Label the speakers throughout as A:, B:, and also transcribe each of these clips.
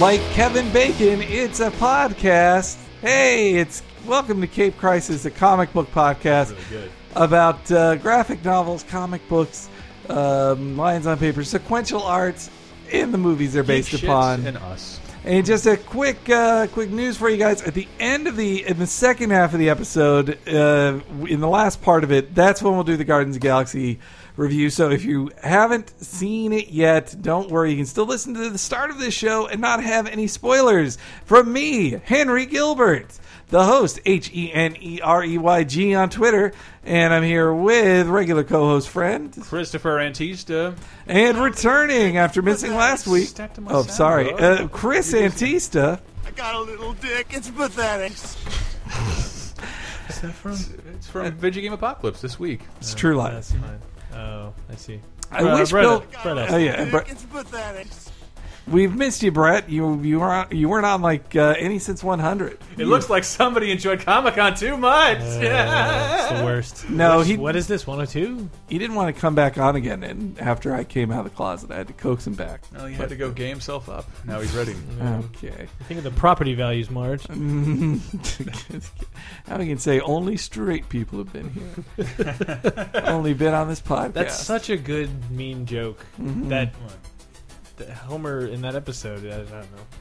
A: Like Kevin Bacon, it's a podcast. Hey, it's welcome to Cape Crisis, a comic book podcast about uh, graphic novels, comic books, um, lines on paper, sequential arts, and the movies they're based
B: Shits
A: upon.
B: and us.
A: And just a quick, uh, quick news for you guys. At the end of the, in the second half of the episode, uh, in the last part of it, that's when we'll do the Gardens of the Galaxy review. So if you haven't seen it yet, don't worry. You can still listen to the start of this show and not have any spoilers from me, Henry Gilbert, the host, H E N E R E Y G on Twitter, and I'm here with regular co-host friend
B: Christopher Antista.
A: and returning after missing last week.
B: Stepped on my
A: Oh,
B: sound,
A: sorry,
B: bro.
A: uh, Chris Antista.
C: I got a little dick. It's pathetic.
D: Is that from?
B: It's from Video Game Apocalypse this week.
A: It's True
D: That's
A: Lies.
D: fine. Oh, I see.
A: I
D: Uh,
A: wish
D: Brett-
A: Bill.
D: Brett
C: a
D: Elf.
A: Oh yeah,
C: dick.
A: Brett,
C: It's pathetic.
A: we've missed you, Brett. You you were on, you weren't on like uh, any since 100.
B: It looks like somebody enjoyed Comic Con too much.
D: Uh, it's the worst.
A: No,
D: Which-
A: he-
D: What is this? 102?
A: He didn't want to come back on again, and after I came out of the closet, I had to coax him back.
B: Well, he had to go gay himself up. Now he's ready.
A: Oh. Okay.
D: Think of the property values, Marge.
A: Um, Now we can say only straight people have been here. only been on this podcast.
D: That's such a good mean joke
A: Mm-hmm.
D: that, that Homer in that episode. I don't know.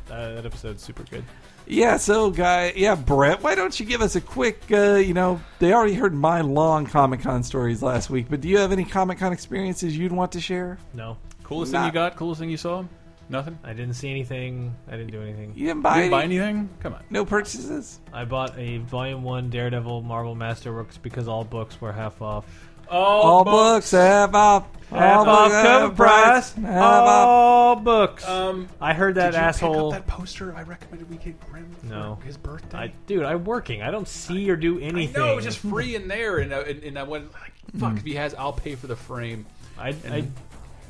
D: Uh, that episode's super good.
A: Yeah, so guy, yeah, Brett, why don't you give us a quick, uh, you know, they already heard my long Comic Con stories last week, but do you have any Comic Con experiences you'd want to share?
D: No,
B: Coolest
A: Nah.
B: thing you got? Coolest thing you saw? Nothing.
D: I didn't see anything. I didn't do anything.
A: You didn't buy,
B: You didn't buy
A: any?
B: anything? Come on.
A: No purchases?
D: I bought a Volume One Daredevil Marvel Masterworks because all books were half off.
A: All books have off.
D: Half off cover price.
A: Half off.
D: All books.
B: Um,
D: I heard that
B: did you
D: asshole.
B: Pick up that poster I recommended we get Grim for
D: No.
B: his birthday.
D: I, dude, I'm working. I don't see or do anything.
B: No, it was just free in there, and I, and, and I went like, "Fuck! If he has, I'll pay for the frame."
D: I, I,
B: and-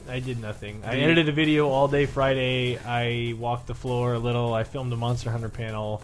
D: I did nothing. I
B: Did you-
D: edited a video all day Friday. I walked the floor a little. I filmed a Monster Hunter panel.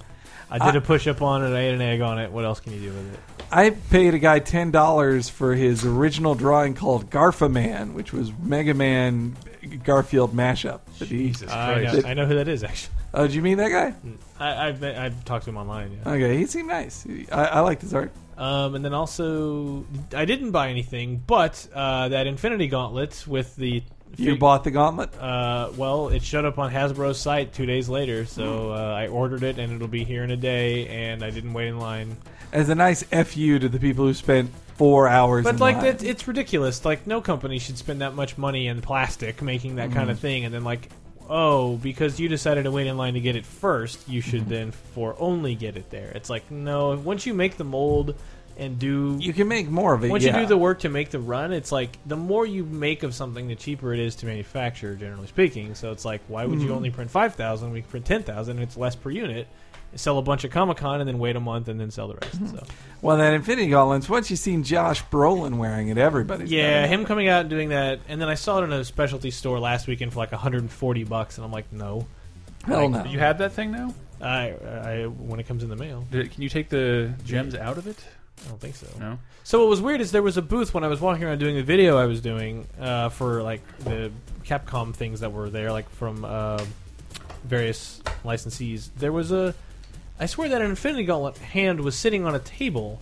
D: I did a push up on it. I ate an egg on it. What else can you do with it?
A: I paid a guy ten dollars for his original drawing called Garfa Man, which was Mega Man Garfield mashup. That he-
D: I know,
B: Christ.
D: I know who that is actually.
A: Oh, did you mean that guy?
D: I, I've, met- I've talked to him online. Yeah.
A: Okay, he seemed nice. I, I liked his art.
D: Um, and then also, I didn't buy anything, but uh, that Infinity Gauntlet with the
A: You
D: fig-
A: bought the gauntlet.
D: Uh, well, it showed up on Hasbro's site two days later, so uh, I ordered it, and it'll be here in a day. And I didn't wait in line.
A: as a nice fu to the people who spent four hours.
D: But
A: in
D: like
A: line.
D: that, it's ridiculous. Like no company should spend that much money in plastic making that kind of thing, and then like, oh, because you decided to wait in line to get it first, you should then for only get it there. It's like no. Once you make the mold and do
A: you can make more of it.
D: once
A: yeah.
D: you do the work to make the run, it's like the more you make of something, the cheaper it is to manufacture, generally speaking. So it's like, why would you only print five thousand? We can print ten thousand, and it's less per unit. Sell a bunch of Comic Con and then wait a month and then sell the rest. So.
A: well, that Infinity Gauntlets. Once you've seen Josh Brolin wearing it, everybody's
D: Yeah,
A: done it.
D: him coming out and doing that, and then I saw it in a specialty store last weekend for like 140 bucks, and I'm like, no.
A: Hell no.
B: Do you have that thing now?
D: I, I when it comes in the mail,
B: Did it- can you take the gems out of it?
D: I don't think so.
B: No.
D: So what was weird is there was a booth when I was walking around doing the video I was doing uh, for like the Capcom things that were there, like from uh, various licensees. There was a, I swear that an Infinity Gauntlet hand was sitting on a table,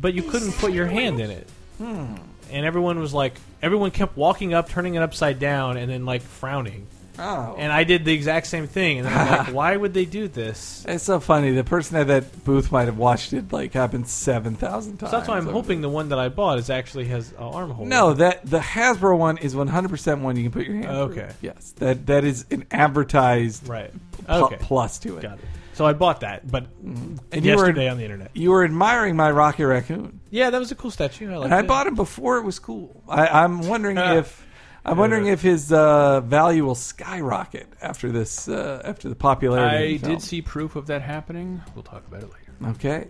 D: but you couldn't put your hand in it.
A: Hmm.
D: And everyone was like, everyone kept walking up, turning it upside down, and then like frowning.
A: Oh.
D: And I did the exact same thing. And then I'm like, why would they do this?
A: it's so funny. The person at that booth might have watched it like happen seven thousand times.
D: So that's why I'm hoping the one that I bought is actually has an arm hole.
A: No, that the Hasbro one is 100 percent one you can put your hand.
D: Okay.
A: through. Yes, that that is an advertised
D: Right.
A: pl-
D: Okay.
A: plus to it.
D: Got it. So I bought that, but
A: And you
D: yesterday
A: were
D: on the internet.
A: you were admiring my Rocky Raccoon.
D: Yeah, that was a cool statue. I liked
A: And I
D: it.
A: bought him before it was cool. I, I'm wondering if I'm wondering if his uh, value will skyrocket after this uh, after the popularity.
B: I
A: of the film.
B: did see proof of that happening. We'll talk about it later.
A: Okay,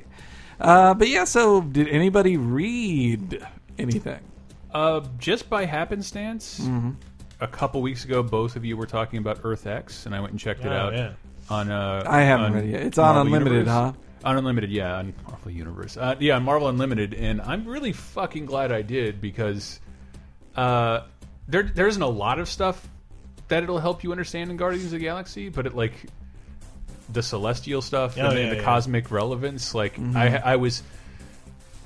A: uh, but yeah. So did anybody read anything?
B: Uh, just by happenstance,
A: Mm-hmm.
B: a couple weeks ago, both of you were talking about Earth X, and I went and checked it
D: Oh,
B: out.
D: yeah.
B: On uh,
A: I haven't
B: on
A: read it yet. It's on
B: Marvel
A: Unlimited,
B: Universe.
A: huh?
B: On Unlimited, yeah, on Marvel Universe, uh, yeah, on Marvel Unlimited, and I'm really fucking glad I did because uh, there there isn't a lot of stuff that it'll help you understand in Guardians of the Galaxy, but it like the celestial stuff
D: Oh,
B: and,
D: yeah,
B: and the
D: yeah.
B: cosmic relevance. Like
A: Mm-hmm.
B: I, I was.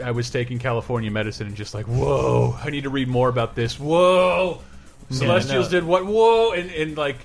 B: I was taking California medicine and just like, whoa, I need to read more about this. Whoa, Celestials
D: no.
B: did what? Whoa, and, and like,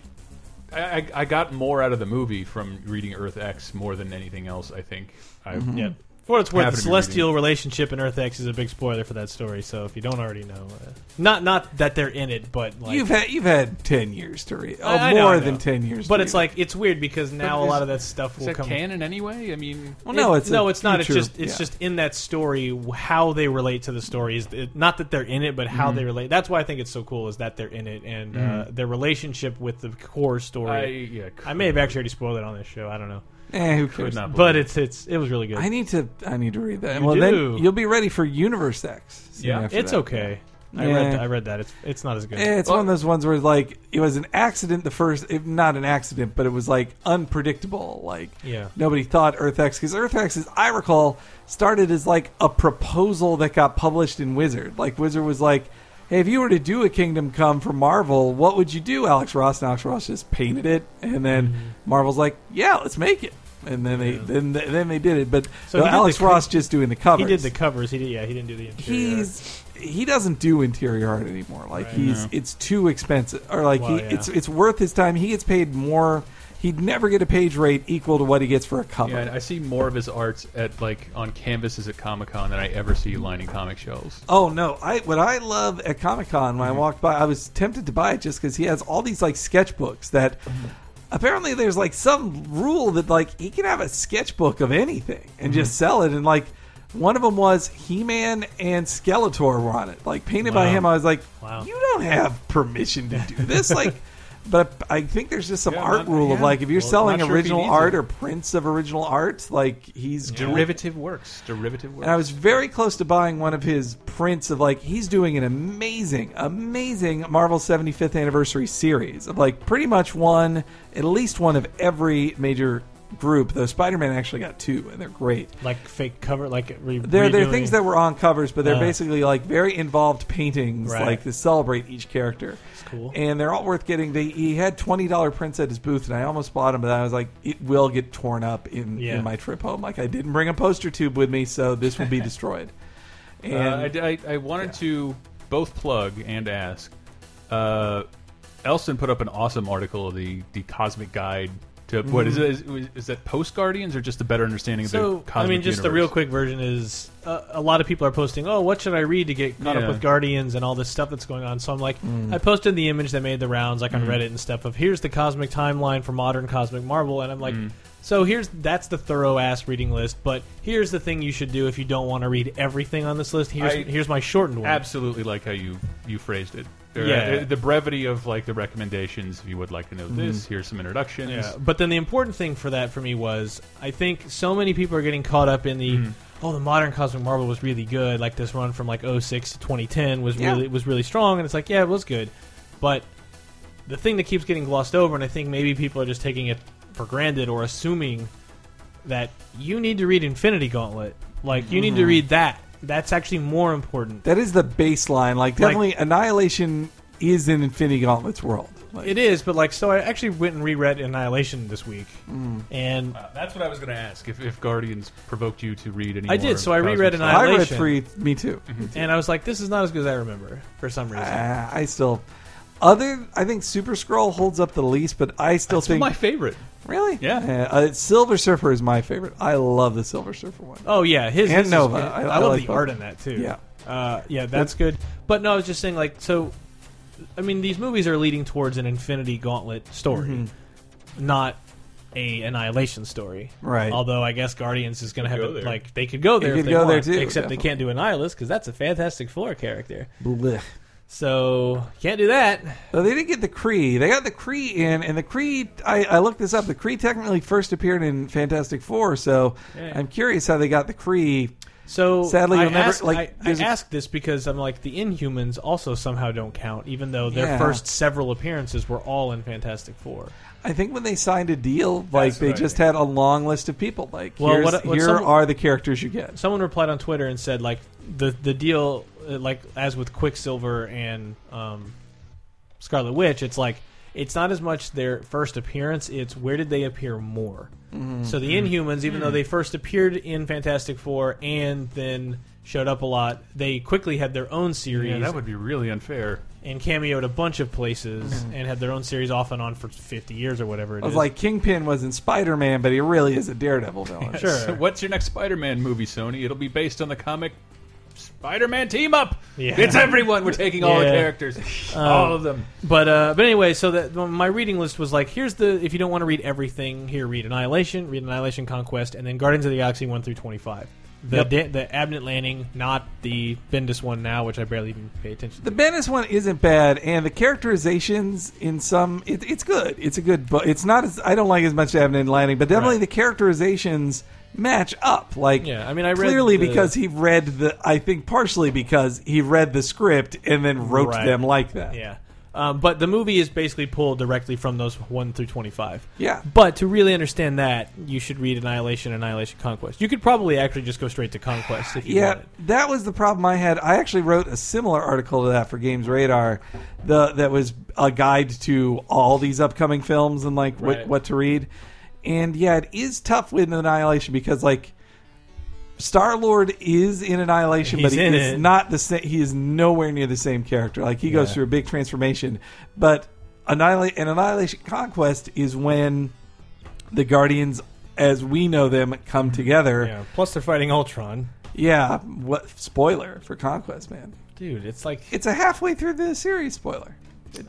B: I, I- I got more out of the movie from reading Earth X more than anything else. I think. I,
D: Yeah. Mm-hmm. For what it's worth,
B: Happy
D: the
B: to be
D: celestial relationship in Earth X is a big spoiler for that story. So if you don't already know, uh, not not that they're in it, but like,
A: you've had you've had ten years to read, oh,
D: I- I know,
A: more
D: I know.
A: than ten years.
D: But
A: to
D: it's
A: read.
D: like it's weird because now a
B: is-
D: lot of that stuff
B: Is
D: will
B: that
D: come.
B: canon anyway? I mean,
A: well, no,
D: It-
A: it's
D: no,
A: a
D: it's not.
A: future-
D: it's just it's
A: yeah.
D: just in that story w- how they relate to the story is it- not that they're in it, but how they relate. That's why I think it's so cool is that they're in it and uh, their relationship with the core story.
B: I yeah,
D: I may have actually already spoiled it on this show. I don't know,
A: Eh, who cares?
B: not
D: but it's it's it was really good.
A: I need to I need to read that.
D: You
A: well,
D: do.
A: then you'll be ready for Universe X. soon
B: Yeah.
A: after
D: it's
A: that.
D: okay. I
A: Yeah.
D: read th- I read that. It's it's not as good.
A: Eh, It's
B: Well-
A: one of those ones where like it was an accident. The first, if not an accident, but it was like unpredictable. Like
D: Yeah.
A: nobody thought Earth X because Earth X, as I recall, started as like a proposal that got published in Wizard. Like Wizard was like, "Hey, if you were to do a Kingdom Come for Marvel, what would you do?" Alex Ross and Alex Ross just painted it, and then
D: Mm-hmm.
A: Marvel's like, "Yeah, let's make it." And then they then they- then they did it. But
D: So
A: the
D: he did
A: Alex
D: the co-
A: Ross just doing the
D: He
A: covers.
D: did the covers. He did. Yeah, he didn't do the interior.
A: he's he doesn't do interior art anymore. Like
D: Right.
A: he's it's too expensive, or like
D: Well,
A: he
D: yeah.
A: it's it's worth his time. He gets paid more. He'd never get a page rate equal to what he gets for a cover.
B: Yeah, and I see more of his arts at like on canvases at Comic Con than I ever see lining comic shelves.
A: Oh no! I what I love at Comic Con when I
B: Mm-hmm.
A: walked by, I was tempted to buy it just because he has all these like sketchbooks that.
B: Mm-hmm.
A: Apparently, there's like some rule that like he can have a sketchbook of anything and
B: Mm-hmm.
A: just sell it. And like one of them was He-Man and Skeletor were on it, like painted by
D: Wow.
A: him. I was like,
D: Wow.
A: you don't have permission to do this, like. But I think there's just some
B: Yeah,
A: art
B: not-
A: rule of
B: yeah.
A: like if you're
B: Well,
A: selling
B: not sure if he
A: original
B: needs
A: art
B: it.
A: or prints of original art, like he's doing
B: Derivative works. Derivative works.
A: and I was very close to buying one of his prints of like he's doing an amazing, amazing Marvel 75th anniversary series of like pretty much one, at least one of every major group. Though Spider-Man actually got two, and they're great.
D: like fake cover. Like re-
A: They're they're
D: redoing-
A: things that were on covers, but they're
D: Uh.
A: basically like very involved paintings,
D: Right.
A: like to celebrate each character.
D: cool.
A: And they're all worth getting. They he had twenty dollar prints at his booth, and I almost bought them, but I was like, it will get torn up in
D: Yeah.
A: in my trip home. Like I didn't bring a poster tube with me, so this will be destroyed. And
B: Uh, I, I- I wanted to both plug and ask. Uh, Elston put up an awesome article of the the Cosmic Guide to what is it? Is, is that post Guardians or just a better understanding of the
D: So
B: cosmic
D: I mean, just the
B: universe?
D: real quick version is uh, a lot of people are posting. Oh, what should I read to get caught
B: Yeah. Mm.
D: up with Guardians and all this stuff that's going on? So I'm like, I posted the image that made the rounds, like on Reddit and stuff. Of here's the cosmic timeline for modern cosmic Marvel, and I'm like,
B: Mm.
D: so here's that's the thorough ass reading list. But here's the thing you should do if you don't want to read everything on this list. Here's
B: I-
D: here's my shortened one.
B: absolutely like how you you phrased it. There-
D: Yeah.
B: the, the brevity of like the recommendations. If you would like to know this, here's some introductions.
D: Yeah, but then the important thing for that for me was I think so many people are getting caught up in the oh the modern Cosmic Marvel was really good like this run from like 06 to 2010 was
A: Yeah.
D: really was really strong and it's like yeah it was good, but the thing that keeps getting glossed over and I think maybe people are just taking it for granted or assuming that you need to read Infinity Gauntlet like you need to read that that's actually more important.
A: that is the baseline. Like
D: Like-
A: definitely, Annihilation is in Infinity Gauntlet's world. Like,
D: It is, but like, so I actually went and reread Annihilation this week, and
B: Uh, that's what I was going to ask. If, if Guardians provoked you to read any,
D: I did,
B: more
D: so I
B: Cosmic
D: reread an
B: Saga.
A: I read
D: Annihilation. Mm-hmm.
A: three. Me too.
D: and I was like, this is not as good as I remember for some reason.
A: Uh, I still. Other, I think Super Scroll holds up the least, but I still
B: It's
A: think
B: my favorite.
A: Really?
B: Yeah.
A: Uh, uh, Silver Surfer is my favorite. I love the Silver Surfer one.
D: Oh yeah, his
A: And
D: his is
A: Nova.
D: good.
A: I-
D: I,
A: I
D: love
A: like
D: the
A: both.
D: art in that too.
A: Yeah.
D: uh, yeah, that's good. But no, I was just saying like so. I mean, these movies are leading towards an Infinity Gauntlet story, not a Annihilation story.
A: Mm-hmm. Right.
D: Although I guess Guardians is going to have
B: Go
D: it,
B: there.
D: like they could go there.
A: could
D: if they
A: go there,
D: want,
A: too,
D: Except they can't do Annihilus because that's a Fantastic Four character.
A: Blech.
D: So can't do that.
A: So they didn't get the Kree. They got the Kree in, and the Kree. I, I looked this up. The Kree technically first appeared in Fantastic Four, so
D: Yeah.
A: I'm curious how they got the Kree.
D: So
A: Sadly,
D: I
A: you'll never-
D: asked,
A: like,
D: I, I
A: there's a-
D: asked this because I'm like the Inhumans also somehow don't count, even though their
A: Yeah.
D: first several appearances were all in Fantastic Four.
A: I think when they signed a deal, like
B: what
A: they
B: I
A: just
B: think.
A: had a long list of people. Like,
D: Well,
A: here's-
D: what- what
A: here
D: some-
A: are the characters you get.
D: Someone replied on Twitter and said like the the deal uh, like as with Quicksilver and um, Scarlet Witch, it's like it's not as much their first appearance; it's where did they appear more.
A: Mm-hmm.
D: So the Inhumans, even
B: Mm-hmm.
D: though they first appeared in Fantastic Four and then showed up a lot, they quickly had their own series
B: Yeah, that would be really unfair.
D: and cameoed a bunch of places
B: Mm-hmm.
D: and had their own series off and on for fifty years or whatever. it
A: I was
D: is.
A: like, Kingpin was in Spider Man, but he really is a Daredevil villain.
D: Sure.
B: So what's your next Spider-Man movie, Sony? It'll be based on the comic Spider-Man Team Up.
D: Yeah.
B: It's everyone. We're taking all the
D: Yeah.
B: characters,
A: Um,
B: all of them.
D: Um, But uh, but anyway, so that my reading list was like, here's the if you don't want to read everything, here read Annihilation, read Annihilation Conquest, and then Guardians of the Galaxy one through twenty five. The da- the Abnett Landing, not the Bendis one now, which I barely even pay attention.
A: The
D: to.
A: Bendis one isn't bad, and the characterizations in some it, it's good. It's a good, but it's not as I don't like as much Abnett Landing, but definitely
D: Right.
A: the characterizations match up. Like,
D: Yeah, I mean, I read
A: clearly
D: the-
A: because he read the. I think partially because he read the script and then wrote
D: Right.
A: them like that.
D: yeah. Um, but the movie is basically pulled directly from those one through twenty five.
A: Yeah.
D: But to really understand that, you should read Annihilation, Annihilation Conquest. You could probably actually just go straight to Conquest if you
A: Yeah,
D: wanted.
A: that was the problem I had. I actually wrote a similar article to that for Games Radar, the that was a guide to all these upcoming films and like what
B: Right.
A: what to read. And yeah, it is tough with Annihilation because like Star Lord is in Annihilation,
D: He's
A: but he
D: in
A: is
D: it.
A: not the same. He is nowhere near the same character. Like he goes
D: Yeah.
A: through a big transformation, but Annihilate and Annihilation Conquest is when the Guardians, as we know them, come together.
D: Mm-hmm. Yeah. Plus, they're fighting Ultron.
A: Yeah, what spoiler for Conquest, man.
D: Dude, it's like
A: It's a halfway through the series spoiler.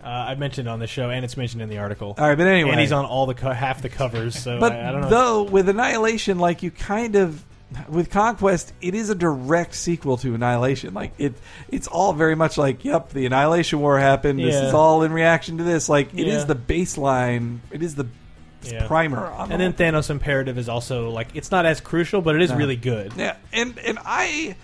D: Uh, I mentioned on the show, and it's mentioned in the article.
A: All right, but anyway.
D: and he's on all the co- half the covers, so
A: but
D: I, I don't know.
A: though with Annihilation, like you kind of with Conquest, it is a direct sequel to Annihilation. Like it it's all very much like, yep, the Annihilation War happened. This
D: Yeah.
A: is all in reaction to this. Like it is
D: Yeah.
A: the baseline. It is the
D: Yeah.
A: primer on the
D: and then
A: whole
D: Thanos Imperative is also like it's not as crucial, but it is
A: No.
D: really good.
A: Yeah, and and I,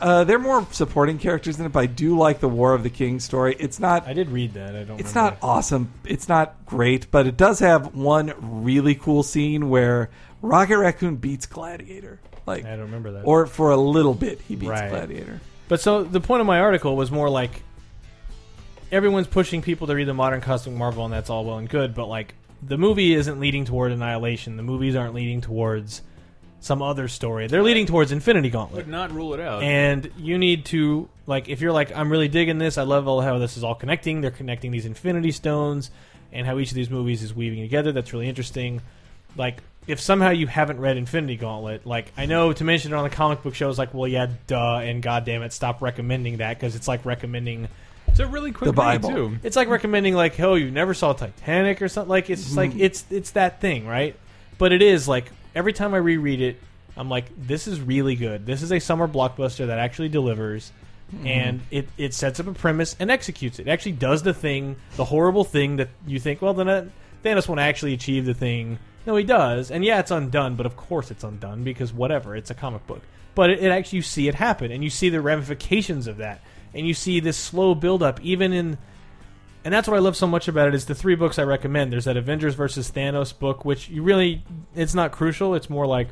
A: uh, they're more supporting characters than it. But I do like the War of the King story. It's not
D: I did read that. I don't.
A: It's
D: remember.
A: not awesome. It's not great, but it does have one really cool scene where Rocket Raccoon beats Gladiator. Like,
D: I don't remember that.
A: or for a little bit, he beats
D: Right.
A: Gladiator.
D: but so the point of my article was more like everyone's pushing people to read the modern cosmic Marvel, and that's all well and good. But like the movie isn't leading toward Annihilation. The movies aren't leading towards some other story. They're leading towards Infinity Gauntlet.
B: Would not rule it out.
D: and you need to like if you're like i'm really digging this i love all how this is all connecting they're connecting these infinity stones and how each of these movies is weaving together that's really interesting like if somehow you haven't read infinity gauntlet like i know to mention it on the comic book show is like well yeah duh and god damn it stop recommending that because it's like recommending
B: it's a really quick
A: The
B: read,
A: Bible.
B: too.
D: it's like recommending like oh you never saw titanic or something like it's just like it's it's that thing right but it is like every time i reread it i'm like this is really good this is a summer blockbuster that actually delivers and it, it sets up a premise and executes it. it actually does the thing the horrible thing that you think well then that- thanos won't actually achieve the thing no he does and yeah it's undone but of course it's undone because whatever it's a comic book but it, it actually you see it happen and you see the ramifications of that and you see this slow buildup even in and that's what I love so much about it is the three books I recommend. There's that Avengers versus Thanos book, which you really it's not crucial. It's more like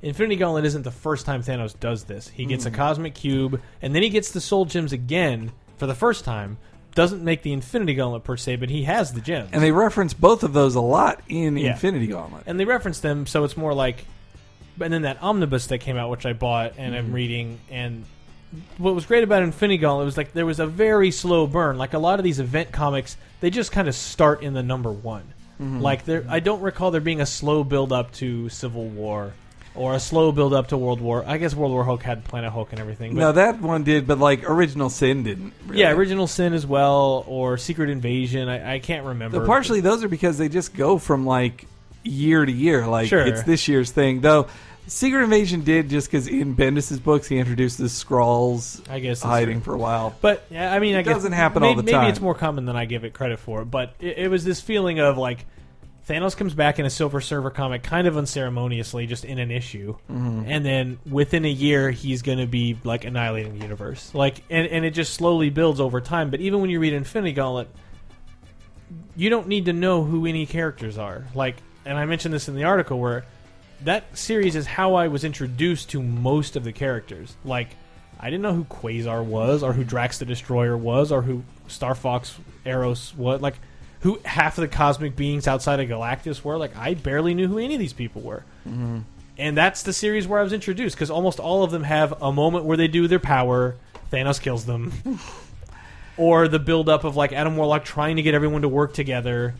D: Infinity Gauntlet isn't the first time Thanos does this. He
A: Mm.
D: gets a cosmic cube, and then he gets the soul gems again for the first time. Doesn't make the Infinity Gauntlet per se, but he has the gems.
A: And they reference both of those a lot in
D: Yeah.
A: Infinity Gauntlet.
D: and they reference them, so it's more like. And then that omnibus that came out, which I bought and I'm reading, and what was great about Infinity Gauntlet was like there was a very slow burn. Like a lot of these event comics, they just kind of start in the number one. Like there, I don't recall there being a slow build up to Civil War or a slow build up to World War. I guess World War Hulk had Planet Hulk and everything. But
A: no, that one did, but like Original Sin didn't. Really.
D: yeah, Original Sin as well, or Secret Invasion. I, I can't remember.
A: So partially those are because they just go from like year to year. Like
D: Sure.
A: it's this year's thing, though. Secret Invasion did just because in Bendis's books he introduced the Skrulls
D: I guess that's
A: hiding
D: right.
A: for a while.
D: But yeah, I mean, I guess
A: doesn't happen
D: may-
A: all the
D: maybe
A: time.
D: it's more common than I give it credit for. But it, it was this feeling of like Thanos comes back in a Silver Surfer comic, kind of unceremoniously, just in an issue,
A: Mm-hmm.
D: and then within a year he's going to be like annihilating the universe. Like, and and it just slowly builds over time. But even when you read Infinity Gauntlet, you don't need to know who any characters are. Like, and I mentioned this in the article where that series is how I was introduced to most of the characters. Like, I didn't know who Quasar was, or who Drax the Destroyer was, or who Star Fox Eros was. Like, who half of the cosmic beings outside of Galactus were. Like I barely knew who any of these people were. And that's the series where I was introduced because almost all of them have a moment where they do their power. Thanos kills them, or the buildup of like Adam Warlock trying to get everyone to work together.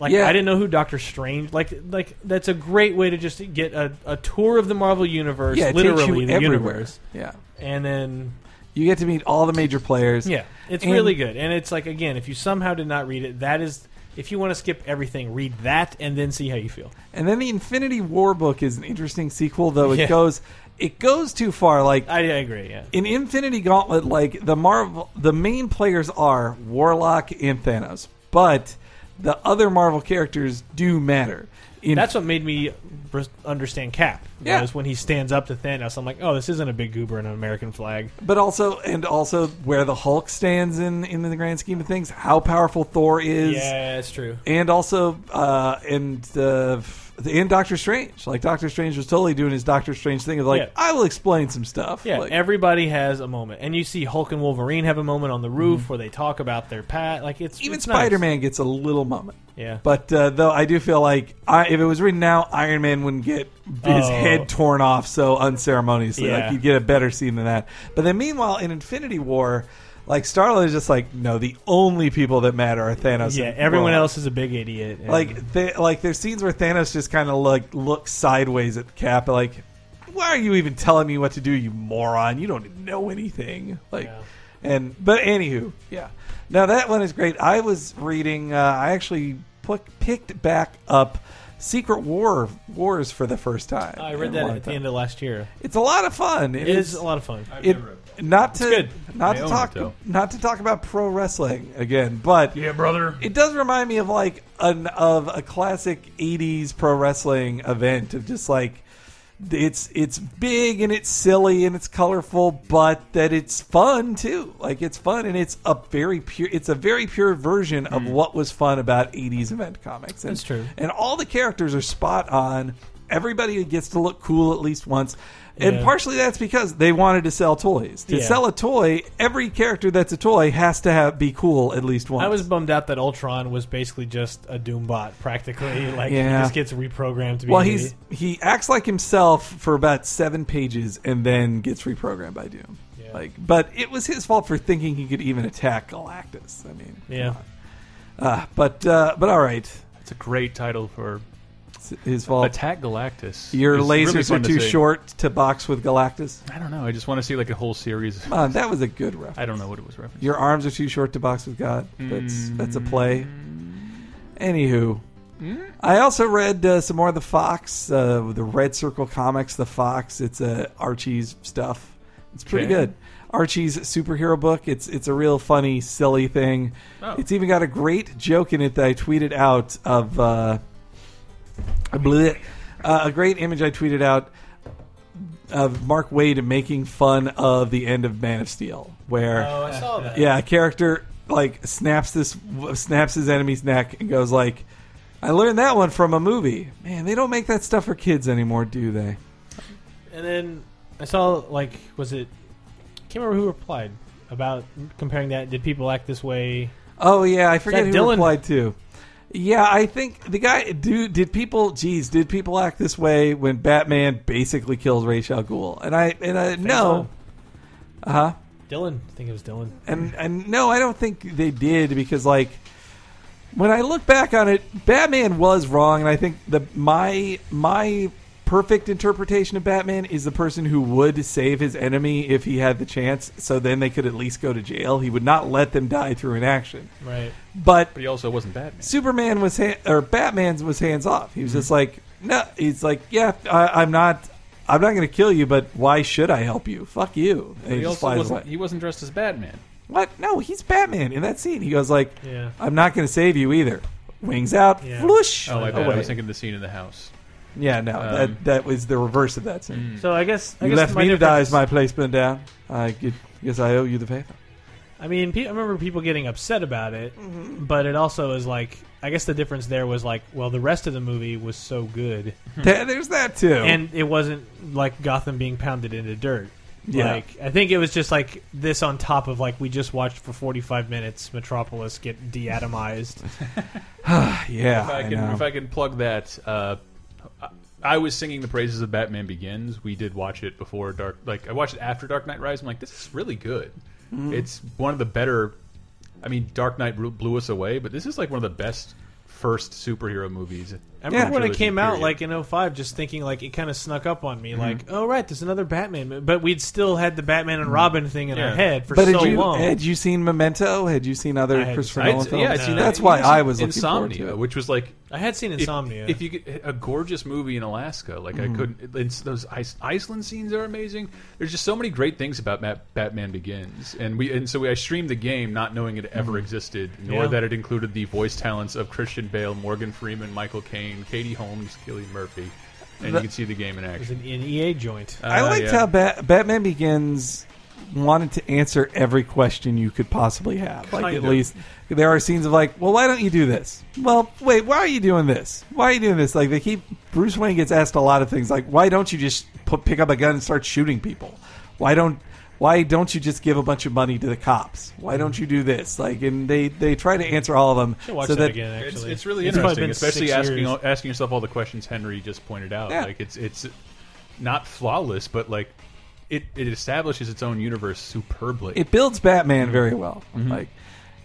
D: Like
A: Yeah.
D: I didn't know who Doctor Strange. Like like that's a great way to just get a, a tour of the Marvel universe,
A: yeah, it
D: literally
A: takes you
D: the
A: everywhere.
D: universe,
A: Yeah,
D: and then
A: you get to meet all the major players.
D: yeah, it's
A: And-
D: really good. And it's like again, if you somehow did not read it, that is if you want to skip everything, read that and then see how you feel.
A: and then the Infinity War book is an interesting sequel, though it
D: Yeah.
A: goes it goes too far. Like
D: I, I agree. Yeah,
A: in Infinity Gauntlet, like the Marvel, the main players are Warlock and Thanos, but the other Marvel characters do matter. In
D: that's what made me res- understand Cap.
A: Yeah.
D: was when he stands up to Thanos, I'm like, oh, this isn't a big goober and an American flag.
A: but also and also where the Hulk stands in in the grand scheme of things, how powerful Thor is,
D: yeah, it's true.
A: and also uh, and uh, and Doctor Strange. Like Doctor Strange was totally doing his Doctor Strange thing of like
D: Yeah.
A: I will explain some stuff.
D: Yeah,
A: Like,
D: everybody has a moment, and you see Hulk and Wolverine have a moment on the roof where they talk about their pat. Like it's
A: even
D: it's nice.
A: Spider Man gets a little moment.
D: Yeah,
A: But uh, though I do feel like I, if it was written now, Iron Man wouldn't get his
D: Oh.
A: head torn off so unceremoniously. Like
D: Yeah.
A: you'd get a better scene than that. But then meanwhile, in Infinity War, like Starlord is just like, no, the only people that matter are Thanos.
D: yeah,
A: and
D: everyone
A: Warlock."
D: else is a big idiot. and-
A: Like, th- like there's scenes where Thanos just kind of like looks sideways at Cap, like, why are you even telling me what to do, you moron? You don't know anything. Like,
D: Yeah.
A: and but anywho, yeah. Now that one is great. I was reading. Uh, I actually put, picked back up Secret War Wars for the first time.
D: I
A: in
D: read
A: a
D: that
A: long
D: at the
A: time.
D: end of last year.
A: It's a lot of fun.
D: It is a lot of fun.
A: It, not to
D: good.
A: not
B: I
A: to
B: own
A: talk
B: it, though.
A: not to talk about pro wrestling again, but
B: Yeah, brother.
A: it does remind me of like an of a classic '80s pro wrestling event of just like it's it's big and it's silly and it's colorful, but that it's fun too. Like it's fun and it's a very pure. It's a very pure version of what was fun about '80s event comics. And,
D: Hmm. That's true.
A: And all the characters are spot on. Everybody gets to look cool at least once. And
D: Yeah.
A: partially that's because they wanted to sell toys. To
D: Yeah.
A: sell a toy, every character that's a toy has to have, be cool at least once.
D: I was bummed out that Ultron was basically just a Doombot, practically. Like
A: Yeah.
D: he just gets reprogrammed to be.
A: Well,
D: an
A: he's
D: idiot.
A: he acts like himself for about seven pages and then gets reprogrammed by Doom.
D: Yeah.
A: Like, but it was his fault for thinking he could even attack Galactus. I mean,
D: yeah.
A: uh, but uh, but all right,
B: It's a great title for
A: it's his fault.
B: Attack Galactus.
A: Your
B: It's really
A: lasers
B: fun
A: are
B: to
A: too
B: see.
A: short to box with Galactus.
B: I don't know. I just want to see like a whole series.
A: Come on, that was a good reference.
B: I don't know what it was referenced.
A: Your arms are too short to box with God. That's that's a play. Anywho,
B: Mm.
A: I also read uh, some more of the Fox, uh, the Red Circle comics. The Fox, it's uh, Archie's stuff. It's pretty
B: Okay.
A: good. Archie's superhero book. It's it's a real funny, silly thing.
B: Oh.
A: It's even got a great joke in it that I tweeted out of. Uh, bleh, uh, a great image I tweeted out of Mark Wade making fun of the end of Man of Steel, where
D: Oh, I saw that.
A: yeah, a character like snaps this snaps his enemy's neck and goes like, "I learned that one from a movie." Man, they don't make that stuff for kids anymore, do they?
D: And then I saw like was it? I can't remember who replied about comparing that. Did people act this way?
A: Oh yeah, I forget who
D: that Dylan?
A: replied to. Yeah, I think the guy dude did people geez, did people act this way when Batman basically kills Ra's al Ghul? And I and I no. Uh-huh.
D: Dylan. I think it was Dylan.
A: And and no, I don't think they did because like when I look back on it, Batman was wrong, and I think the my my perfect interpretation of Batman is the person who would save his enemy if he had the chance, so then they could at least go to jail. He would not let them die through inaction.
D: Right.
A: But
B: But he also wasn't Batman.
A: Superman was ha- or Batman's was hands off. He was just like, no, he's like, yeah, I, I'm not, I'm not going to kill you, but why should I help you? Fuck you. And
B: But
A: he
B: he
A: just
B: also
A: flies
B: wasn't.
A: away.
B: He wasn't dressed as Batman.
A: What? No, he's Batman in that scene. He goes like,
D: Yeah.
A: I'm not going to save you either. Wings out,
D: Yeah.
A: flush
B: Oh, I, bet.
A: away.
B: I was thinking the scene in the house.
A: yeah, no,
B: Um, mm.
A: that that was the reverse of that scene.
D: So I guess I
A: You
D: guess
A: left
D: my
A: me to die
D: difference-
A: as my place burned down. I gu- guess I owe you the favor.
D: I mean, pe- I remember people getting upset about it, but it also is like I guess the difference there was like well the rest of the movie was so good
B: Hmm.
A: There- There's that too.
D: and it wasn't like Gotham being pounded into dirt.
A: Yeah.
D: Like I think it was just like this on top of like we just watched for 45 minutes Metropolis get deatomized.
A: yeah,
B: if I, can,
A: know.
B: if I can plug that, uh, I- I was singing the praises of Batman Begins. We did watch it before Dark. Like I watched it after Dark Knight Rise. I'm like, this is really good.
A: Mm-hmm.
B: It's one of the better. I mean, Dark Knight blew- blew us away, but this is like one of the best first superhero movies.
D: I remember
A: Yeah.
D: when it came out,
B: Trilogy,
D: like in 05, just thinking like it kind of snuck up on
B: Mm-hmm.
D: me, like oh right, there's another Batman, mo- but we'd still had the Batman and Robin thing in
B: Mm-hmm. Yeah.
D: our head for
A: but
D: so
A: had you
D: long.
A: had you seen Memento? Had you seen
D: I
A: other
D: hadn't
A: Christopher
D: seen it.
A: Nolan
B: I'd-
A: films?
B: yeah, I'd seen that.
A: That's why
B: Even
A: I was looking forward
B: Insomnia,
A: to it.
B: which was like
D: I had seen
B: if-
D: Insomnia. Mm-hmm.
B: If, you get a gorgeous movie in Alaska, like I couldn't. It's, those Ice, Iceland scenes are amazing. There's just so many great things about Bat, Batman Begins, and we and so we, I streamed the game not knowing it ever existed, nor
D: Mm-hmm. Yeah.
B: that it included the voice talents of Christian Bale, Morgan Freeman, Michael Caine, Katie Holmes, Killian Murphy, and
A: The-
B: you can see the game in
D: it was
B: action.
D: an, an EA joint.
A: I
B: Uh,
A: liked
B: yeah.
A: how Bat- Batman Begins wanted to answer every question you could possibly have. Like
D: Kind
A: at
D: of.
A: least there are scenes of like, well, why don't you do this? Well, wait, why are you doing this? Why are you doing this? Like they keep Bruce Wayne gets asked a lot of things like, why don't you just put, pick up a gun and start shooting people? Why don't why don't you just give a bunch of money to the cops? Why don't you do this? Like, and they they try to answer all of them.
D: Should watch
A: so
D: that, again. Actually,
B: It's, it's really
D: probably
B: interesting,
D: been
B: especially
D: six
B: asking
D: years.
B: asking yourself all the questions Henry just pointed out.
A: Yeah.
B: Like it's it's not flawless, but like it, it establishes its own universe superbly.
A: it builds Batman very well.
B: Mm-hmm.
A: Like,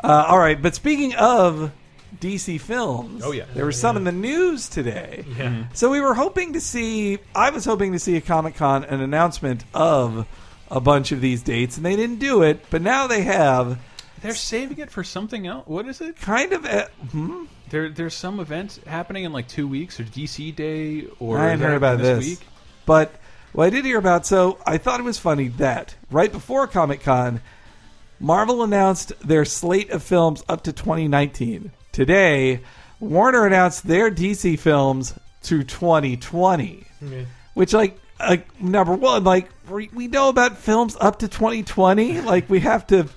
A: uh, all right, but speaking of DC films,
B: Oh, yeah.
A: there were some in the news today.
D: Yeah.
B: mm-hmm.
A: So we were hoping to see. I was hoping to see a Comic Con an announcement of a bunch of these dates, and they didn't do it. But now they have
B: They're saving it for something else. What is it?
A: kind of. A, hmm?
B: There there's some event happening in like two weeks or DC Day or
A: I
B: is
A: hadn't
B: that
A: heard about
B: this,
A: this.
B: week.
A: But what I did hear about, so I thought it was funny that right before Comic Con, Marvel announced their slate of films up to 2019. Today, Warner announced their DC films to 2020,
B: Hmm.
D: Okay.
A: which, like, like number one, like we, we know about films up to 2020. Like we have to,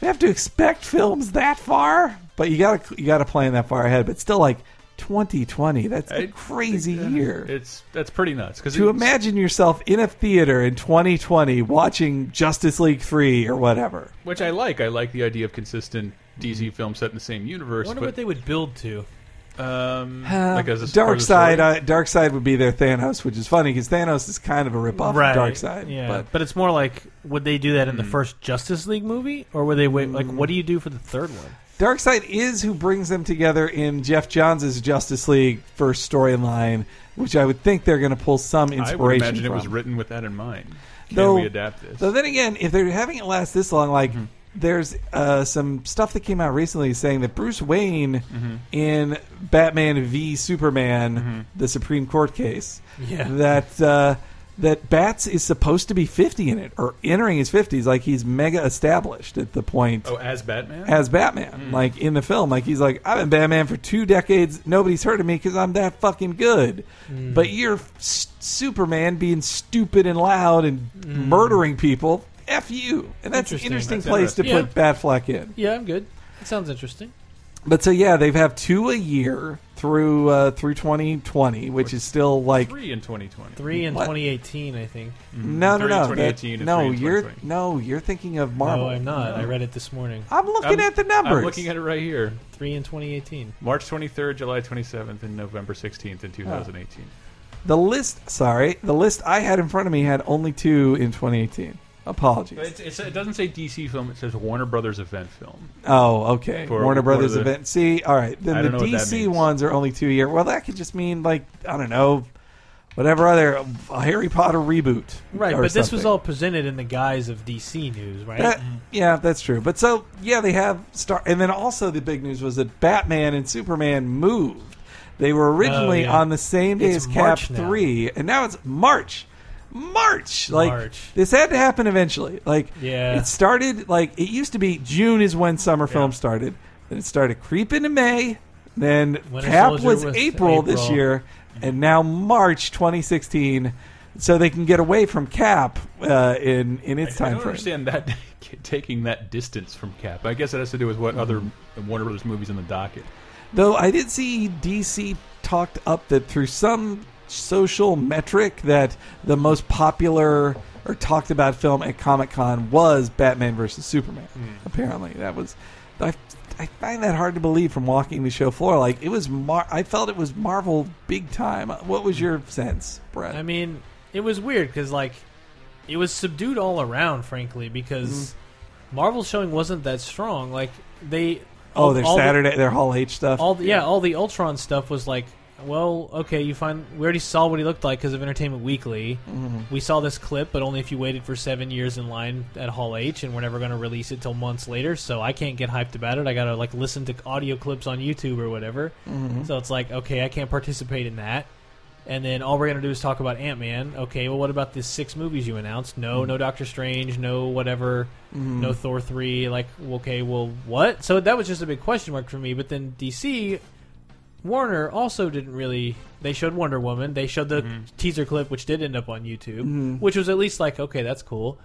A: we have to expect films that far. But you gotta you gotta plan that far ahead. But still, like 2020, that's a
B: I-
A: crazy year
B: It's that's pretty nuts because
A: to imagine yourself in a theater in 2020 watching Justice League 3 or whatever.
B: which I like. I like the idea of consistent
A: Mm-hmm.
B: DC film set in the same universe.
D: wonder
B: but,
D: what they would build to.
B: um, like as a part of
A: Dark
B: the
A: Side,
B: story.
A: uh, Dark Side would be their Thanos, which is funny because Thanos is kind of a ripoff of Dark Side.
D: Yeah,
A: but
D: but, it's more like would they do that in the
B: Mm.
D: first Justice League movie, or would they wait? Like, what do you do for the third one?
A: Dark Side is who brings them together in Jeff Johns' Justice League first storyline, which I would think they're going to pull some
B: I
A: inspiration.
B: would imagine it
A: from.
B: was written with that in mind. Can
A: Though-
B: we adapt this?
A: So then again, if they're having it last this long, like there's uh, some stuff that came out recently saying that Bruce Wayne in Batman v Superman, the Supreme Court case,
D: Yeah.
A: that uh, that Bats is supposed to be 50 in it or entering his 50s, like he's mega established at the point.
B: Oh, as Batman?
A: As
B: Mm.
A: Batman, like in the film, like he's like, I've been Batman for two decades. Nobody's heard of me because I'm that fucking good.
B: Mm.
A: But you're s- Superman being stupid and loud and murdering people. F you. And that's an interesting
D: Interesting.
A: place
B: Mm. That's
A: to put Batfleck in.
D: Yeah, I'm good. That sounds interesting.
A: But so yeah, they've have two a year through uh, through 2020, which is still like
B: three in 2020.
D: Three in
A: What?
D: 2018, I think.
A: no, no,
B: Three in
A: no,
B: 2018
A: that-
B: and
A: no.
B: three in
A: You're
B: 2020.
A: no, you're thinking of Marvel.
D: No, I'm not. I read it this morning.
A: I'm looking
B: I'm-
A: at the numbers.
B: I'm looking at it right here.
D: Three in 2018.
B: March 23rd, July 27th, and November 16th in 2018.
A: The list, sorry, the list I had in front of me had only two in 2018. Apologies.
B: It, it, doesn't say DC film; it says Warner Brothers event film.
A: Oh, okay.
B: For-
A: Warner
B: for
A: Brothers
B: the-
A: event. See, all right.
B: I
A: Then the
B: don't know what that
A: DC
B: means.
A: ones are only two a year. Well, that could just mean like I don't know, whatever other a Harry Potter reboot.
D: Right,
A: or
D: but this was
A: something.
D: all presented in the guise of DC news, right?
A: That- yeah, that's true. But so yeah, they have star, and then also the big news was that Batman and Superman moved. They were originally
D: Oh, yeah.
A: on the same day
D: It's
A: as
D: March
A: Cap
D: now.
A: three, and now it's March. March, like
D: March.
A: this had to happen eventually. Like
D: Yeah.
A: it started like it used to be June is when summer film started. Then it started creeping to May. Then
D: Winter
A: Cap
D: Soldier
A: was
D: was
A: April this
D: April.
A: year, and now March 2016. So they can get away from Cap uh, in in its
B: I
A: time
B: don't
A: frame.
B: understand that taking that distance from Cap. I guess it has to do with what other Warner Brothers movies in the docket.
A: Though I did see DC talked up that through some social metric that the most popular or talked about film at Comic Con was Batman versus Superman.
D: Hmm.
A: Apparently, that was. I, I find that hard to believe from walking the show floor. Like it was, Mar- I felt it was Marvel big time. What was your sense, Brett?
D: I mean, it was weird because like it was subdued all around, frankly, because Marvel's showing wasn't that strong. Like they
A: oh, their
D: all the-
A: Saturday, their Hall H stuff.
D: all the, yeah, all the Ultron stuff was like, well, okay, you find we already saw what he looked like because of Entertainment Weekly. We saw this clip, but only if you waited for seven years in line at Hall H, and we're never going to release it till months later. So I can't get hyped about it. I got to like listen to audio clips on YouTube or whatever. So it's like, okay, I can't participate in that. And then all we're going to do is talk about Ant Man. Okay, well, what about the six movies you announced? No, no Doctor Strange, no whatever, no Thor 3. Like, okay, well, what? So that was just a big question mark for me. But then DC, Warner also didn't really. They showed Wonder Woman. They showed the teaser clip, which did end up on YouTube, which was at least like, okay, that's cool.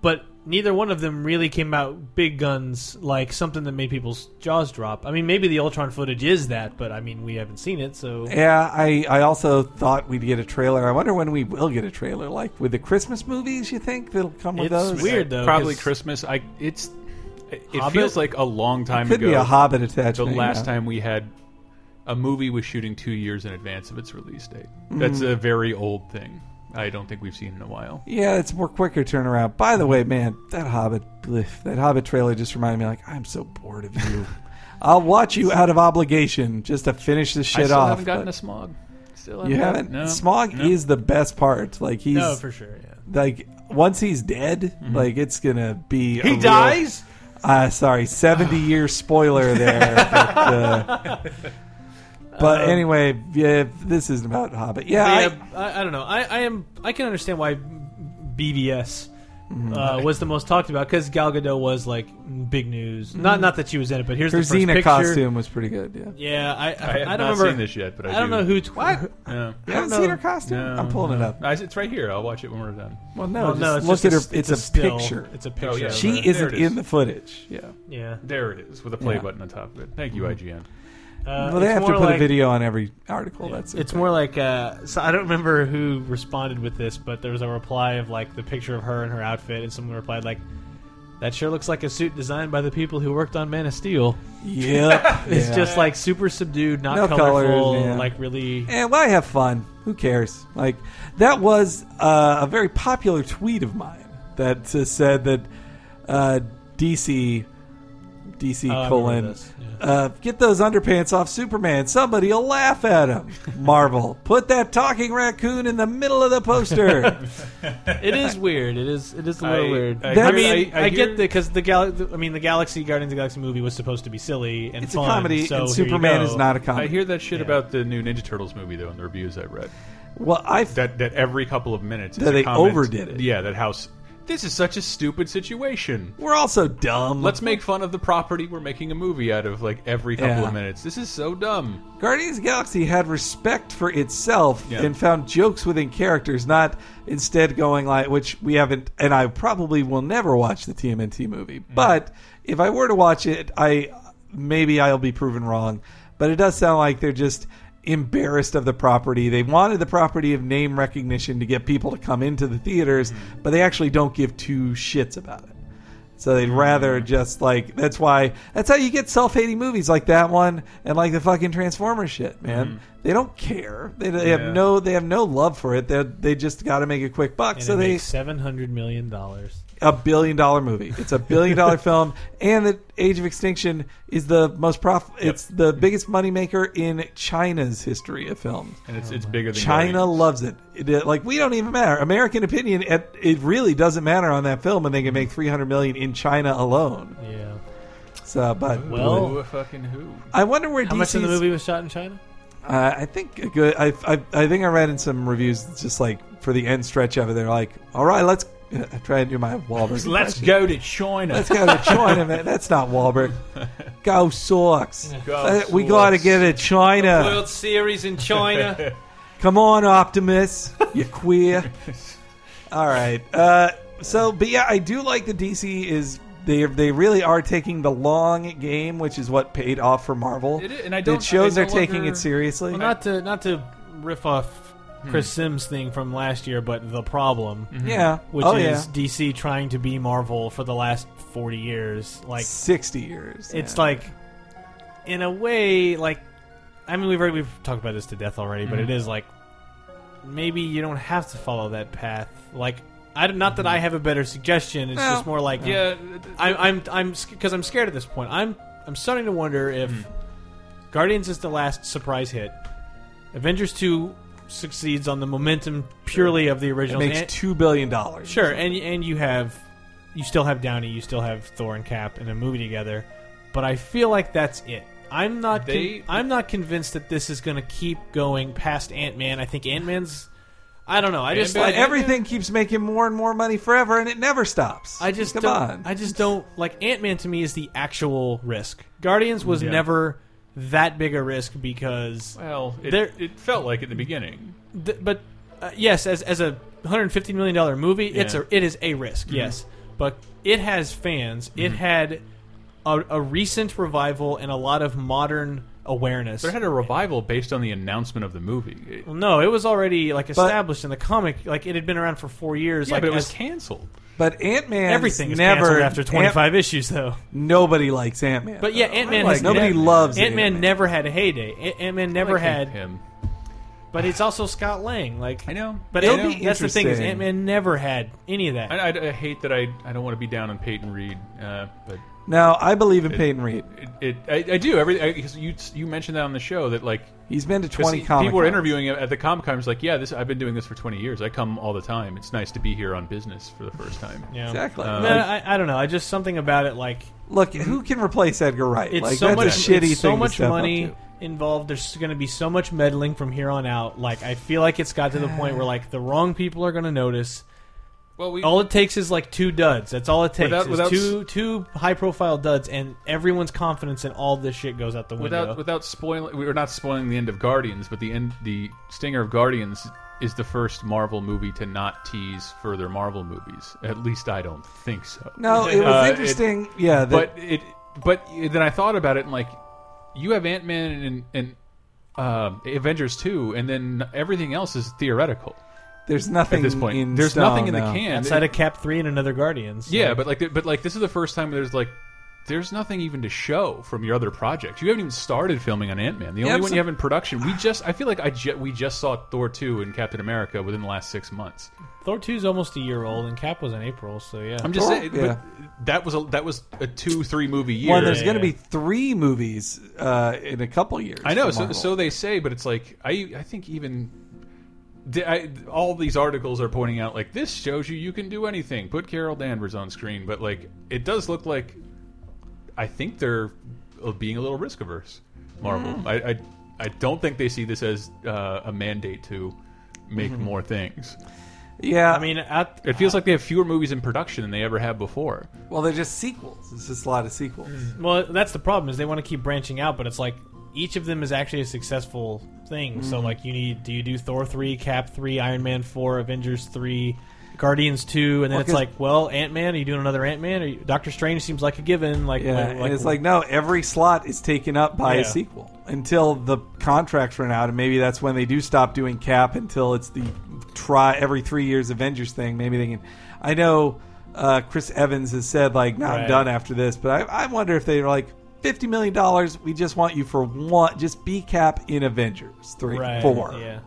D: But neither one of them really came out big guns, like something that made people's jaws drop. I mean, maybe the Ultron footage is that, but I mean, we haven't seen it, so.
A: Yeah, I, I also thought we'd get a trailer. I wonder when we will get a trailer. Like with the Christmas movies, you think that'll come with
D: It's
A: those?
D: weird though.
B: Probably
D: 'cause-
B: Christmas. I it's it
D: Hobbit?
B: feels like a long time
A: Could
B: ago.
A: be a Hobbit attachment.
B: the
A: you
B: last
A: know.
B: time we had a movie was shooting two years in advance of its release date. That's
A: Mm.
B: a very old thing. I don't think we've seen in a while.
A: Yeah, it's more quicker turnaround. By the way, man, that Hobbit, ugh, that Hobbit trailer just reminded me. Like, I'm so bored of you. I'll watch you out of obligation just to finish this shit
B: I still
A: off.
B: haven't gotten
A: but
B: a smog. Still
A: you haven't.
B: haven't. gotten- No.
A: Smog
B: no.
A: is the best part. Like he's
D: No, for sure. Yeah.
A: like once he's dead, like it's gonna be. a
B: Mm-hmm. He
A: real-
B: dies.
A: Uh, sorry, 70 year spoiler there. But, uh, but anyway, yeah, this isn't about Hobbit. Yeah,
D: But yeah, I, I, don't know. I, I am. I can understand why BBS
A: Mm-hmm.
D: uh, was the most talked about because Gal Gadot was like big news. Not not that she was in it, but
A: I,
D: here's
A: Mm-hmm. her
D: the first
A: Xena
D: picture.
A: costume was pretty good. Yeah.
D: Yeah, I I,
B: I have
D: I don't
B: not
D: remember
B: seen this yet, but I,
D: I don't
B: do.
D: know who. T- what?
B: No.
A: You haven't
D: don't
A: seen
D: know.
A: her costume?
B: No,
A: I'm pulling it up.
B: I- It's right here. I'll watch it when we're done.
A: Well,
D: Oh,
A: no, just
D: no, it's
A: look
D: just
A: at her.
D: s-
A: It's, a,
D: still-
A: picture.
D: It's a picture.
B: Oh, yeah.
D: of
A: she
D: her.
B: is-
A: isn't
B: it
A: in the footage.
D: Uh,
A: Yeah.
D: Yeah.
B: There it is with a play
A: Yeah. Mm-hmm.
B: button on top of it. Thank you, IGN.
D: Uh,
A: well, they
D: it's
A: have to
D: more
A: put a
D: like-
A: video on every article. That's
D: It's more like uh, so I don't remember who responded with this, but there was a reply of like the picture of her and her outfit, and someone replied like, "That sure looks like a suit designed by the people who worked on Man of Steel."
A: Yep.
D: It's
A: yeah.
D: just like super subdued, not
A: No
D: colorful,
A: colors, yeah.
D: like really.
A: And why have fun? Who cares? Like that was uh, a very popular tweet of mine that uh, said that uh, DC DC
D: Oh, I remember
A: colon
D: this, yeah.
A: uh, get those underpants off Superman. Somebody'll laugh at him. Marvel put that talking raccoon in the middle of the poster.
D: It is weird. It is. It is a little
B: I-
D: weird.
B: I
D: I,
A: hear-
D: mean, I,
B: I- I
D: get
B: hear-
D: the because the gal. I mean, the Galaxy Guardians of the Galaxy movie was supposed to be silly and
A: it's
D: fun.
A: a comedy,
D: so
A: and
D: here you
A: Superman
D: go.
A: is not a
B: I
A: comedy.
B: hear that shit
D: Yeah.
B: about the new Ninja Turtles movie though in the reviews I read.
A: well, I
B: That that every couple of minutes
A: That
B: it's a
A: they
B: comment-
A: overdid it.
B: Yeah, that house. This is such a stupid situation.
A: we're all so dumb.
B: Let's make fun of the property we're making a movie out of like every couple
A: Yeah.
B: of minutes. This is so dumb.
A: Guardians of the Galaxy had respect for itself
B: Yeah.
A: and found jokes within characters, not instead going like, which we haven't, and I probably will never watch the TMNT movie.
D: Mm.
A: But if I were to watch it, I maybe I'll be proven wrong. But it does sound like they're just embarrassed of the property. They wanted the property of name recognition to get people to come into the theaters,
D: Mm.
A: but they actually don't give two shits about it. So they'd rather
D: Mm.
A: just like that's why that's how you get self-hating movies like that one and like the fucking Transformer shit, man.
D: Mm-hmm.
A: They don't care. They, they
B: Yeah.
A: have no they have no love for it. They they just got to make a quick buck.
D: And
A: so
D: it
A: they
D: makes seven hundred million dollars.
A: a billion dollar movie. It's a billion dollar film, and the Age of Extinction is the most prof. It's the biggest moneymaker in China's history of films.
B: And it's it's bigger than
A: Oh China
B: Guardians.
A: loves it. It, uh, Like we don't even matter. American opinion, it, it really doesn't matter on that film, and they can make three hundred million in China alone.
D: Yeah.
A: So, but
D: Well-
B: Who a fucking who?
A: I wonder where
D: How
A: DC's,
D: much in the movie was shot in China?
A: Uh, I think a good. I, I I think I read in some reviews it's just like for the end stretch of it, they're like, all right, let's uh, try and do my Wahlberg.
B: Let's
A: impression.
B: go to China.
A: Let's go to China, man. That's not Wahlberg. Go Sox.
B: Go
A: Uh, we
B: Sox.
A: got to get to China.
D: Series in China.
A: Come on, Optimus. You queer. All right. Uh, so, but yeah, I do like the DC is they they really are taking the long game, which is what paid off for Marvel.
B: It is, and I don't-
A: It shows
B: I no
A: they're taking
B: longer-
A: it seriously.
D: Well, not to not to riff off Chris Sims thing from last year, but the problem,
A: Yeah.
D: which
A: oh,
D: is
A: yeah.
D: DC trying to be Marvel for the last forty years. Like
A: 60 years.
D: it's
A: yeah.
D: like, in a way, like I mean, we've already we've talked about this to death already, but it is like maybe you don't have to follow that path. Like I don't- not that I have a better suggestion. It's
A: Well,
D: just more like
B: Yeah,
D: I, I'm I'm because I'm scared at this point. I'm I'm starting to wonder if
A: Hmm.
D: Guardians is the last surprise hit. Avengers two succeeds on the momentum purely of the
A: It
D: original. and,
A: makes $2 billion.
D: sure, and and you have you still have Downey, you still have Thor and Cap in a movie together, but I feel like that's it. I'm not con-
B: They-
D: I'm not convinced that this is going to keep going past Ant Man. I think Ant Man's I don't know. I just
A: But
B: Ant-Man-
D: like
A: everything keeps making more and more money forever, and it never stops.
D: I just
A: come
D: don't,
A: on.
D: I just don't like Ant Man. To me, is the actual risk. Guardians was
B: Yeah.
D: never that big a risk because,
B: well, it,
D: There-
B: it felt like at the beginning.
D: th- but uh, yes, as as a 150 million dollar movie, it's
B: Yeah. Mm-hmm.
D: a it is a risk. Yes, but it has fans. It had a, a recent revival and a lot of modern awareness.
B: But it had a revival based on the announcement of the movie. It-
D: well, no, it was already like established in the comic. Like it had been around for four years.
B: yeah,
D: like
B: but it was
D: as-
B: canceled.
A: but Ant Man.
D: everything is
A: never
D: canceled after 25 issues, though.
A: nobody likes Ant Man.
D: But yeah, Ant Man.
A: like, nobody loves
D: Ant Man.
A: Ant-Man.
D: Never had a heyday. Ant Man never
B: I hate
D: had.
B: him.
D: But it's also Scott Lang. Like
B: I know,
D: But
B: I
D: Ant-
A: It'll be
D: that's the thing is
A: interesting.
D: Ant Man never had any of that.
B: I, I, I hate that I I don't want to be down on Peyton Reed, uh, but
A: Now I believe in Peyton Reed.
B: it, it I, I do every I- 'cause you you mentioned that on the show that like
A: He's been to
B: 'cause
A: 20
B: he-
A: comic
B: people were interviewing him at the comic con. He's like, yeah, this I've been doing this for twenty years. I come all the time. It's nice to be here on business for the first time.
D: Yeah.
A: Exactly.
B: Uh,
D: No, I, I don't know. I just something about it. Like
A: Look, who can replace Edgar Wright?
D: it's
A: like
D: so
A: that's
D: much
A: a shitty
D: it's so
A: thing to
D: much
A: step up
D: money
A: to.
D: involved. There's going to be so much meddling from here on out. Like I feel like it's got to the point where like the wrong people are going to notice.
B: Well, we
D: All it takes is like two duds. That's all it takes.
B: Without-
D: is
B: without-
D: two two high profile duds, and everyone's confidence in all this shit goes out the window.
B: without without spoiling we are not spoiling the end of Guardians, but the end the stinger of Guardians is the first Marvel movie to not tease further Marvel movies. At least I don't think so.
A: No, it was
B: Uh, it-
A: interesting. yeah, that,
B: but it but then I thought about it and like you have Ant Man and and uh, Avengers two, and then everything else is theoretical
A: there's nothing
B: at this point.
A: in
B: there's
A: stone
B: nothing in
A: now.
B: the can.
D: outside of Cap three and another Guardians.
B: yeah,
D: Like,
B: but like but like this is the first time there's like. There's nothing even to show from your other projects. You haven't even started filming on Ant Man. The only one
A: so-
B: you have in production, we just—I feel like I ju we just saw Thor two and Captain America within the last six months.
D: Thor two's almost a year old, and Cap was in April. So yeah,
B: I'm just
A: Thor-
B: saying,
A: yeah.
B: but that was a that was a two three movie year.
A: Well, there's
D: Yeah.
A: going to be three movies uh, in a couple years.
B: I know.
A: for
B: So,
A: Marvel.
B: so they say, but it's like I I think even di- I, all these articles are pointing out like this shows you you can do anything. Put Carol Danvers on screen, but like it does look like I think they're uh, being a little risk averse. Marvel. I, I I don't think they see this as uh, a mandate to make more things.
A: yeah,
D: I mean, out,
B: It feels like they have fewer movies in production than they ever have before.
A: well, they're just sequels. It's just a lot of sequels.
D: well, that's the problem is they want to keep branching out, but it's like each of them is actually a successful thing. So like, you need do you do Thor three, Cap three, Iron Man four, Avengers three, Guardians two, and then
A: Well,
D: it's
A: 'cause-
D: like, well, Ant Man, are you doing another Ant Man? Doctor Strange seems like a given. Like,
A: Yeah,
D: like,
A: and it's like no, every slot is taken up by a
D: Yeah.
A: sequel until the contracts run out, and maybe that's when they do stop doing Cap until it's the try every three years Avengers thing. Maybe they can. I know uh, Chris Evans has said like, "No, I'm
D: Right.
A: done after this," but I, I wonder if they were like. Fifty million dollars. We just want you for one. Just be cap in Avengers three,
D: right,
A: four.
D: Yeah,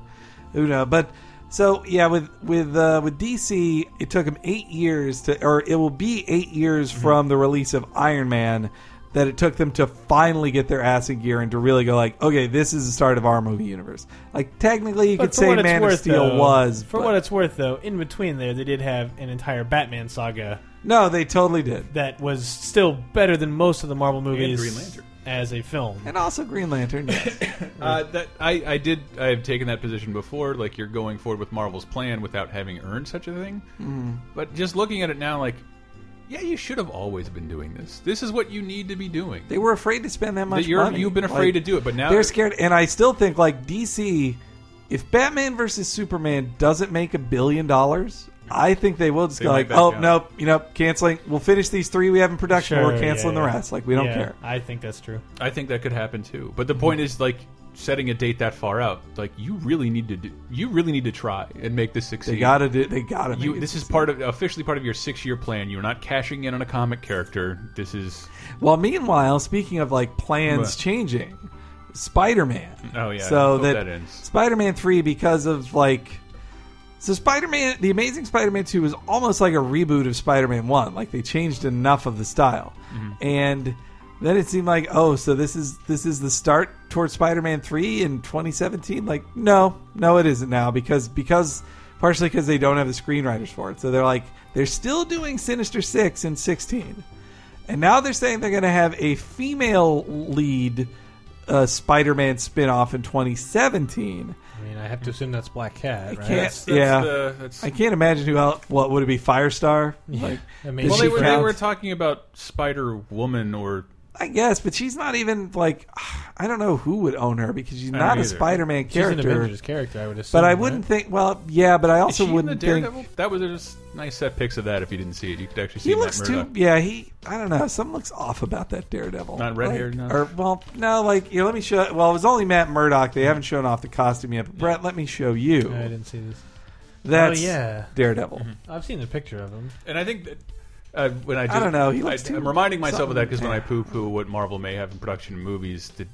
A: Who know? But so yeah, with with uh, with DC, it took them eight years to, or it will be eight years
D: Mm-hmm.
A: from the release of Iron Man that it took them to finally get their ass in gear and to really go like, okay, this is the start of our movie universe. Like technically, you
D: But
A: could
D: for
A: say
D: what it's
A: Man of
D: worth,
A: Steel
D: though-
A: was,
D: For
A: but-
D: what it's worth, though, in between there, they did have an entire Batman saga
A: no, they totally did,
D: that was still better than most of the Marvel movies
B: Green Lantern.
D: as a film.
A: and also Green Lantern. Yes.
B: Uh, that I, I did. I have taken that position before. Like you're going forward with Marvel's plan without having earned such a thing.
A: Mm-hmm.
B: But just looking at it now, like, yeah, you should have always been doing this. This is what you need to be doing.
A: they were afraid to spend that much
B: That you're-
A: money.
B: you've been afraid to do it, but now-
A: they're scared. And I still think like DC, if Batman versus Superman doesn't make a billion dollars, I think they will just
B: They
A: go
B: might
A: like,
B: back
A: oh
B: down."
A: nope, you know, canceling. We'll finish these three we have in production.
D: Sure,
A: we're canceling
D: yeah,
A: the
D: yeah.
A: rest. Like we don't
D: Yeah,
A: care.
D: I think that's true.
A: Mm-hmm.
B: I think that could happen too. But the point is, like, setting a date that far out. Like you really need to do, you really need to try and make this succeed.
A: They gotta do. They gotta.
B: You,
A: make it
B: this is part of officially part of your six-year plan. You're not cashing in on a comic character. This is
A: Well, meanwhile, speaking of like plans
B: What?
A: changing, Spider Man.
B: Oh, yeah.
A: So
B: Hope
A: that,
B: that ends.
A: Spider Man three because of like so Spider Man, the Amazing Spider Man two is almost like a reboot of Spider Man one. Like they changed enough of the style, and then it seemed like oh, so this is this is the start towards Spider Man three in 2017. Like no, no, it isn't now because because partially because they don't have the screenwriters for it. So they're like they're still doing Sinister Six in 16. And now they're saying they're going to have a female lead uh, Spider-Man spin-off in 2017.
D: I mean, I have to assume that's Black Cat, right?
A: can't-
B: that's, that's
A: Yeah.
B: the- that's-
A: I can't imagine who else. What would it be? Firestar? Like,
D: Amazing.
A: Is
B: well,
A: she
B: they were, they
A: found-
B: were talking about Spider Woman or
A: I guess, but she's not even like. I don't know who would own her because she's
B: don't
A: not a
B: either.
A: Spider-Man
D: She's an
A: character.
D: Avengers character, I would assume.
A: But I
D: right?
A: wouldn't think. Well, yeah, but I
B: Is
A: also
B: she in the
A: wouldn't think.
B: Daredevil. That was just nice set pics of that. If you didn't see it, you could actually see.
A: He
B: Matt
A: looks too.
B: Murdock.
A: Yeah, he. I don't know. Something looks off about that Daredevil.
B: Not red
A: Like-
B: hair, no?
A: Or well, no. Like, you know, let me show. Well, it was only Matt Murdock. They haven't shown off the costume yet. But Brett, let me show you.
D: I didn't see this.
A: That's
D: oh yeah, Mm-hmm.
A: Daredevil.
D: I've seen the picture of him.
B: And I think that uh, when I, just,
A: don't know, he looks
B: I,
A: too-
B: am reminding myself of that because when I
A: something-
B: poo-poo what Marvel may have in production movies, that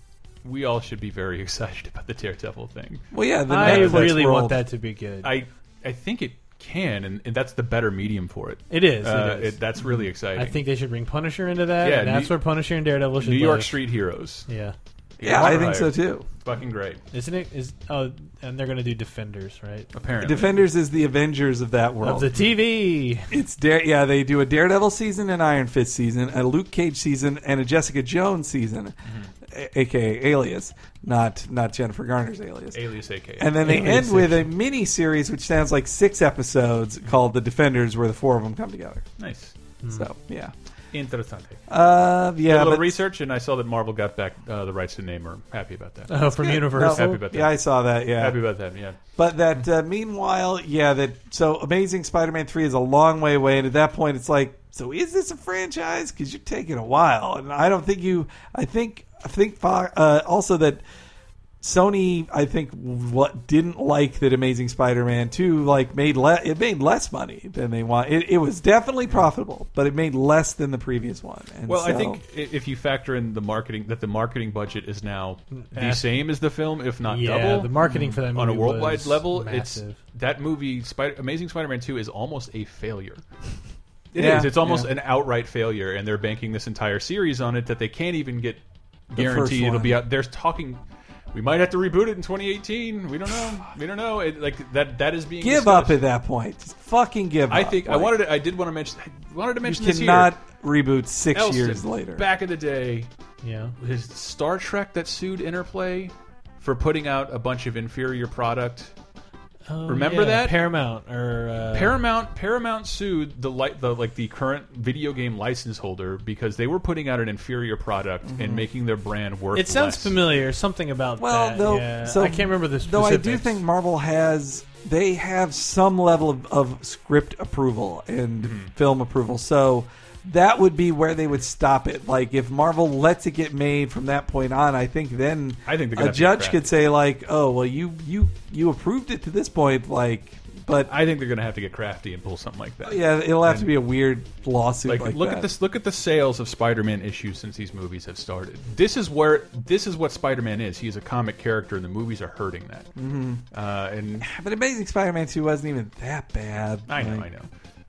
B: we all should be very excited about the Daredevil thing.
A: Well, yeah, the
D: I
A: Netflix
D: really
A: world.
D: want that to be good.
B: I I think it can, and, and that's the better medium for it.
D: it is.
B: Uh,
D: it is.
B: it- that's really exciting.
D: I think they should bring Punisher into that.
B: Yeah,
D: and that's
B: New-
D: where Punisher and Daredevil should.
B: New York
D: live.
B: Street Heroes.
D: Yeah,
A: Yeah, I think so too.
B: Fucking great.
D: isn't it? Is oh, and they're gonna do Defenders, right?
B: Apparently,
A: Defenders is the Avengers of that
D: Of
A: world.
D: the TV.
A: it's dare yeah, they do a Daredevil season, an Iron Fist season, a Luke Cage season, and a Jessica Jones season,
B: Mm-hmm.
A: a- aka Alias, not not Jennifer Garner's Alias.
B: Alias AK.
A: And then they
D: Alias
A: end with a mini series which sounds like six episodes called The Defenders, where the four of them come together.
B: nice.
A: So yeah,
B: Interessante.
A: uh,
B: Did a
A: yeah,
B: Hmm. little
A: but,
B: research, and I saw that Marvel got back uh, the rights to the name. Or happy about that.
D: Oh, from Universe.
B: Happy about that.
A: yeah, I saw that. Yeah,
B: happy about that. Yeah.
A: But that uh, meanwhile, yeah, that so Amazing Spider-Man three is a long way away, and at that point, it's like, so is this a franchise? Because you're taking a while, and I don't think you. I think I think Fo- uh, also that Sony, I think what didn't like that Amazing Spider-Man two like made le- it made less money than they want. It, it was definitely profitable, but it made less than the previous one. And
B: Well, I
A: so-
B: think i- if you factor in the marketing, that the marketing budget is now the
D: Eh.
B: same as the film, if not
D: yeah,
B: double.
D: the marketing for that movie
B: on a worldwide
D: was
B: level,
D: massive.
B: it's that movie. Spider- Amazing Spider-Man Two is almost a failure. It is.
A: Yeah,
B: It's almost
A: yeah.
B: an outright failure, and they're banking this entire series on it that they can't even get
A: The first
B: guaranteed it'll
A: one.
B: be out. They're talking. We might have to reboot it in 2018. We don't know. We don't know. It, like that. That is being
A: give up
B: discussed.
A: at that point. Just fucking give
B: I
A: up.
B: think I
A: Like,
B: wanted. To, I did want to mention. I wanted to mention
A: you
B: this
A: cannot
B: here.
A: reboot six
B: Elston,
A: years later.
B: back in the day,
D: yeah.
B: his Star Trek that sued Interplay for putting out a bunch of inferior product.
D: Oh,
B: Remember
D: yeah,
B: that?
D: Paramount or uh,
B: Paramount Paramount sued the li- the like the current video game license holder because they were putting out an inferior product
A: Mm-hmm.
B: and making their brand worth.
D: It sounds
B: less.
D: familiar. Something about
A: Well,
D: that,
A: though,
D: yeah.
A: so
D: I can't remember the specifics.
A: Though I do think Marvel has they have some level of, of script approval and
B: Hmm.
A: film approval, so that would be where they would stop it. Like if Marvel lets it get made from that point on, I think then
B: I think they're gonna
A: a
B: have to
A: judge
B: crack
A: could
B: it.
A: say like, "Oh, well, you you you approved it to this point," like, but
B: I think they're going to have to get crafty and pull something like that.
A: yeah, it'll have to be a weird lawsuit.
B: Like,
A: Like,
B: look
A: that.
B: at this. Look at the sales of Spider-Man issues since these movies have started. This is where this is what Spider-Man is. He is a comic character, and the movies are hurting that. Mm-hmm. Uh, and
A: But Amazing Spider-Man Two wasn't even that bad.
B: I know,
A: Like,
B: I know.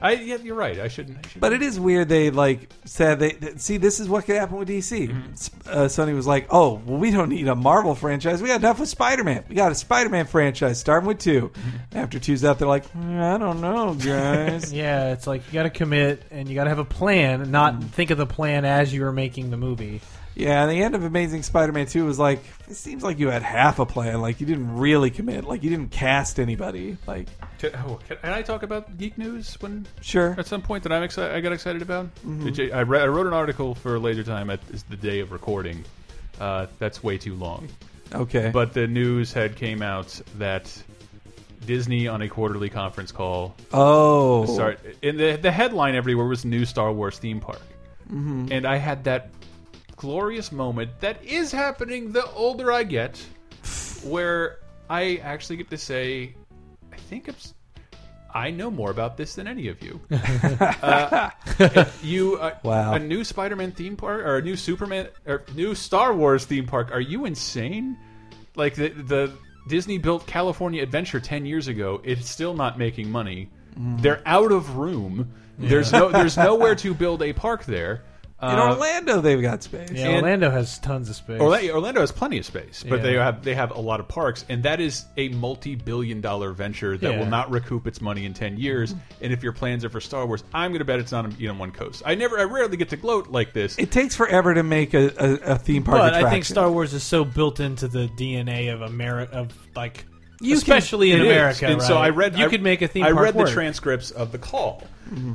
B: I yeah, you're right. I shouldn't. I shouldn't
A: But it is weird. They like said they th- see this is what could happen with DC.
D: Mm-hmm.
A: Sp- Uh, Sony was like, "Oh, well, we don't need a Marvel franchise. We got enough with Spider Man. We got a Spider Man franchise starting with 2 After two's out, they're like, "Hmm, "I don't know, guys."
D: Mm-hmm. Yeah, it's like you got to commit and you got to have a plan, and
B: Hmm.
D: not think of the plan as you are making the movie.
A: yeah, and the end of Amazing Spider Man Two was like, it seems like you had half a plan. Like you didn't really commit. Like you didn't cast anybody. Like
B: Can, oh, can, can I talk about geek news when
A: sure,
B: at some point that I'm excited? I got excited about.
A: Mm-hmm.
B: Did you- I, re- I wrote an article for later time at is the day of recording. Uh, that's way too long.
A: okay,
B: But the news had came out that Disney on a quarterly conference call.
A: oh,
B: Sorry, and the the headline everywhere was new Star Wars theme park, and I had that glorious moment that is happening. The older I get. where I actually get to say, I think I'm, s- I know more about this than any of you. uh, you uh,
A: Wow.
B: a new Spider-Man theme park or a new Superman or new Star Wars theme park? Are you insane? Like the the Disney built California Adventure ten years ago. It's still not making money.
D: Mm.
B: They're out of room. There's no there's nowhere to build a park there.
A: In Orlando, they've got space.
D: Uh, Yeah,
B: And-
D: Orlando has tons of space.
B: Orlando, Uh, Orlando has plenty of space, but they
D: Yeah.
B: have they have a lot of parks, and that is a multi-billion-dollar venture that
D: Yeah.
B: will not recoup its money in ten years. And if your plans are for Star Wars, I'm going to bet it's not on, you know, one coast. I never, I rarely get to gloat like this.
A: It takes forever to make a, a, a theme park
D: but
A: attraction.
D: I think Star Wars is so built into the DNA of America, of like,
A: You can-
D: especially in
B: It is.
D: America.
B: and so
D: right?
B: I read.
D: you
B: I,
D: could make a theme
B: I
D: park
B: read
D: work.
B: the transcripts of the call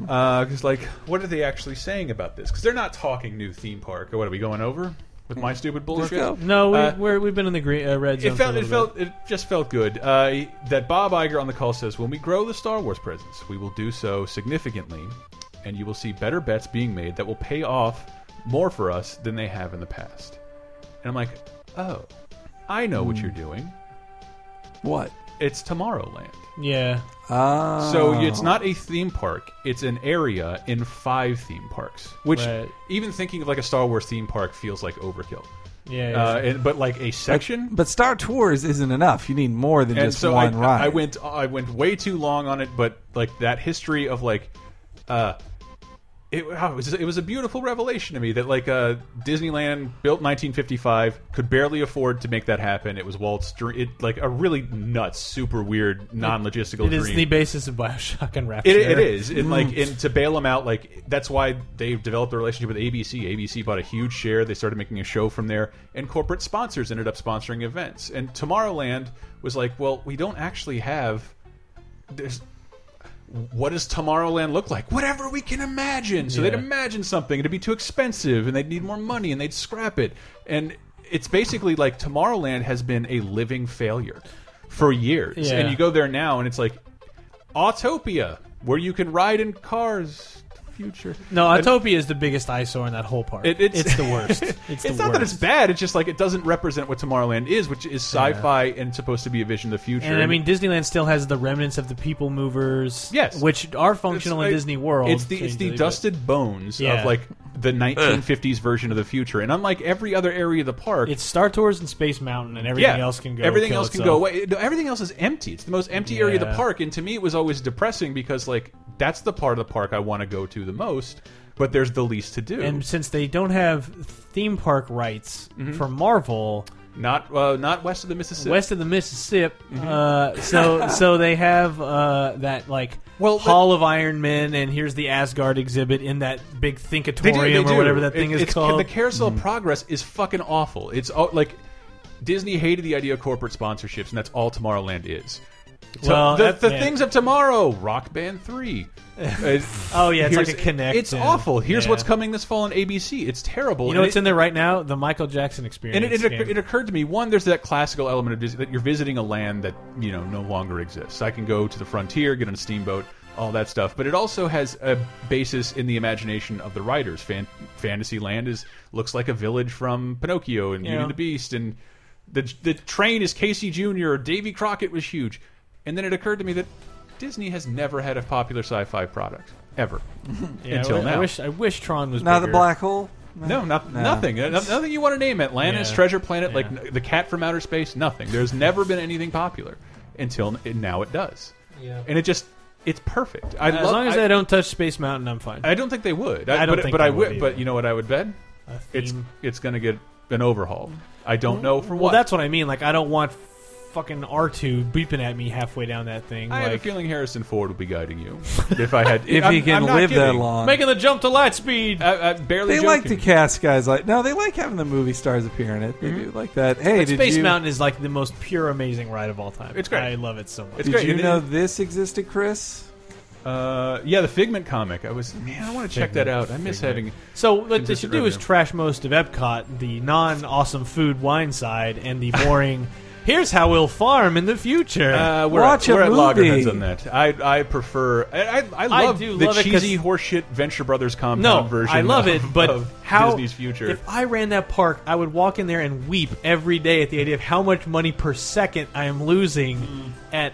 B: because, like, what are they actually saying about this? Because they're not talking new theme park. Or what are we going over with my stupid bullshit?
A: go.
D: No, we,
B: Uh,
D: we're, we've been in the green, uh, red zone.
B: It
D: for a
B: felt, it
D: little bit.
B: felt, it just felt good. Uh, that Bob Iger on the call says, "When we grow the Star Wars presence, we will do so significantly, and you will see better bets being made that will pay off more for us than they have in the past." And I'm like, "Oh, I know what you're doing.
A: What?
B: It's Tomorrowland.
D: yeah.
A: Ah,
D: Oh.
B: So it's not a theme park; it's an area in five theme parks. Which,
D: Right.
B: even thinking of like a Star Wars theme park, feels like overkill.
D: Yeah, yeah.
B: Uh, and, but like a section."
A: But Star Tours isn't enough. You need more than
B: and
A: just
B: so
A: one
B: I,
A: ride.
B: I went I went way too long on it, but like that history of like, uh, it, wow, it was it was a beautiful revelation to me that like uh, Disneyland built 1955 could barely afford to make that happen. It was Walt's dream, it, like a really nuts, super weird, non logistical
D: it
B: dream.
D: is the basis of Bioshock and Rapture.
B: It, it is,
D: Mm.
B: and like, and to bail them out, like that's why they developed a relationship with ABC. ABC bought a huge share. They started making a show from there, and corporate sponsors ended up sponsoring events. And Tomorrowland was like, well, we don't actually have. There's, what does Tomorrowland look like? Whatever we can imagine. So they'd
D: Yeah.
B: imagine something, and it'd be too expensive, and they'd need more money, and they'd scrap it. And it's basically like Tomorrowland has been a living failure for years,
D: Yeah.
B: and you go there now, and it's like Autopia, where you can ride in cars. to the Future.
D: No, Autopia is the biggest eyesore in that whole park.
B: It-
D: it's,
B: it's-
D: the worst. It's,
B: It's,
D: the
B: not
D: worst.
B: that it's bad. It's just like it doesn't represent what Tomorrowland is, which is sci-fi and supposed to be a vision of the future.
D: And I mean, Disneyland still has the remnants of the People Movers,
B: Yes.
D: which are functional
B: It's like-
D: in Disney World.
B: It's the it's the
D: changely, but-
B: dusted bones
D: Yeah.
B: of like the 1950s version of the future. And unlike every other area of the park,
D: It's Star Tours and Space Mountain, and everything else can go.
B: Everything
D: kill
B: else can
D: itself.
B: go away. No, everything else is empty. It's the most empty area of the
D: Yeah.
B: park, and to me, it was always depressing because like that's the part of the park I want to go to the most, but there's the least to do.
D: And since they don't have theme park rights
B: Mm-hmm.
D: for Marvel,
B: not uh, not west of the Mississippi.
D: west of the Mississippi,
B: Mm-hmm.
D: uh, so so they have uh, that like
B: Well, but-
D: Hall of Iron Men, and here's the Asgard exhibit in that big Thinkatorium
B: They do, they do.
D: or whatever that
B: It-
D: thing is
B: it's-
D: called. Hmm.
B: The Carousel of Progress is fucking awful. It's all, like Disney hated the idea of corporate sponsorships, and that's all Tomorrowland is. So
D: Well,
B: the,
D: that-
B: the
D: yeah.
B: things of tomorrow, Rock Band Three. Uh,
D: Oh, yeah, it's like
B: here's-
D: a Kinect
B: It's
D: and-
B: awful. Here's
D: yeah.
B: what's coming this fall on ABC. It's terrible.
D: you know
B: And
D: what's
B: it-
D: in there right now? The Michael Jackson experience.
B: and it, it,
D: game.
B: it occurred to me one there's that classical element of Disney that you're visiting a land that you know no longer exists i can go to the frontier get on a steamboat all that stuff but it also has a basis in the imagination of the writers Fan, fantasy land is looks like a village from pinocchio and beauty
D: Yeah.
B: and the beast and the, the train is casey jr davy crockett was huge and then it occurred to me that disney has never had a popular sci-fi product ever
D: Yeah,
B: until
D: I, wi- I
B: now.
D: wish I wish Tron was
A: not the
D: bigger.
A: black hole.
B: No, not, nothing. Uh, no- Nothing you want to name. Atlantis,
D: Yeah.
B: Treasure Planet, like
D: Yeah.
B: n- the Cat from Outer Space. Nothing. There's never been anything popular until n- and now. It does,
D: Yeah.
B: and it just it's perfect. I
D: As
B: love-
D: long as
B: I,
D: they don't touch Space Mountain, I'm fine.
B: I don't think they would.
D: I don't
B: but,
D: think
B: but
D: they
B: I
D: would
B: would. But
D: either.
B: you know what I would bet?
D: A
B: It's
D: theme-
B: it's going to get an overhaul. I don't know for
D: well,
B: what.
D: that's what I mean. Like, I don't want fucking R two beeping at me halfway down that thing.
B: I have a
D: like,
B: feeling Harrison Ford will be guiding you. If I had,
A: If
B: I'm-
A: he can
B: I'm not
A: live that
B: kidding.
A: long,
D: making the jump to light speed.
B: I, I'm barely.
A: they like to
B: joking.
A: cast guys like no, they like having the movie stars appear in it. They
B: Mm-hmm.
A: do like that. Hey, did
D: Space
A: you,
D: Mountain is like the most pure, amazing ride of all time.
B: It's great.
D: I love it so much.
B: It's
A: Did
B: great.
A: you
B: It-
A: know this existed, Chris?
B: Uh, yeah, the Figment comic. I was man. I want to check that out. I miss having.
D: so what they
B: It's
D: should
B: right
D: do is
B: there.
D: trash most of Epcot, the non-awesome food wine side, and the boring. Here's how we'll farm in the future.
B: Uh, we're
A: Watch
B: at,
A: a
B: we're at
A: movie.
B: loggerheads on that. I I prefer. I I, I
D: I
B: love
D: do
B: the
D: love it 'cause-
B: cheesy horseshit Venture Brothers compound
D: no,
B: version.
D: I love it,
B: of-
D: but
B: of
D: how
B: Disney's future.
D: If I ran that park, I would walk in there and weep every day at the idea of how much money per second I am losing
B: Mm.
D: at.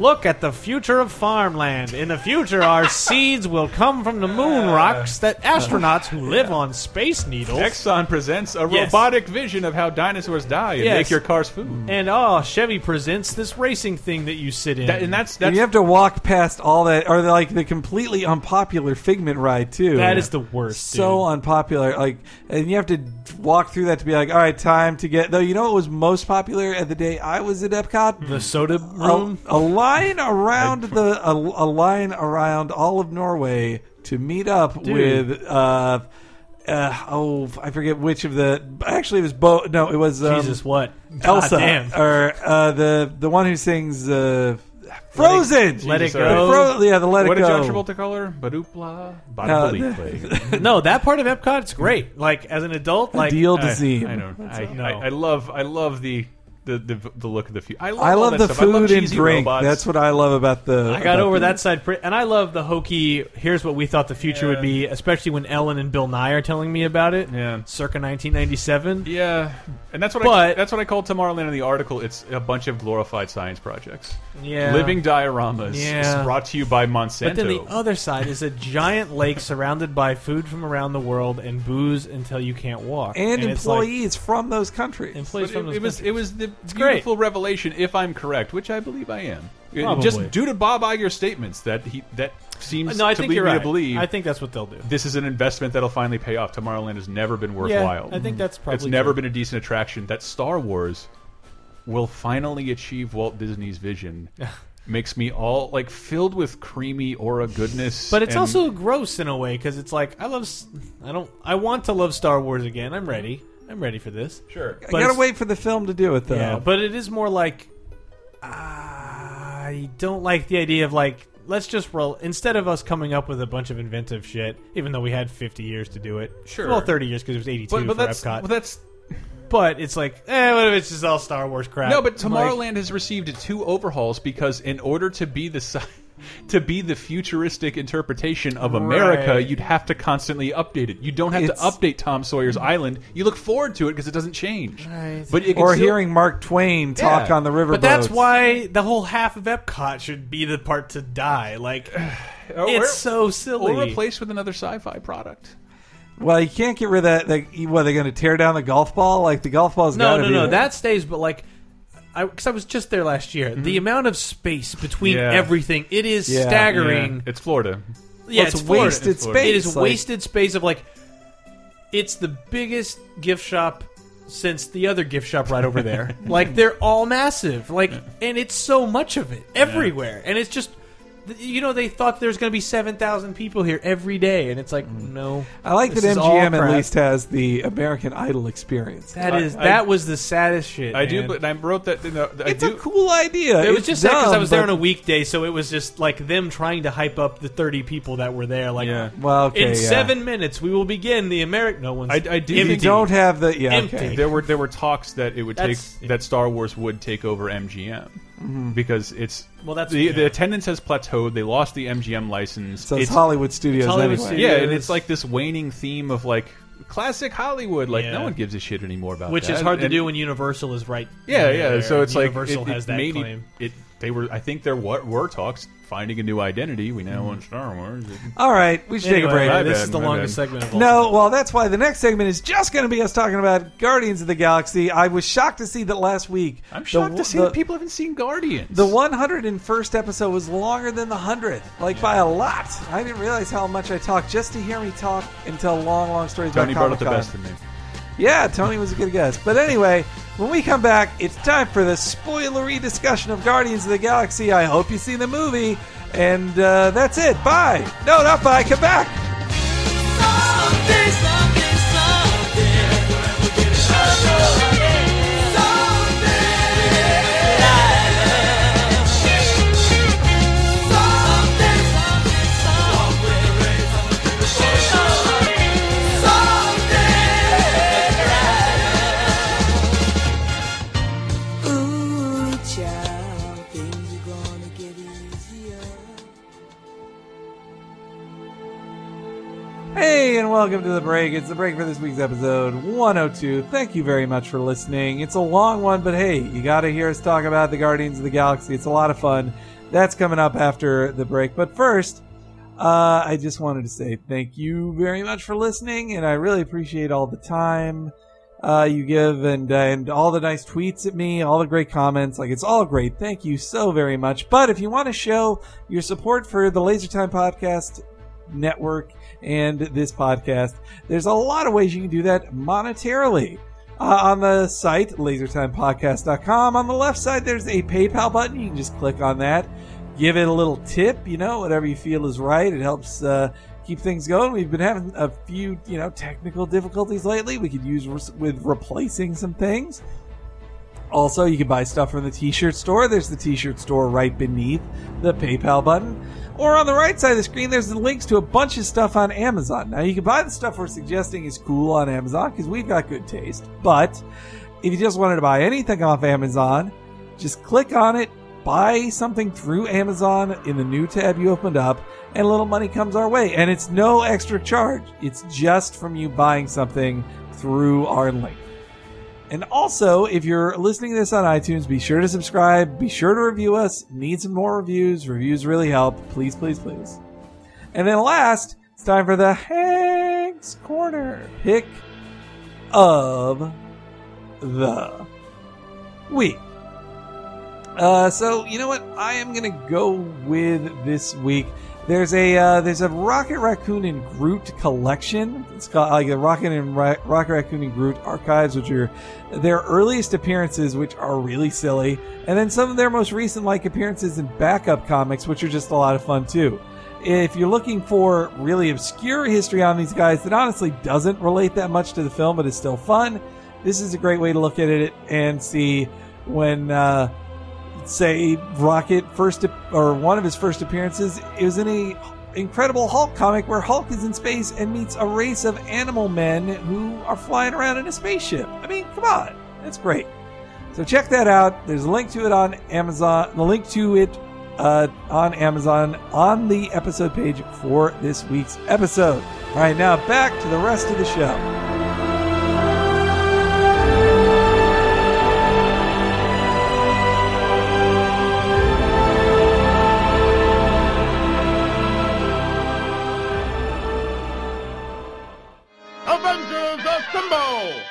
D: Look at the future of farmland. In the future, our seeds will come from the moon rocks that astronauts who live on space needles.
B: Exxon presents a
D: Yes.
B: robotic vision of how dinosaurs die and
D: Yes.
B: make your cars food.
D: And oh, Chevy presents this racing thing that you sit in.
B: That- and that's
A: and
B: that's
A: you have to walk past all that, or the, like the completely unpopular Figment ride too.
D: That is the worst.
A: so
D: dude.
A: unpopular. Like, and you have to walk through that to be like, all right, time to get. Though you know what was most popular at the day I was at
B: Hmm.
A: Epcot.
D: the soda
B: Oh,
A: A,
D: room.
A: a line around the a, a line around all of Norway to meet up with. Uh, uh, oh, I forget which of the. Actually, it was Bo. No, it was um,
D: Jesus, what?
A: Elsa
D: God damn.
A: or uh, the the one who sings uh, Frozen.
D: Let it
B: Jesus, sorry.
D: go.
A: Fro- yeah, the Let
B: what
A: It
B: did
A: Go.
B: John Travolta call her? Badoopla,
A: Uh,
B: Badoopley.
D: no, that part of Epcot it's great. Like as an adult, like
A: Deal
B: I,
A: to Zee.
B: I don't. I,
D: No.
B: I, I love. I love the. The, the, the look of the future. I love,
A: I
B: all
A: love
B: that
A: the
B: stuff. I
A: food
B: love
A: and
B: cheesy
A: drink.
B: Robots.
A: That's what I love about the.
D: I got
A: about
D: over
A: the-
D: that side, pretty, and I love the hokey. Here's what we thought the future would be, especially when Ellen and Bill Nye are telling me about it.
B: Yeah.
D: circa 1997.
B: Yeah, and that's what I
D: But-
B: that's what I called Tomorrowland in the article. It's a bunch of glorified science projects.
D: Yeah.
B: living dioramas.
D: Yeah.
B: It's brought to you by Monsanto.
D: But then the other side is a giant lake surrounded by food from around the world and booze until you can't walk.
A: and,
D: it's like-
A: employees from those countries.
D: employees
B: But
D: from
B: it,
D: those
B: it was
D: countries.
B: it was the
D: great.
B: beautiful revelation, if I'm correct, which I believe I am. It-
D: Probably.
B: Just due to Bob Iger's statements that he that seems
D: No, I
B: to
D: think
B: lead
D: you're
B: me
D: right.
B: to believe
D: I think that's what they'll do.
B: this is an investment that'll finally pay off. Tomorrowland has never been worthwhile.
D: Yeah, I think that's probably
B: it's never
D: true.
B: been a decent attraction. That Star Wars will finally achieve Walt Disney's vision. Makes me all like filled with creamy aura goodness.
D: But it's
B: and-
D: also gross in a way because it's like I love, s- I don't, I want to love Star Wars again. I'm ready. I'm ready for this.
B: sure.
A: I
D: but
A: gotta
D: it's-
A: wait for the film to do it though.
D: Yeah, but it is more like I don't like the idea of like let's just roll instead of us coming up with a bunch of inventive shit, even though we had 50 years to do it.
B: Sure.
D: well, 30 years because it was 82
B: But, but
D: for
B: that's
D: Epcot.
B: well, that's
D: but it's like, eh, what if it's just all Star Wars crap?
B: No, but
D: I'm
B: Tomorrowland
D: like,
B: has received two overhauls because in order to be the si- to be the futuristic interpretation of America,
D: Right.
B: you'd have to constantly update it. You don't have
A: It's-
B: to update Tom Sawyer's Island. You look forward to it because it doesn't change.
D: Right.
B: But it can
A: or
B: still-
A: hearing Mark Twain talk
B: Yeah.
A: on the river.
D: but that's
A: boats.
D: why the whole half of Epcot should be the part to die. Like
B: Uh, or,
D: it's so silly.
B: or replaced with another sci-fi product.
A: Well, you can't get rid of that. Like, you- what, they're going to tear down the golf ball? Like the golf ball's
D: No,
A: gotta
D: no,
A: be
D: no.
A: there.
D: That stays, but like, I because I was just there last year. The
B: Mm-hmm.
D: amount of space between
B: Yeah.
D: everything it is
A: Yeah.
D: staggering.
B: Yeah, it's Florida.
D: Yeah,
A: Well, it's,
D: Florida.
A: wasted
B: It's Florida.
A: space.
D: It is
A: like-
D: wasted space of like, it's the biggest gift shop since the other gift shop right over there. like they're all massive. Like, and it's so much of it everywhere, and it's just. th- You know, they thought there's going to be 7,000 people here every day, and it's like, no.
A: Mm. I like
D: This
A: that
D: is all
A: MGM at
D: crap.
A: least has the American Idol experience.
D: That
B: I-
D: is
B: I-
D: that was the saddest shit.
B: I do,
D: man.
B: but I wrote that. In the, I
A: It's
B: do.
A: a cool idea.
D: It was
A: It's
D: just sad because I
A: dumb,
D: was there on
A: but-
D: a weekday, so it was just like them trying to hype up the thirty people that were there. Like,
B: Yeah.
A: Well, okay,
D: in
A: yeah.
D: seven minutes we will begin the American. No one's.
B: I, I do.
D: If
A: You
B: think-
A: don't have the yeah.
D: Empty.
A: okay.
B: There were there were talks that it would
D: That's- Mm-hmm.
B: take that Star Wars would take over MGM because it's
D: Well, that's-
B: the, the
D: yeah.
B: attendance has plateaued. They lost the MGM license.
A: So it's, Hollywood Studios
D: Hollywood
A: anyway.
D: Studios.
B: yeah, and
D: Studios.
B: it's like this waning theme of like classic Hollywood. Like
D: Yeah.
B: no one gives a shit anymore about
D: which
B: that.
D: is hard to
B: And-
D: do when Universal is right.
B: Yeah, yeah.
D: there.
B: So it's
D: Universal
B: like it, it
D: has that
B: made it-
D: claim.
B: It, they were. I think there were, were talks finding a new identity. We
D: Mm-hmm.
B: now own Star Wars.
A: All right, we should
D: Anyway,
A: take a break.
B: My
D: This
B: bad,
D: is the
B: my
D: longest
B: bad.
D: segment of all.
A: No, well, that's why the next segment is just going to be us talking about Guardians of the Galaxy. I was shocked to see that last week.
B: I'm
A: the
B: shocked
A: w-
B: to see
A: the,
B: that people haven't seen Guardians.
A: The 101st episode was longer than the 100th, like by a lot. I didn't realize how much I talked just to hear me talk and tell long, long stories
B: Tony
A: about
B: brought up the
A: Comic-Con.
B: best in me.
A: Yeah, Tony was a good guess. But anyway, when we come back, it's time for the spoilery discussion of Guardians of the Galaxy. I hope you see the movie. And uh, that's it. Bye. No, not bye. Come back.
E: Ooh.
A: Hey, and welcome to the break. It's the break for this week's episode 102. Thank you very much for listening. It's a long one, but hey, you got to hear us talk about the Guardians of the Galaxy. It's a lot of fun. That's coming up after the break. But first, uh, I just wanted to say thank you very much for listening, and I really appreciate all the time uh, you give and and all the nice tweets at me, all the great comments. Like it's all great. Thank you so very much. But if you want to show your support for the Laser Time Podcast Network and this podcast, there's a lot of ways you can do that monetarily. Uh, on the site, lasertimepodcast.com. On the left side, there's a PayPal button. You can just click on that. Give it a little tip, you know, whatever you feel is right. It helps uh, keep things going. We've been having a few, you know, technical difficulties lately. We could use res- with replacing some things. Also, you can buy stuff from the t-shirt store. There's the t-shirt store right beneath the PayPal button. Or on the right side of the screen, there's the links to a bunch of stuff on Amazon. Now, you can buy the stuff we're suggesting is cool on Amazon because we've got good taste. But if you just wanted to buy anything off Amazon, just click on it, buy something through Amazon in the new tab you opened up, and a little money comes our way. And it's no extra charge. It's just from you buying something through our link. And also, if you're listening to this on iTunes, be sure to subscribe. Be sure to review us. Need some more reviews. Reviews really help. Please, please, please. And then last, it's time for the Hank's Corner pick of the week. Uh, so you know what? I am gonna go with this week. There's a uh, there's a Rocket Raccoon and Groot collection. It's called like the Rocket and Ra- Rocket Raccoon and Groot archives, which are their earliest appearances, which are really silly, and then some of their most recent like appearances in backup comics, which are just a lot of fun too. If you're looking for really obscure history on these guys that honestly doesn't relate that much to the film, but is still fun, this is a great way to look at it and see when. Uh, say Rocket first or one of his first appearances is in a incredible Hulk comic where Hulk is in space and meets a race of animal men who are flying around in a spaceship. I mean, come on, that's great. So check that out. There's a link to it on Amazon. The link to it uh, on Amazon on the episode page for this week's episode. All right, now back to the rest of the show.
C: Avengers Assemble!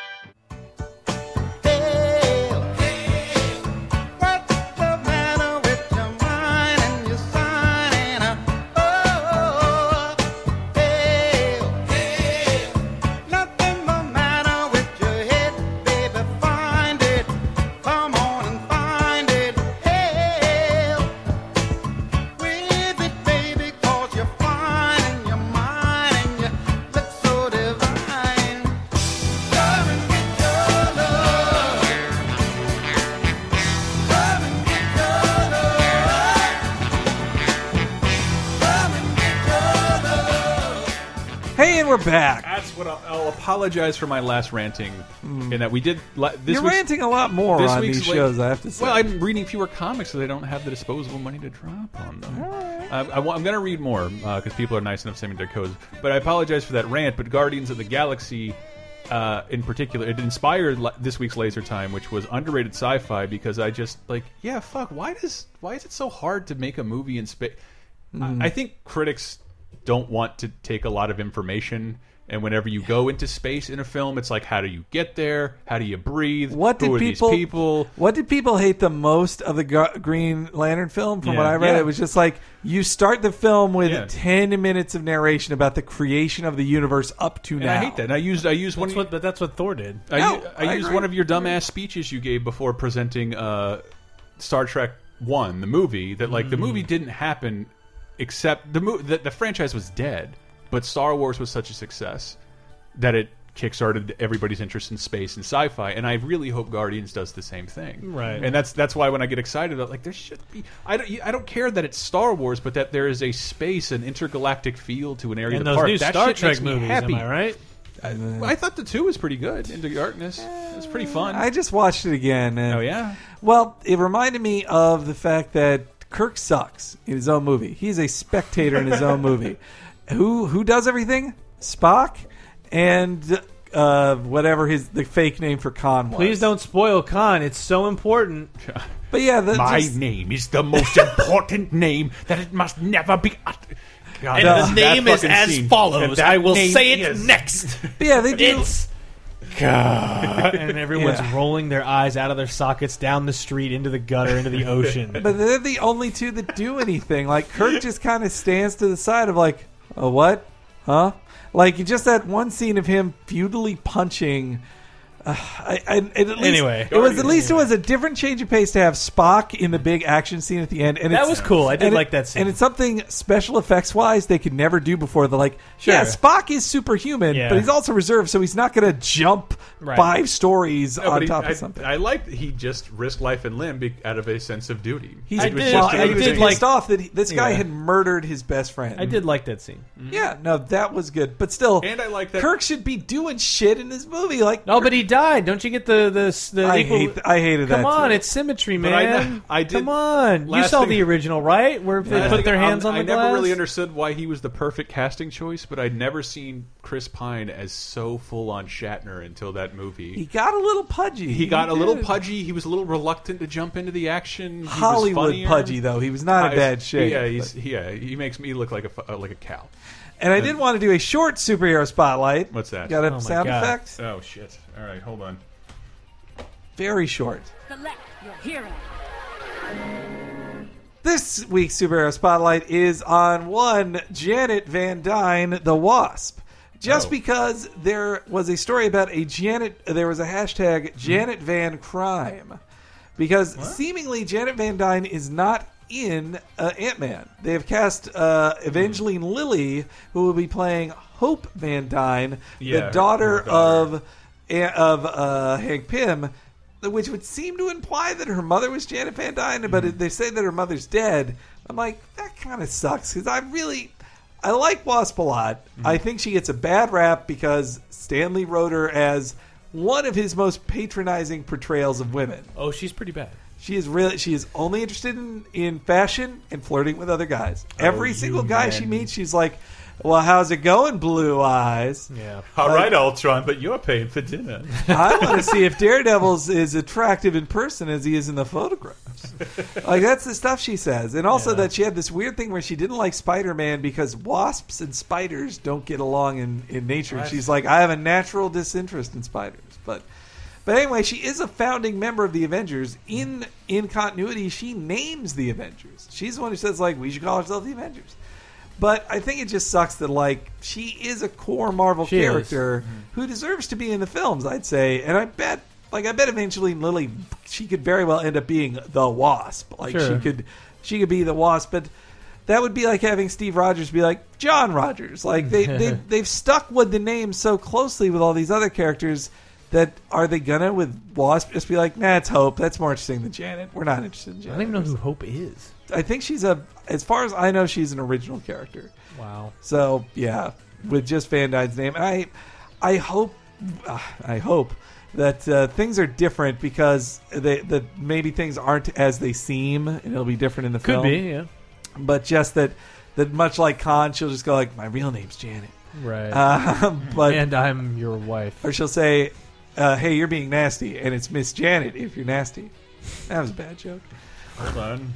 E: With it, baby, cause you're fine and you're mine and you look so divine. Come and get your love. Come and get your love. Come and get your love.
A: Hey, and we're back.
B: That's what I'll, I'll apologize for my last ranting in that we did la- this
A: You're
B: week's-
A: ranting a lot more
B: this
A: on
B: week's
A: these
B: la-
A: shows, I have to say.
B: Well, I'm reading fewer comics, so they don't have the disposable money to drop on them. I, I, am going to read more because people are nice enough to send me their codes. But I apologize for that rant. But Guardians of the Galaxy, uh, in particular, it inspired la- this week's Laser Time, which was underrated sci-fi because I just like, yeah, fuck. Why does why is it so hard to make a movie in space?
A: Mm-hmm.
B: I, I think critics don't want to take a lot of information. And whenever you go into space in a film, it's like, how do you get there? How do you breathe?
A: What
B: Who
A: did
B: are
A: people,
B: These people?
A: What did people hate the most of the Gu- Green Lantern film? From what
B: Yeah.
A: I read,
B: Yeah.
A: it was just like you start the film with
B: Yeah.
A: ten minutes of narration about the creation of the universe up to
B: And
A: now.
B: I hate that. And I used I used one.
D: That's what, but that's what Thor did.
B: I,
A: No,
B: I,
A: I
B: used
A: agree.
B: one of your dumbass speeches you gave before presenting uh, Star Trek One, the movie. That like the movie
D: Mm.
B: didn't happen, except the mo the, the franchise was dead. But Star Wars was such a success that it kickstarted everybody's interest in space and sci-fi. And I really hope Guardians does the same thing.
D: Right.
B: And that's that's why when I get excited, I'm like there should be. I don't I don't care that it's Star Wars, but that there is a space, an intergalactic feel to an area. of
D: And
B: the
D: those
B: park.
D: new
B: that
D: Star
B: shit
D: Trek
B: makes me
D: movies,
B: happy.
D: am I right?
A: uh,
B: Well, I thought the two was pretty good. Into Darkness, it's pretty fun.
A: I just watched it again. And,
B: oh yeah,
A: Well, it reminded me of the fact that Kirk sucks in his own movie. He's a spectator in his own movie. Who who does everything? Spock, and uh, whatever his the fake name for Khan was.
D: Please don't spoil Khan. It's so important.
A: But yeah, the,
B: My
A: just-
B: name is the most important name that it must never be. ut- God,
F: And
B: that-
F: the name
B: that
F: is
B: fucking
F: as
B: scene. And
F: follows.
B: that
F: I will
B: name
F: say it
B: is-
F: next.
A: but yeah, they do.
F: It's
D: and everyone's rolling their eyes out of their sockets down the street into the gutter into the ocean.
A: But they're the only two that do anything. Like Kirk just kind of stands to the side of like, a what, huh? Like just that one scene of him futilely punching. Uh, I, I, and at least,
D: Anyway.
A: it was at least it was a different change of pace to have Spock in the big action scene at the end. And
D: That
A: it's-
D: was cool. I did
A: and
D: like that scene.
A: And it's something special effects wise they could never do before. They're like, yeah,
D: Sure.
A: Spock is superhuman,
D: Yeah.
A: but he's also reserved, so he's not going to jump
D: Right.
A: five stories
B: No, but
A: on
B: he-
A: top
B: I,
A: of something.
B: I liked that he just risked life and limb be, out of a sense of duty.
A: He's
D: I
B: It was
D: did-
B: just
A: well,
D: I
A: and he was
D: did
A: pissed
D: like-
A: off that he, this guy
D: Yeah.
A: had murdered his best friend.
D: I did like that scene.
A: Yeah, no, that was good. But still,
B: And I like that-
A: Kirk should be doing shit in this movie. Like,
D: No, but he died. Don't you get the the, the
A: I
D: equal-
A: hate, I hated that.
D: Come on,
A: too.
D: it's symmetry,
B: But I-
D: man.
B: I did-
D: Come on, you
B: last
D: saw
B: thing-
D: the original, right? Where they
B: I
D: put
B: think
D: their hands
B: I'm-
D: on the
B: I
D: glass.
B: never really understood why he was the perfect casting choice, but I'd never seen Chris Pine as so full on Shatner until that movie.
A: he got a little pudgy.
B: He got a little
A: did.
B: pudgy. He was a little reluctant to jump into the action. He was
A: Hollywood
B: funnier.
A: pudgy though. He was not
B: I-
A: in bad shape.
B: Yeah,
A: but-
B: he's, yeah, he makes me look like a fu- uh, like a cow.
A: and I did want to do a short superhero spotlight.
B: What's that?
A: Got a
D: Oh my
A: sound
D: God.
A: effect?
B: Oh shit! All right, hold on.
A: Very short.
G: Select your hero.
A: This week's superhero spotlight is on one Janet Van Dyne, the Wasp. Just
B: Oh.
A: because there was a story about a Janet, there was a hashtag
B: Hmm.
A: Janet Van Crime, because seemingly Janet Van Dyne is not in uh, Ant Man. They have cast uh,
B: Hmm.
A: Evangeline Lilly, who will be playing Hope Van Dyne,
B: Yeah,
A: the
B: her-
A: daughter,
B: her daughter.
A: of of uh, Hank Pym, which would seem to imply that her mother was Janet Van Dyne, but they say that her mother's dead. I'm like, that kind of sucks because I really, I like Wasp a lot. I think she gets a bad rap because Stanley wrote her as one of his most patronizing portrayals of women.
D: Oh, she's pretty bad.
A: She is really, she is only interested in, in fashion and flirting with other guys. Every single guy she meets, she's like, well, how's it going, blue eyes?
D: Yeah.
B: All right, Ultron, but you're paying for dinner.
A: I want to see if Daredevil's is attractive in person as he is in the photographs. Like that's the stuff she says, and also that she had this weird thing where she didn't like Spider-Man because wasps and spiders don't get along in in nature. And she's like, I have a natural disinterest in spiders, but. But anyway, she is a founding member of the Avengers. In in continuity, she names the Avengers. She's the one who says like we should call ourselves the Avengers. But I think it just sucks that like she is a core Marvel
D: She is.
A: character who deserves to be in the films, I'd say. And I bet like I bet Evangeline Lilly she could very well end up being the Wasp. Like
D: Sure.
A: she could she could be the Wasp, but that would be like having Steve Rogers be like John Rogers. Like they, they they've stuck with the name so closely with all these other characters that are they gonna with Wasp just be like, nah, it's Hope. That's more interesting than Janet. We're not interested in
D: I
A: Janet.
D: don't even know who Hope is.
A: I think she's a as far as I know, she's an original character.
D: Wow.
A: So yeah, with just Van Dyne's name, and I, I hope, uh, I hope that uh, things are different because they, that maybe things aren't as they seem, and it'll be different in the
D: Could
A: film.
D: be. Yeah.
A: but just that that much like Khan, she'll just go like, "My real name's Janet,"
D: Right.
A: uh, but
D: and I'm your wife.
A: or she'll say, uh, "Hey, you're being nasty," and it's Miss Janet if you're nasty. That was a bad joke.
B: Hold on.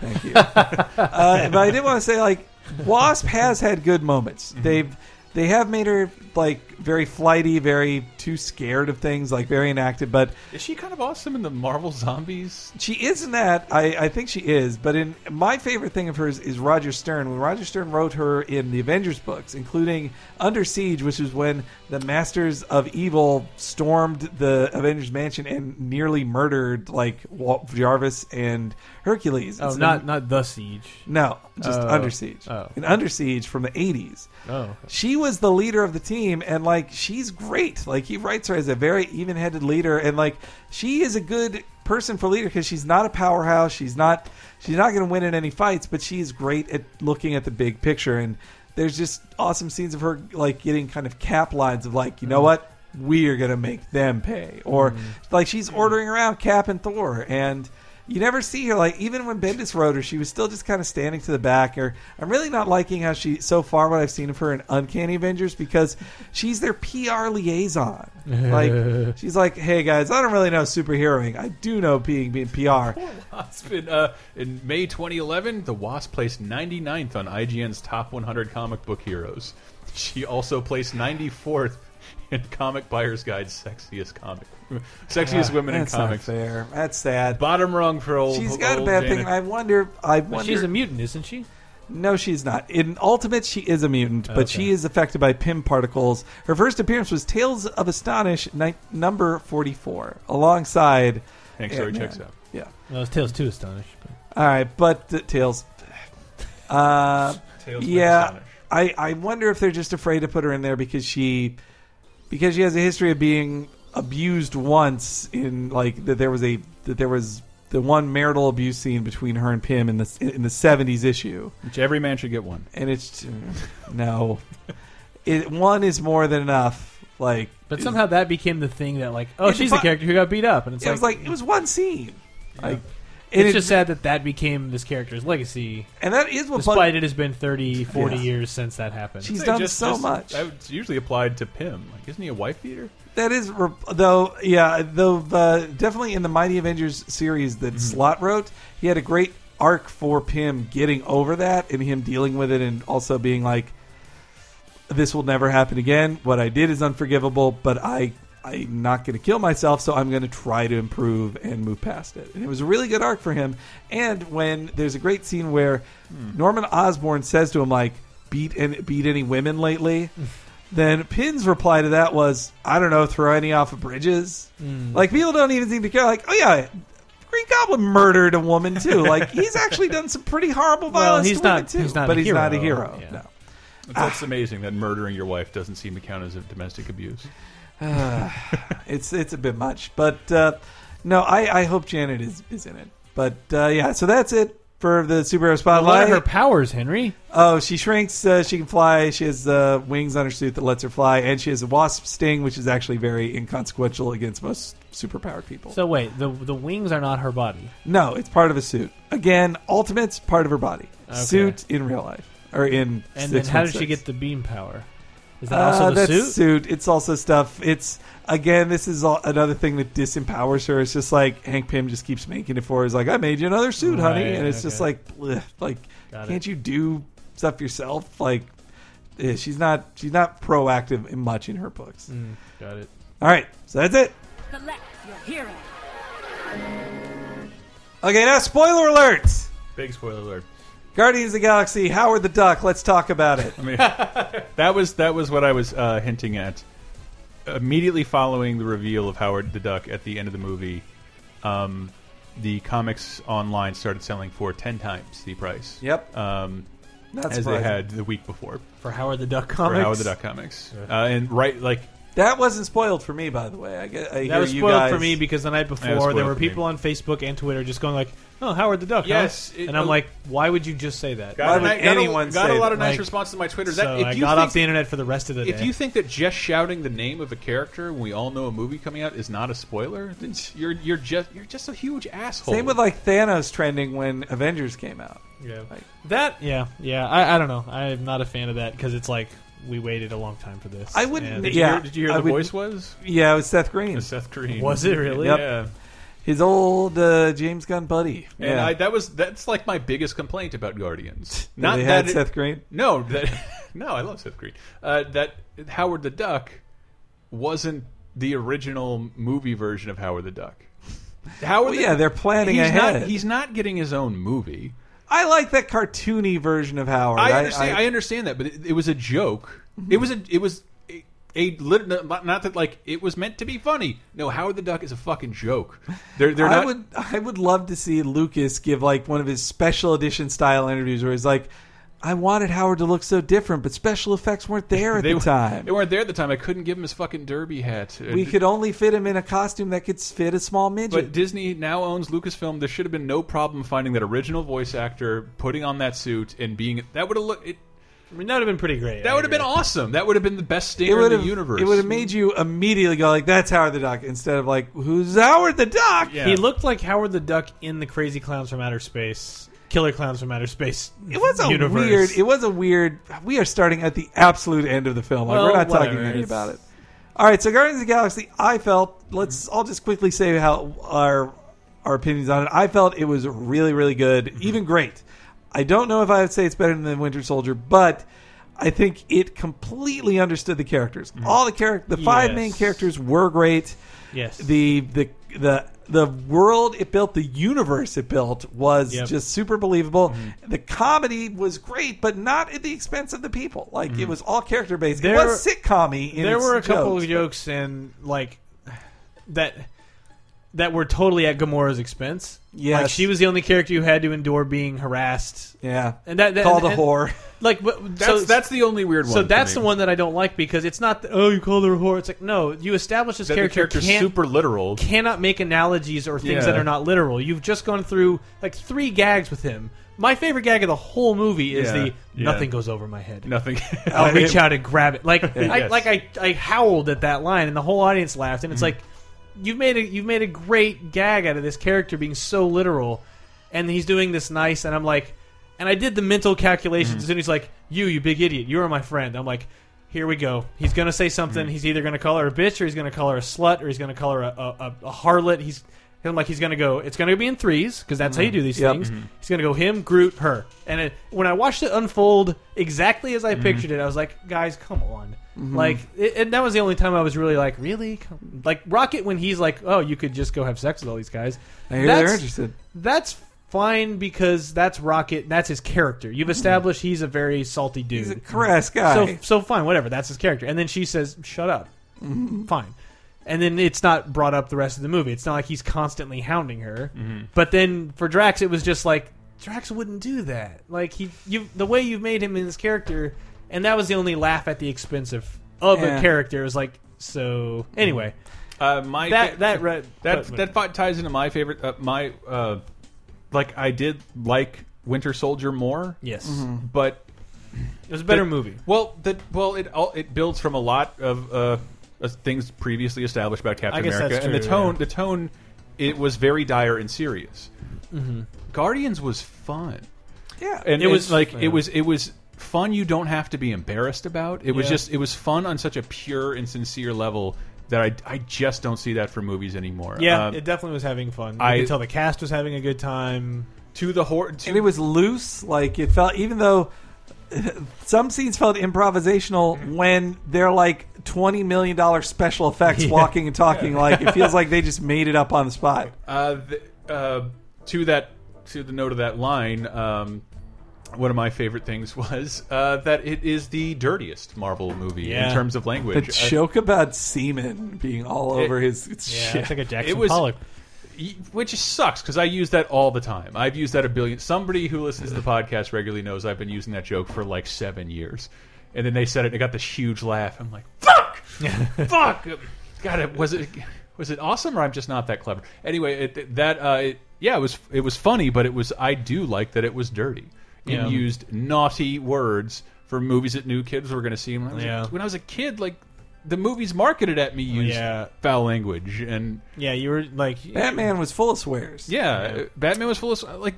A: Thank you. uh, but I did want to say, like, Wasp has had good moments.
B: Mm-hmm.
A: They've they have made her like very flighty, very too scared of things, like very inactive. But
B: Is she kind of awesome in the Marvel Zombies?
A: she is in that. I, I think she is. But in my favorite thing of hers is Roger Stern. When Roger Stern wrote her in the Avengers books, including Under Siege, which is when the Masters of Evil stormed the Avengers mansion and nearly murdered like Walt Jarvis and Hercules.
D: Oh,
A: It's an
D: not not the siege.
A: no, just
D: Oh.
A: Under Siege.
D: Oh.
A: In Under Siege from the 80s.
D: Oh.
A: She was the leader of the team, and like she's great. Like he writes her as a very even-headed leader, and like she is a good person for leader because she's not a powerhouse. She's not she's not going to win in any fights, but she's great at looking at the big picture. And there's just awesome scenes of her like getting kind of cap lines of like,
D: Mm.
A: you know what,
D: Mm.
A: we are going to make them pay, or like she's ordering around Cap and Thor, and you never see her like even when Bendis wrote her, she was still just kind of standing to the back. Or I'm really not liking how she so far what I've seen of her in Uncanny Avengers because she's their PR liaison. like she's like, hey guys, I don't really know superheroing. I do know being being PR.
B: Wasp in, uh, in May 2011, The Wasp placed 99th on IGN's Top 100 Comic Book Heroes. She also placed 94th in Comic Buyer's Guide's Sexiest Comic, Sexiest Women in
A: That's not
B: Comics.
A: fair. That's sad.
B: Bottom rung for old.
A: She's got a
B: old
A: bad thing,
B: Janet.
A: and I wonder. I
D: But
A: wonder.
D: she's a mutant, isn't she?
A: No, she's not. In Ultimate, she is a mutant, but she is affected by Pym particles. Her first appearance was Tales of Astonish, ni- number 44, alongside.
B: Hank Story
A: Ant-Man.
B: checks out.
A: Yeah.
D: No, it's Tails too astonished.
A: All right, but uh, Tails. Uh,
B: Tales of
A: yeah.
B: Astonish.
A: I, I wonder if they're just afraid to put her in there because she because she has a history of being abused once in like that there was a that there was the one marital abuse scene between her and Pym in the in the 70s issue
B: Which every man should get one.
A: and it's no. It one is more than enough. Like,
D: But
A: it-
D: somehow that became the thing that like, oh,
A: It's
D: she's the
A: fi-
D: character who got beat up, and it's
A: it was like it was one scene. Like, and
D: it's
A: it-
D: just sad that that became this character's legacy.
A: and that is what.
D: Despite
A: Bug,
D: it has been 30, 40
A: Yeah.
D: years since that happened.
A: She's
B: Say,
A: done so much.
B: That was usually applied to Pym. Like, isn't he a wife beater?
A: that is re- though. Yeah, though. Uh, definitely in the Mighty Avengers series that Slot wrote, he had a great arc for Pym getting over that and him dealing with it, and also being like, "This will never happen again. What I did is unforgivable, but I." I'm not going to kill myself, so I'm going to try to improve and move past it. And it was a really good arc for him. And when there's a great scene where
D: Hmm.
A: Norman Osborn says to him, like, beat and beat any women lately, then Pin's reply to that was, I don't know, throw any off of bridges.
D: Hmm.
A: Like, people don't even seem to care. Like, oh, yeah. Green Goblin murdered a woman too. Like he's actually done some pretty horrible
D: Well,
A: violence
D: he's
A: to women
D: not-
A: too,
D: he's not
A: but
D: a
A: he's not a
D: hero.
A: hero.
D: Yeah.
A: No. Ah.
B: That's amazing that murdering your wife doesn't seem to count as a domestic abuse.
A: it's it's a bit much, but uh, no, I, I hope Janet is, is in it. But uh, yeah, so that's it for the superhero
D: a lot
A: spotlight.
D: of her powers, Henry.
A: oh, she shrinks. Uh, she can fly. She has uh, wings on her suit that lets her fly, and she has a wasp sting, which is actually very inconsequential against most superpowered people.
D: So wait, the the wings are not her body.
A: no, it's part of a suit. Again, Ultimate's part of her body.
D: Okay.
A: Suit in real life or in.
D: And then how did she
A: 616.
D: get the beam power? Is that
A: Uh,
D: also the
A: that's
D: suit?
A: It's also stuff. It's again, this is all, another thing that disempowers her. It's just like Hank Pym just keeps making it for. her. He's like, I made you another suit, honey,
D: Right,
A: and it's just
D: okay.
A: like, bleh, like,
D: Got it.
A: can't you do stuff yourself? Like, eh, she's not she's not proactive in much in her books.
D: Mm. Got it.
A: All right, so that's it.
F: Collect your hero.
A: Okay, now spoiler alerts.
B: Big spoiler alert.
A: Guardians of the Galaxy, Howard the Duck. Let's talk about it.
B: I mean, that was that was what I was uh, hinting at. Immediately following the reveal of Howard the Duck at the end of the movie, um, the comics online started selling for ten times the price.
A: Yep.
B: Um,
A: Not
B: as they
A: surprising.
B: had the week before
D: For Howard the Duck
B: for
D: comics.
B: Howard the Duck comics, uh, and right like
A: That wasn't spoiled for me, by the way. I, get, I
D: That was
A: you
D: spoiled
A: guys,
D: for me because the night before
B: spoiled
D: there were
B: for me.
D: people on Facebook and Twitter just going like, "Oh, Howard the Duck." huh?"
B: Yes, it-
D: and I'm like, "Why would you just say that?"
A: Why would
B: ni- got a-
A: anyone
B: got a,
A: say
B: lot of
D: that?
B: nice
D: Like,
B: responses to my Twitter.
D: so
B: that, if
D: I
B: you
D: got
B: think,
D: off the internet for the rest of the
B: if
D: day.
B: you think that just shouting the name of a character when we all know a movie coming out is not a spoiler, then you're you're just you're just a huge asshole.
A: Same with like Thanos trending when Avengers came out.
D: yeah.
A: Like-
D: that, yeah, yeah. I, I don't know. I'm not a fan of that because it's like we waited a long time for this.
A: I wouldn't-
D: and-
B: Did
A: Yeah,
B: you hear, did you hear
A: I
B: the
A: would-
B: voice was?
A: Yeah, it was Seth Green,
B: Seth Green.
D: Was it really?
A: Yep.
B: Yeah.
A: his old uh, James Gunn buddy.
B: And
A: yeah,
B: I, that was that's like my biggest complaint about Guardians.
A: That
B: Not
A: they
B: that
A: had
B: it-
A: Seth Green.
B: No, that no, I love Seth Green. Uh, that Howard the Duck wasn't the original movie version of Howard the Duck. Howard,
A: Well,
B: the-
A: yeah, they're planning
B: he's
A: ahead.
B: Not, he's not getting his own movie.
A: I like that cartoony version of Howard.
B: I understand. I, understand that, but it, it was a joke.
A: Mm-hmm.
B: It was a. It was a, a lit, not not that like it was meant to be funny. No, Howard the Duck is a fucking joke. They're they're
A: I
B: not.
A: would I would love to see Lucas give like one of his special edition style interviews where he's like, "I wanted Howard to look so different, but special effects weren't there at
B: they
A: the
B: were-
A: time.
B: They weren't there at the time. I couldn't give him his fucking derby hat.
A: we could only fit him in a costume that could fit a small
B: But
A: midget."
B: Disney now owns Lucasfilm. There should have been no problem finding that original voice actor, putting on that suit, and being that would have looked. It,
D: I mean, that would have been pretty great.
B: That
D: I
B: would have been
D: agree.
B: awesome. That would have been the best stinger in
A: would
B: the
A: have
B: universe.
A: It would have made you immediately go like, "That's Howard the Duck," instead of like, "Who's Howard the Duck?"
B: Yeah.
D: He looked like Howard the Duck in the Crazy Clowns from Outer Space, Killer Clowns from Outer Space.
A: It was a
D: universe.
A: weird. It was a weird. We are starting at the absolute end of the film. Like, we're
D: Well,
A: not talking
D: whatever.
A: any about it. All right, so Guardians of the Galaxy. I felt. Let's. I'll just quickly say how our our opinions on it. I felt it was really, really good,
D: Mm-hmm.
A: even great. I don't know if I would say it's better than the Winter Soldier, but I think it completely understood the characters. All the character, the five
D: Mm-hmm. Yes.
A: main characters were great.
D: Yes.
A: The the the the world it built, the universe it built was
D: Yep. Mm-hmm.
A: just super believable. The comedy was great, but not at the expense of the people. Like it was all character based. It
D: Mm. There-
A: was sitcom-y. in
D: there
A: its
D: were a couple
A: jokes.
D: of jokes and like that that were totally at Gamora's expense.
A: Yes.
D: like she was the only character who had to endure being harassed.
A: yeah,
D: And that, that
A: called a
D: and-
A: whore.
D: Like but,
B: That's
D: so
B: that's the only weird one.
D: so
B: for
D: that's
B: me.
D: the one that I don't like because it's not the, oh you called her a whore. It's like no, you establish this
B: That the
D: character
B: character's
D: can't
B: super literal.
D: cannot make analogies or things
B: Yeah.
D: that are not literal. You've just gone through like three gags with him. My favorite gag of the whole movie is
B: Yeah.
D: the
B: Yeah.
D: nothing goes over my head.
B: Nothing.
D: I'll reach out and grab it. Like I
B: Yes.
D: like I, I howled at that line and the whole audience laughed and it's like you've made a you've made a great gag out of this character being so literal and he's doing this nice and I'm like and I did the mental calculations and he's like, You, you big idiot, you are my friend. I'm like here we go. He's gonna say something. He's either gonna call her a bitch, or he's gonna call her a slut, or he's gonna call her a, a, a, a harlot. He's, I'm like, he's gonna go. It's gonna be in threes because that's how you do these
A: Yep.
D: things. He's gonna go him, Groot, her. And it, when I watched it unfold exactly as I
A: Mm-hmm.
D: pictured it, I was like, guys, come on. Like, it, and that was the only time I was really like, really, Come- like Rocket when he's like, oh, you could just go have sex with all these guys.
A: I hear
D: That's-
A: they're interested.
D: That's fine because that's Rocket. That's his character.
A: Mm-hmm.
D: You've established he's a very salty dude.
A: He's a crass guy.
D: So so fine, whatever. That's his character. And then she says, "Shut up." Fine. And then it's not brought up the rest of the movie. It's not like he's constantly hounding her. But then for Drax, it was just like Drax wouldn't do that. Like he, you, the way you've made him in his character, and that was the only laugh at the expense of of
A: Yeah.
D: a character. It was like so. Anyway,
B: Uh, my
D: that that re-
B: that
D: but-
B: that fight ties into my favorite. Uh, my uh, like I did like Winter Soldier more,
D: yes,
B: but
D: it was a better
B: the-
D: movie.
B: Well, that well it all, it builds from a lot of uh, uh, things previously established about Captain
D: I guess
B: America,
D: that's
B: and the
D: true,
B: tone
D: yeah.
B: the tone it was very dire and serious.
D: Mm-hmm.
B: Guardians was fun,
A: yeah,
B: and
D: It
B: it
D: was-
B: was like
D: yeah.
B: it was it was fun. You don't have to be embarrassed about. It was
D: Yeah.
B: just it was fun on such a pure and sincere level that I I just don't see that for movies anymore.
D: Yeah,
B: Um,
D: it definitely was having fun. You
B: I-
D: could tell the cast was having a good time.
B: to the hor to
A: and it was loose. Like it felt, even though some scenes felt improvisational when they're like twenty million dollar special effects walking and talking. Like it feels like they just made it up on the spot.
B: Uh, th uh, to that, to the note of that line, um, one of my favorite things was uh, that it is the dirtiest Marvel movie
D: Yeah.
B: in terms of
A: The
B: language. Uh, I-
A: joke about semen being all over his it's
D: Yeah,
A: shit.
D: it's like a Jackson
B: was-
D: Pollock.
B: y- which sucks because I use that all the time. I've used that a billion. Somebody who listens to the podcast regularly knows I've been using that joke for like seven years, and then they said it. and It got this huge laugh. I'm like, fuck, fuck. God, it was it was it awesome or I'm just not that clever. Anyway, it, that uh, it, yeah, it was it was funny, but it was I do like that it was dirty. It
D: Yeah.
B: used naughty words for movies that new kids were going to see. When I was, a-
D: Yeah.
B: when I was a kid, like. The movies marketed at me used
D: Yeah.
B: foul language, and
D: Yeah, you were like
A: Batman was full of swears.
B: yeah, uh, Batman was full of like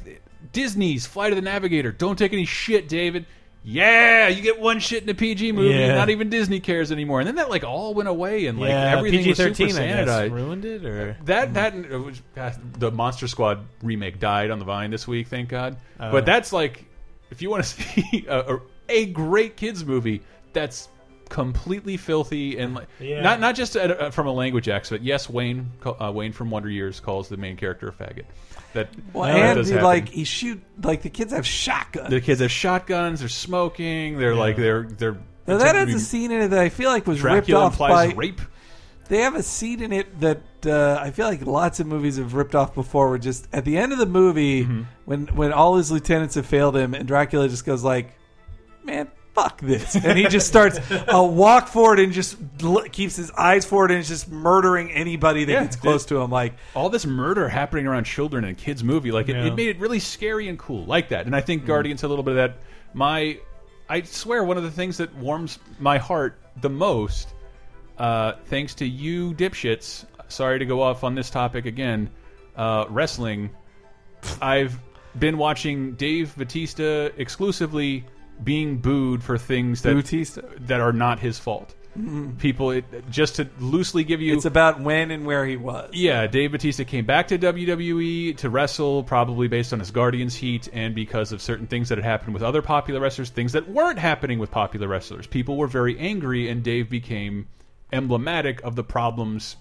B: Disney's Flight of the Navigator. Don't take any shit, David. Yeah, you get one shit in a PG movie.
D: Yeah.
B: and Not even Disney cares anymore. And then that like all went away, and like
D: yeah,
B: everything
D: PG
B: was super
D: thirteen. I guess
B: sanitized.
D: ruined it or
B: That that it was, uh, the Monster Squad remake died on the vine this week, thank God. but that's like, if you want to see a, a, a great kids movie, that's completely filthy and like
D: Yeah.
B: not not just at, uh, from a language aspect. Yes, Wayne ca- uh, Wayne from Wonder Years calls the main character a faggot. That
A: Well,
B: Oh, that
A: and
B: does
A: he,
B: happen.
A: like he shoot like the kids have shotguns.
B: the kids have shotguns, they're smoking, they're like they're they're.
A: now that has a scene in it that I feel like was
B: Dracula
A: ripped off by.
B: implies rape.
A: They have a scene in it that uh, I feel like lots of movies have ripped off before. Where just at the end of the movie,
B: Mm-hmm.
A: when when all his lieutenants have failed him, and Dracula just goes like, "Man, fuck this," and he just starts a walk forward and just l- keeps his eyes forward and is just murdering anybody that
B: Yeah.
A: gets close to him. Like
B: all this murder happening around children in a kids movie like it,
D: Yeah.
A: Mm-hmm.
B: it made it really scary and cool like that and i think guardians had a little bit of that my I swear, one of the things that warms my heart the most, uh, thanks to you dipshits. Sorry to go off on this topic again. Uh, wrestling. I've been watching Dave Batista exclusively being booed for things that
A: Bautista. Mm-hmm.
B: that are not his fault. People, it, just to loosely give you
A: It's about when and where he was.
B: yeah, Dave Batista came back to WWE to wrestle, probably based on his Guardians heat and because of certain things that had happened with other popular wrestlers, things that weren't happening with popular wrestlers. People were very angry, and Dave became emblematic of the problems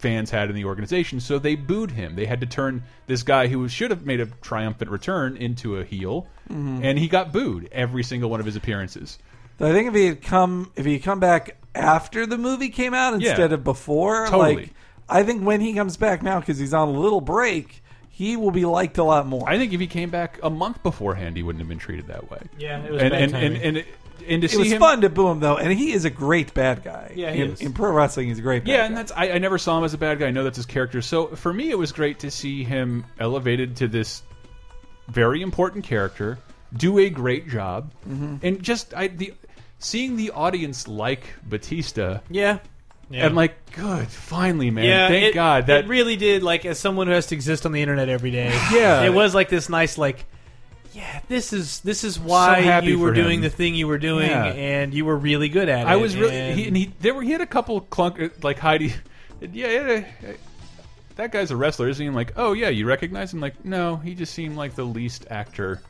B: fans had in the organization, so they booed him. They had to turn this guy who should have made a triumphant return into a heel,
D: Mm-hmm.
B: and he got booed every single one of his appearances.
A: So I think if he had come, if he had come back after the movie came out
B: Yeah.
A: instead of before,
B: Totally.
A: like I think when he comes back now because he's on a little break, he will be liked a lot more.
B: I think if he came back a month beforehand, he wouldn't have been treated that way.
D: Yeah, it was
B: And and,
D: bad
B: and
D: timing.
B: and and to
A: it
B: see
A: was
B: him
A: fun to boo him though, and he is a great bad guy.
D: Yeah, he
A: in,
D: is.
A: in pro wrestling, he's a great. Bad
B: Yeah,
A: guy.
B: and that's I, I never saw him as a bad guy. I know that's his character. So for me, it was great to see him elevated to this very important character, do a great job,
D: Mm-hmm.
B: and just I the seeing the audience like Batista.
D: Yeah. Yeah.
B: And like, good, finally, man.
D: yeah,
B: Thank
D: it-
B: God that
D: it really did. Like, as someone who has to exist on the internet every day,
B: Yeah.
D: it was like this nice, like, yeah, this is this is why
B: happy
D: you were
B: for him.
D: doing the thing you were doing,
B: Yeah.
D: and you were really good at it.
B: I was really
D: and-
B: he, and he there were he had a couple clunk uh, like Heidi. Yeah, he had a- that guy's a wrestler, isn't he? I'm like, oh yeah, you recognize him? Like, no, he just seemed like the least actor.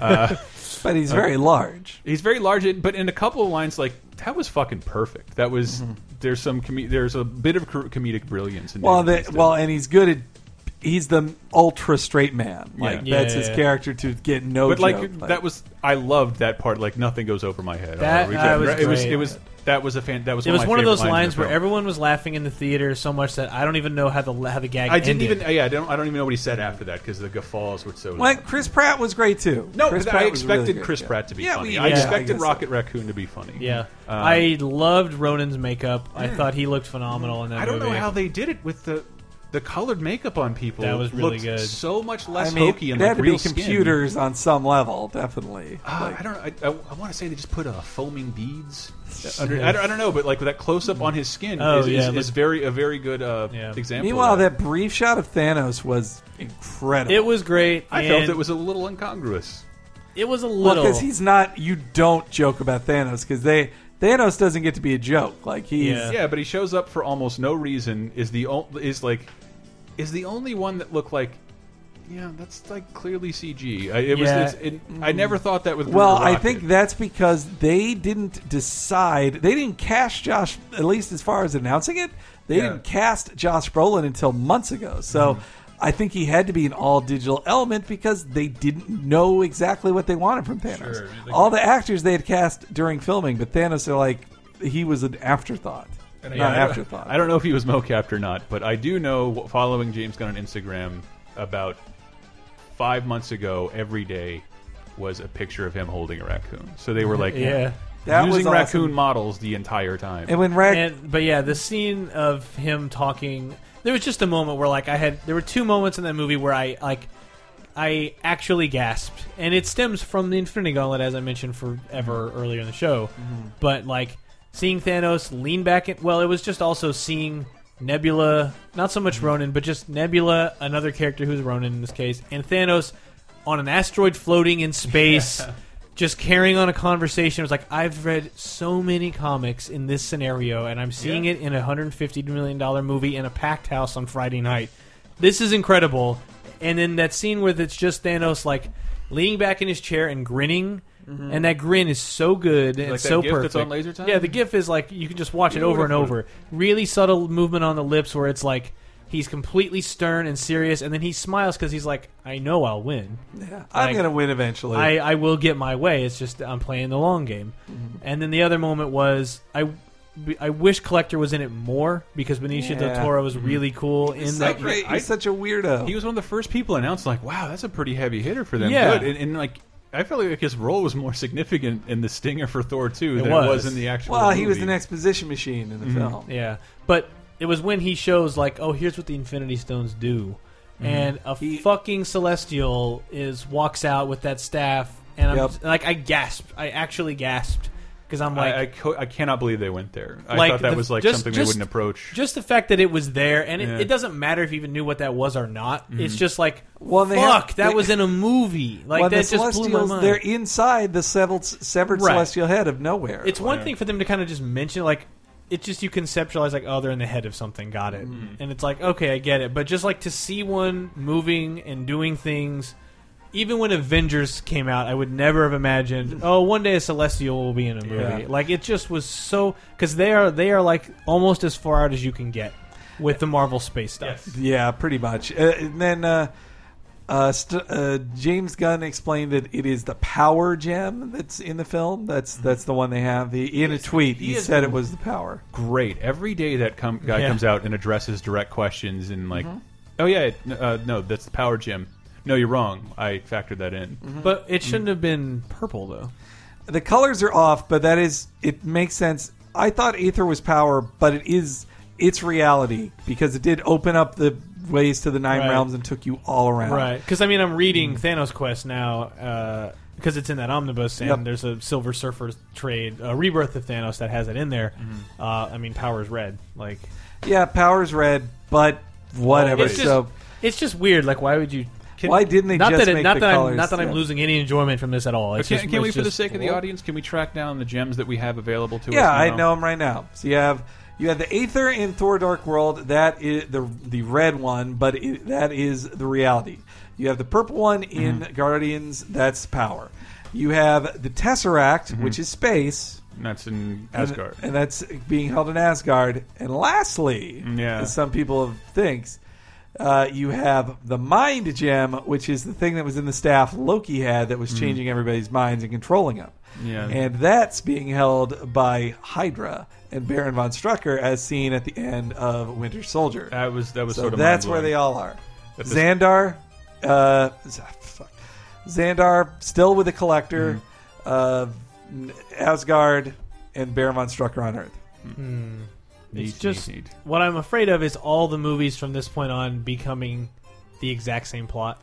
B: Uh,
A: but he's very large.
B: He's very large, in- but in a couple of lines, like that was fucking perfect. That was
A: Mm-hmm.
B: there's some com- there's a bit of co- comedic brilliance in
A: Well,
B: David
A: the,
B: Batista.
A: well, and he's good at. He's the ultra straight man. Like
B: Yeah.
A: that's
D: Yeah,
A: his
D: yeah.
A: character to get no.
B: but like,
A: joke.
B: that was I loved that part. Like nothing goes over my head.
D: That-
B: Oh, we-
D: that was
B: it was
D: great.
B: it was that was a fan. That was
D: It was
B: my
D: one of
B: favorite
D: those lines
B: in the
D: where
B: film.
D: everyone was laughing in the theater so much that I don't even know how the how the gag.
B: I didn't
D: ended.
B: even yeah I don't I don't even know what he said after that because the guffaws were so.
A: Well, Chris Pratt was great too.
B: no,
A: Chris
B: but I
A: Pratt was really
B: expected
A: good,
B: Chris
A: yeah.
B: Pratt to be
A: Yeah,
B: funny.
A: we-
B: I
D: yeah, I
B: expected
A: guess so.
B: Rocket Raccoon to be funny.
D: Yeah,
B: Uh,
D: I loved Ronan's makeup. I thought he looked phenomenal in that.
B: I don't know
D: movie.
B: how they did it with the the colored makeup on people.
D: That was really
B: looked
D: good.
B: So much
A: I
B: less
A: mean,
B: hokey and
A: it
B: like
A: had to
B: real
A: be
B: skin.
A: computers on some level, definitely.
B: Uh,
A: Like,
B: I don't know. I, I, want to say they just put uh, foaming beads. Under, I, don't, I don't know, but like that close up on his skin
D: Oh,
B: is, is,
D: yeah,
B: is
D: look-
B: very a very good uh,
D: Yeah.
B: example.
A: Meanwhile,
B: of that,
A: that brief shot of Thanos was incredible.
D: It was great.
B: I felt
D: and
B: it was a little incongruous.
D: It was a little.
A: because he's not. You don't joke about Thanos because they Thanos doesn't get to be a joke. Like he's
D: Yeah.
B: Yeah, but he shows up for almost no reason. Is the o- is like is the only one that looked like. Yeah, that's like clearly CG. I, it
D: Yeah. Mm.
B: was. It's, it, I never thought that with.
A: Well,
B: Rocket.
A: I think that's because they didn't decide. They didn't cast Josh, at least as far as announcing it. They
B: Yeah.
A: didn't cast Josh Brolin until months ago. So
B: Mm-hmm.
A: I think he had to be an all digital element because they didn't know exactly what they wanted from Thanos.
B: Sure.
A: all the actors they had cast during filming, but Thanos, they're like, he was an afterthought. Not
B: Yeah, I don't-
A: afterthought.
B: I don't know if he was mocapped or not, but I do know following James Gunn on Instagram about five months ago, every day was a picture of him holding a raccoon. So they were like,
D: Yeah.
A: That was
B: using raccoon
A: awesome.
B: models the entire time.
A: And when Rag,
D: And but yeah, the scene of him talking. There was just a moment where like I had. There were two moments in that movie where I like. I actually gasped, and it stems from the Infinity Gauntlet, as I mentioned forever earlier in the show. But like seeing Thanos lean back, in, well, it was just also seeing Nebula, not so much Ronan, but just Nebula, another character who's Ronan in this case, and Thanos on an asteroid floating in space, just carrying on a conversation. It was like I've read so many comics in this scenario, and I'm seeing it in a 150 million dollar movie in a packed house on Friday night. This is incredible. And then that scene where it's just Thanos like leaning back in his chair and grinning. And that grin is so good and
B: Mm-hmm. Like that
D: so
B: gif
D: perfect.
B: that's on Laser Time?
D: Yeah, the gif is like you can just watch it over and
B: Beautiful.
D: over. Really subtle movement on the lips where it's like he's completely stern and serious, and then he smiles because he's like, "I know I'll win.
A: I'm
D: like-
A: going to win eventually.
D: I, I will get my way. It's just I'm playing the long game. And then the other moment was I I wish Collector was in it more because Benicio del
A: Yeah.
D: Toro was really cool in
A: He's so
D: that.
A: great.
B: I-
A: He's such a weirdo.
B: he was one of the first people announced, like, wow, that's a pretty heavy hitter for them.
D: Yeah.
B: Good. And, and like, I felt like his role was more significant in the stinger for Thor 2 than it
D: was.
B: was in the actual.
A: well, he was
B: movie. Mm-hmm.
A: an exposition machine in the film.
D: Yeah, but it was when he shows like, oh, here's what the Infinity Stones do, and a
B: Mm-hmm.
A: He-
D: fucking celestial is walks out with that staff and I'm
A: Yep.
D: and, like I gasped. I actually gasped because I'm like,
B: I, I, co- I cannot believe they went there. I
D: Like
B: thought that
D: the-
B: was like
D: just-
B: something
D: just-
B: they wouldn't approach.
D: just the fact that it was there, and it,
B: Yeah. Mm-hmm.
D: it doesn't matter if you even knew what that was or not. It's just like,
A: Well, they have-
D: fuck, that
A: they-
D: was in a movie. Like
A: when
D: that
A: the
D: just blew my
A: Celestials-
D: mind.
A: They're inside the severed, severed
D: Right.
A: celestial head of nowhere.
D: it's one thing for them to kind of just mention like it's just you conceptualize like oh they're in the head of something got it and it's like okay i get it but just like to see one moving and doing things even when avengers came out i would never have imagined oh one day a celestial will be in a movie
A: Yeah.
D: like it just was so because they are they are like almost as far out as you can get with the marvel space stuff
A: Yeah, pretty much. Uh, and then uh, uh, st- uh, James Gunn explained that it is the power gem that's in the film. That's
D: Mm-hmm.
A: that's the one they have. He, in a tweet, he,
B: has
A: said
B: been-
A: it was the power.
B: great. Every day that com- guy
D: Yeah.
B: comes out and addresses direct questions and like, oh yeah, it- uh, no, that's the power gym. No, you're wrong. I factored that in.
D: but it shouldn't have been purple though
A: The colors are off, but that is it makes sense. I thought ether was power, but it is it's reality because it did open up the ways to the nine
D: Right.
A: realms and took you all around.
D: Right. Because, I mean, I'm reading
A: Mm-hmm.
D: Thanos Quest now uh, because it's in that omnibus, and
A: Yep.
D: there's a Silver Surfer trade, a rebirth of Thanos that has it in there.
A: Mm-hmm.
D: Uh, I mean, Power's red. Like,
A: Yeah, power's red, but whatever.
D: it's, just,
A: so
D: it's just weird. Like, why would you. can-
A: Why didn't they
D: not
A: just
D: that it-
A: make
D: not
A: the
D: that
A: colors-
D: I'm, not that I'm
A: yeah.
D: losing any enjoyment from this at all. It's
B: Can,
D: just,
B: can we,
D: it's
B: for the
D: just-
B: sake of the audience, can we track down the gems that we have available to us?
A: Yeah, I
B: now?
A: know them right now. So you have you have the Aether in Thor: Dark World. That is the the red one, but it, that is the reality. You have the purple one in
B: Mm-hmm.
A: Guardians. That's power. You have the Tesseract,
B: Mm-hmm.
A: which is space.
B: That's in
A: and-
B: Asgard.
A: and, that's being held in Asgard. And lastly,
B: Yeah.
A: as some people have thinks. Uh, you have the mind gem, which is the thing that was in the staff Loki had that was changing everybody's minds and controlling them.
B: Mm. Yeah.
A: And that's being held by Hydra and Baron von Strucker, as seen at the end of Winter Soldier.
B: that was that was
A: so
B: sort of
A: that's where
B: mind-blowing.
A: they all are.
B: That's-
A: Xandar, uh, z- fuck. Xandar still with the Collector,
B: Mm-hmm.
A: uh, Asgard, and Baron von Strucker on Earth.
B: Neat,
D: It's just
B: neat, neat.
D: what I'm afraid of is all the movies from this point on becoming the exact same plot.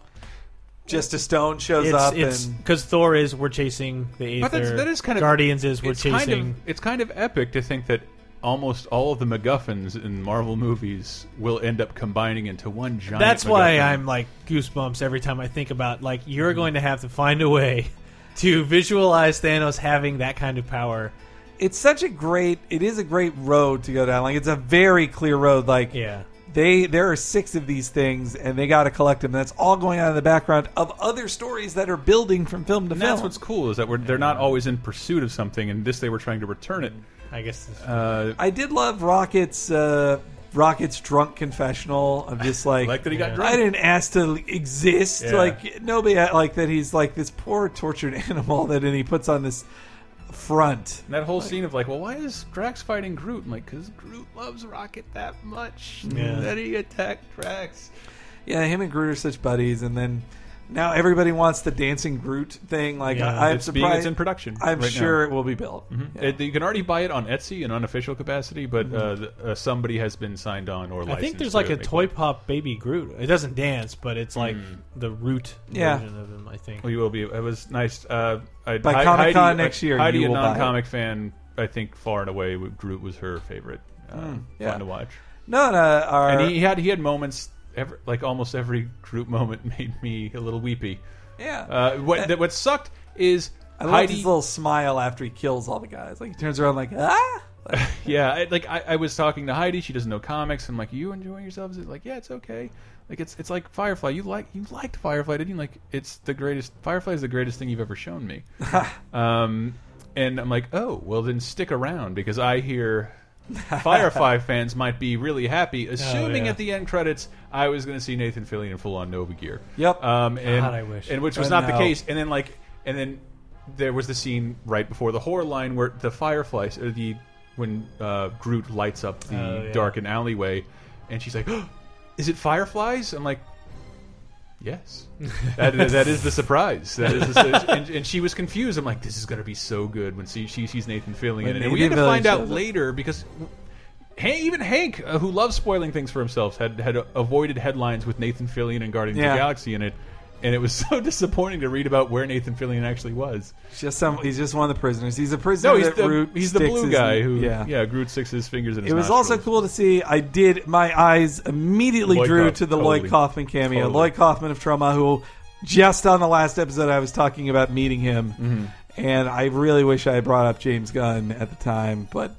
A: Just a stone shows
D: It's
A: up
D: it's
A: and
D: because Thor is we're chasing the Aether.
B: But that's, that is kind of
D: Guardians is we're
B: it's
D: chasing.
B: Kind of, it's kind of epic to think that almost all of the MacGuffins in Marvel movies will end up combining into one giant.
D: That's why
B: MacGuffin.
D: I'm like goosebumps every time I think about like you're going to have to find a way to visualize Thanos having that kind of power.
A: it's such a great it is a great road to go down like it's a very clear road like
D: Yeah.
A: they there are six of these things and they got to collect them that's all going on in the background of other stories that are building from film to
B: And
A: film
B: that's what's cool is that we're, they're not always in pursuit of something, and this they were trying to return it.
D: I guess this-
B: Uh,
A: i did love rockets uh rockets drunk confessional of just like
B: like that he got
D: Yeah.
B: drunk.
A: I didn't ask to exist.
B: Yeah.
A: Like nobody uh, like that. He's like this poor tortured animal that, and he puts on this front.
B: And that whole scene of like, well, why is Drax fighting Groot? I'm like, because Groot loves Rocket that much
D: Yeah.
B: that he attacked Drax.
A: Yeah, him and Groot are such buddies, and then now everybody wants the dancing Groot thing. Like
D: Yeah,
A: I, I'm
B: it's being
A: surprised
B: it's in production.
A: I'm
B: right now. Mm-hmm.
A: sure it will be built. Yeah.
B: It- you can already buy it on Etsy in unofficial capacity, but uh, th- uh, somebody has been signed on or
D: I
B: licensed.
D: think there's like
B: to
D: a
B: make
D: toy
B: one.
D: pop baby Groot. It doesn't dance, but it's like the root
A: Yeah.
D: version of him. I think.
B: We will be. It was nice. Uh, I,
A: By
B: Hei-
A: Comic-Con
B: Heidi-
A: next year,
B: Heidi,
A: you
B: a
A: will buy it.
B: non-comic fan, I think far and away, Groot was her favorite. Uh,
A: Hmm, yeah.
B: Fun to watch.
A: No, no, uh, our,
B: And he had he had moments. Every, like almost every Groot moment made me a little weepy.
A: yeah.
B: Uh, what that, what sucked is
A: I love
B: Heidi.
A: his little smile after he kills all the guys. Like he turns around like ah. Like,
B: yeah, I, like I, I was talking to Heidi. She doesn't know comics. I'm like, you enjoying yourselves? It's like, yeah, it's okay. Like it's it's like Firefly. You like you liked Firefly, didn't you? Like it's the greatest. Firefly is the greatest thing you've ever shown me. um, and I'm like, oh well, then stick around because I hear. Firefly fans might be really
A: Oh,
B: happy, assuming
D: yeah.
B: at the end credits I was going to see Nathan Fillion in full on Nova gear.
A: Yep.
B: Um, and,
D: God, I wish. Uh,
B: And which was
A: I
B: not the
A: know.
B: case. And then like, and then there was the scene right before the horror line where the fireflies or the when uh, Groot lights up the
D: Oh, yeah.
B: darkened alleyway, and she's like, "Is it fireflies?" I'm like. Yes, that is, that is the surprise. That is, the, and, and she was confused. I'm like, this is gonna be so good when she, she sees Nathan Fillion,
A: When
B: and we had
A: Nathan
B: to
A: Fillion
B: find out
A: shows up.
B: later because Han- even Hank, uh, who loves spoiling things for himself, had had avoided headlines with Nathan Fillion and Guardians of
A: Yeah.
B: the Galaxy in it, and it was so disappointing to read about where Nathan Fillion actually was.
A: Just some. He's just one of the prisoners. He's a prisoner.
B: No, he's
A: that
B: the
A: Root
B: he's the
A: sticks
B: blue
A: his-
B: guy who
A: Yeah.
B: yeah, Groot sticks his fingers in his.
A: It was
B: nostrils.
A: also cool to see. I did. My eyes immediately
B: Lloyd
A: drew
B: Kauf-
A: to the Lloyd
B: totally.
A: Kaufman cameo.
B: Totally.
A: Lloyd Kaufman of Trauma, who just on the last episode I was talking about meeting him,
B: Mm-hmm.
A: and I really wish I had brought up James Gunn at the time. But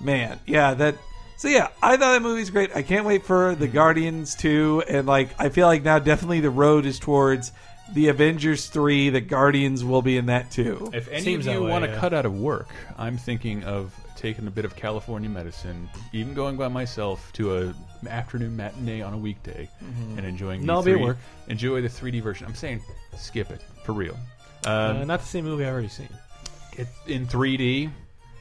A: man, yeah, that. So yeah, I thought that movie's great. I can't wait for
B: Mm-hmm.
A: the Guardians two, and like I feel like now definitely the road is towards the Avengers three. The Guardians will be in that too.
B: If any
D: Seems
B: of
D: that
B: you
D: way,
B: want to
D: yeah.
B: cut out of work, I'm thinking of taking a bit of California medicine, even going by myself to a afternoon matinee on a weekday,
A: Mm-hmm.
B: and enjoying.
D: No, I'll
B: the
D: be at
B: 3D
D: work.
B: Enjoy the 3D version. I'm saying, skip it for real. Um,
D: Uh, not the same movie I've already seen.
B: it, in 3D,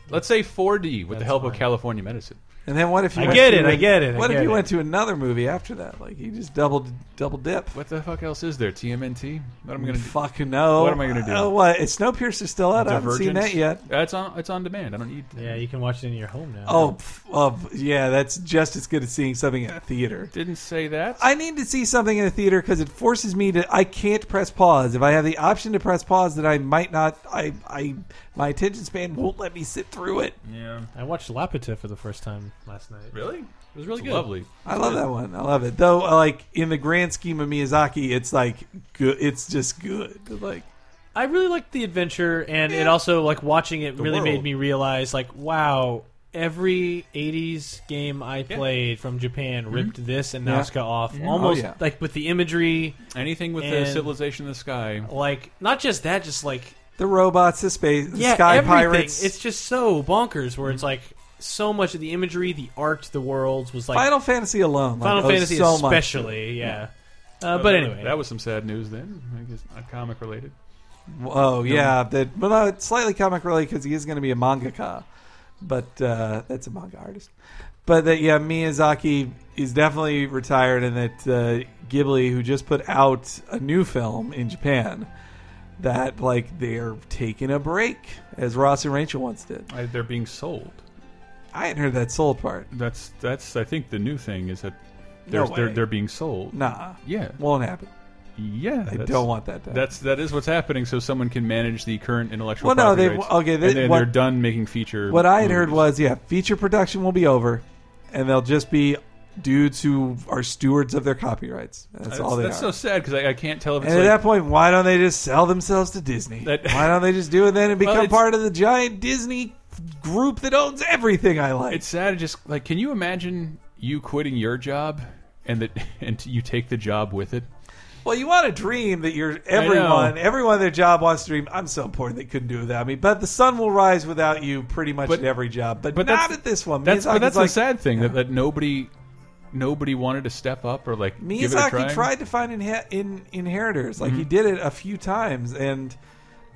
B: let's say 4D with the
D: That's
B: help of
D: fine.
B: California medicine.
A: And then what if you
D: I
A: went
D: get
A: to
D: it, I get it, I
A: What if
D: get
A: you
D: it.
A: went to another movie after that? Like you just double double dip.
B: What the fuck else is there? TMNT? What am I gonna do?
A: Fuck no.
B: What am I gonna do?
A: Oh, what? It's Snowpiercer's still out. I haven't seen
B: Divergence?
A: that yet.
B: Uh, it's on. It's on demand. I don't need.
D: Yeah, you can watch it in your home now.
A: Oh, pff, oh, yeah. That's just as good as seeing something in a theater.
B: Didn't say that.
A: I need to see something in a theater because it forces me to. I can't press pause. If I have the option to press pause, then I might not. I, I, my attention span won't let me sit through it.
B: yeah.
D: I watched Lapita for the first time last night.
B: Really? It
D: It was really good.
B: Lovely.
A: I love that one. I love it. Though, uh, like in the grand scheme of Miyazaki, it's like good. It's just good. Like
D: I really liked the adventure, and it also like watching it really
B: world.
D: made me realize like, wow, every '80s game I played from Japan ripped this and
A: Mm-hmm. Yeah. Mm-hmm. Oh,
D: Nazca off almost
A: yeah.
D: like with the imagery,
B: Anything with the
D: And-
B: civilization in the sky.
A: Uh,
D: like not just that, just like
A: The robots, the space, the
D: yeah,
A: sky
D: everything.
A: pirates. Mm-hmm.
D: It's just so bonkers where it's like so much of the imagery, the art, the worlds was like
A: Final Fantasy alone. like,
D: Final
A: owes
D: Fantasy
A: so much.
D: especially, yeah. Uh, but
B: that-
D: anyway,
B: that was some sad news then. I guess not comic related.
A: Oh yeah, that, but uh, it's slightly comic related because he is going to be a mangaka, but uh, that's a manga artist. But that yeah, Miyazaki is definitely retired, and that uh, Ghibli, who just put out a new film in Japan, that like they're taking a break, as Ross and Rachel once did.
B: I, they're being sold.
A: I hadn't heard that soul part.
B: That's that's. I think the new thing is that
A: No
B: they're they're,
A: way.
B: they're being sold.
A: Nah,
B: Yeah.
A: won't happen.
B: Yeah.
A: I
B: that's-
A: don't want that. To happen.
B: That's that is what's happening. So someone can manage the current intellectual.
A: Well, no,
B: property
A: they-
B: rights,
A: okay, they-
B: and then
A: what-
B: they're done making feature.
A: What I had heard
B: movies.
A: was, yeah, feature production will be over, and they'll just be dudes who are stewards of their copyrights. That's,
B: That's,
A: all they
B: that's
A: are.
B: so sad because I, I can't tell if it's
A: and at
B: like,
A: that point, why don't they just sell themselves to Disney?
B: That-
A: why don't they just do it then and
B: Well,
A: become
B: it's-
A: part of the giant Disney group that owns everything I like?
B: it's sad. to Just like, can you imagine you quitting your job and that and you take the job with it?
A: well, you want to dream that you're everyone,
B: know.
A: everyone at their job wants to dream. I'm so poor they couldn't do it without me, but the sun will rise without you pretty much
B: But-
A: at every job, but,
B: but
A: not
B: that's-
A: at this one.
B: That's
A: Miyazaki's
B: but that's
A: like,
B: the sad thing that, that nobody nobody wanted to step up or like give it a
A: Miyazaki
B: try. Mm-hmm.
A: tried to find inhe- in inheritors. Like he did it a few times, and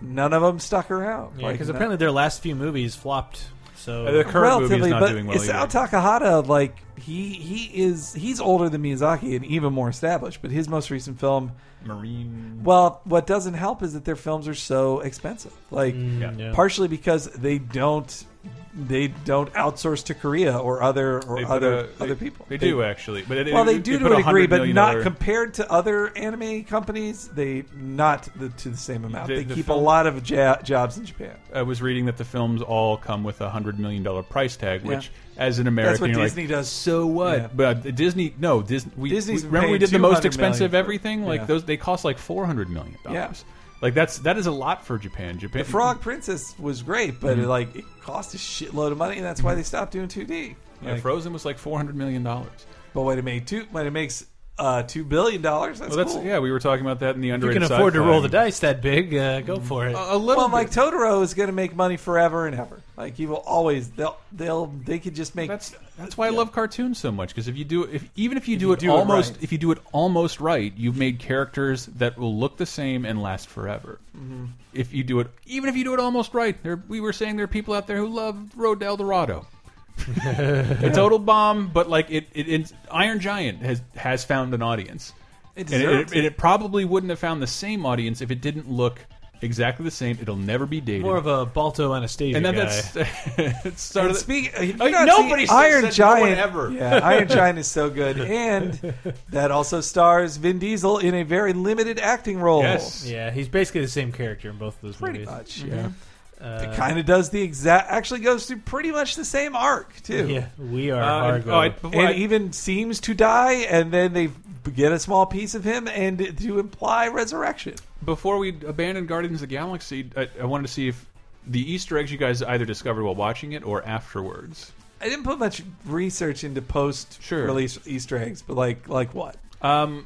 A: none of them stuck around.
D: yeah,
A: Like,
D: because
A: no-
D: apparently their last few movies flopped. So
B: Uh, the current movie is
A: relatively,
B: not
A: but
B: doing well
A: Isao
B: either.
A: Takahata, like he he is he's older than Miyazaki and even more established. But his most recent film,
B: Marine.
A: well, what doesn't help is that their films are so expensive. Like
B: Mm, Yeah.
D: yeah.
A: partially because they don't they don't outsource to Korea or other or
B: They put
A: other
B: a- they-
A: other people.
B: They, do actually, but it,
A: Well,
B: it-
A: they do
B: it
A: to
B: put
A: a degree,
B: $100
A: but
B: million
A: not
B: dollar-
A: compared to other anime companies. They not the, to the same amount.
B: The-
A: they
B: the
A: keep a
B: film- Mm-hmm.
A: lot of ja- jobs in Japan.
B: I was reading that the films all come with a hundred million dollar price tag,
A: Yeah.
B: which, as an
A: That's
B: American,
A: what
B: you're
A: Disney
B: like,
A: does.
B: So what?
A: Yeah.
B: But uh, Disney, no, Disney. We,
A: Disney's
B: we- remember
A: paying
B: we did the most
A: $200 million
B: expensive
A: for-
B: everything. Like
A: yeah.
B: those, they cost like four hundred million dollars.
A: Yeah.
B: Like that's that is a lot for Japan. Japan.
A: The Frog Princess was great, but
B: Mm-hmm.
A: it, like it cost a shitload of money, and that's why they stopped doing 2D.
B: Yeah,
A: Like,
B: Frozen was like four hundred million dollars.
A: but when it made two, when it makes uh, two billion dollars, that's,
B: Well, that's
A: cool.
B: yeah. We were talking about that in the
D: if you
B: underrated.
D: can afford to
B: sci-fi.
D: roll the dice that big, uh,
A: Mm-hmm.
D: go for it.
B: A little
A: Well,
B: bit.
A: like Totoro is going to make money forever and ever. Like he will always. They'll. They'll. They could just make.
B: That's that's why I love cartoons so much because if you do if even if you do
A: you
B: it
A: do it
B: almost
A: right.
B: if you do it almost right, you've made characters that will look the same and last forever. If you do it even if you do it almost right, there we were saying there are people out there who love Road to El Dorado. a total bomb, but like it, it, it's- Iron Giant has has found an audience,
A: It
B: and it,
A: deserved
B: it, it probably wouldn't have found the same audience if it didn't look exactly the same. It'll never be dated.
D: More of a Balto Anastasia
B: and then
D: guy.
B: that's it started.
A: And speak, uh, you
B: I-
A: not
B: nobody
A: see
B: said-
A: Iron
B: said no one
A: Giant
B: ever.
A: Yeah, Iron Giant is so good, and that also stars Vin Diesel in a very limited acting role.
B: Yes. Mm-hmm.
D: yeah, he's basically the same character in both of those
A: pretty
D: movies.
A: much. Yeah,
D: Uh,
A: it kind of does the exact. Actually, goes through pretty much the same arc too.
D: Yeah, we are
B: Uh, and-
D: Argo.
B: oh, I- before
A: and
B: I-
A: even seems to die, and then they get a small piece of him and to imply resurrection.
B: before we abandoned Guardians of the Galaxy, I, I wanted to see if the Easter eggs you guys either discovered while watching it or afterwards.
A: I didn't put much research into post
B: Sure.
A: release Easter eggs, but like like what?
B: Um,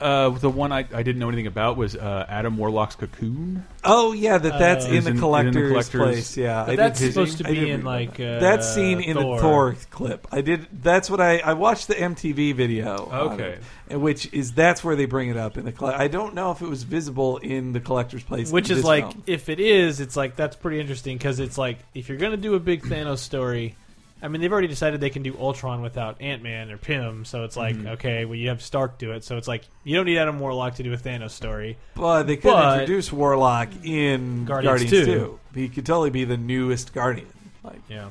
B: uh, the one I, I didn't know anything about was uh, Adam Warlock's cocoon.
A: Oh yeah, that that's
D: Uh,
A: in,
B: is in-
A: the
B: in the
A: collector's
B: collector's-
A: place. Yeah, I
D: But
A: did
D: that's
A: his-
D: supposed to
A: I
D: be
A: did
D: in
A: read
D: like uh,
A: that scene in
D: Thor.
A: the Thor clip. I did. That's what I I watched the MTV video. on
B: Okay.
A: it, which is that's where they bring it up in the. Coll- I don't know if it was visible in the collector's place,
D: Which
A: in
D: is
A: this
D: like,
A: film.
D: if it is, it's like that's pretty interesting because it's like if you're gonna do a big Thanos story, I mean they've already decided they can do Ultron without Ant Man or Pym, so it's
B: Mm-hmm.
D: like okay, well you have Stark do it, so it's like you don't need Adam Warlock to do a Thanos story.
A: but they could
D: but-
A: introduce Warlock in Guardians,
D: Guardians
A: 2.
D: 2.
A: He could totally be the newest Guardian. Like,
D: Yeah,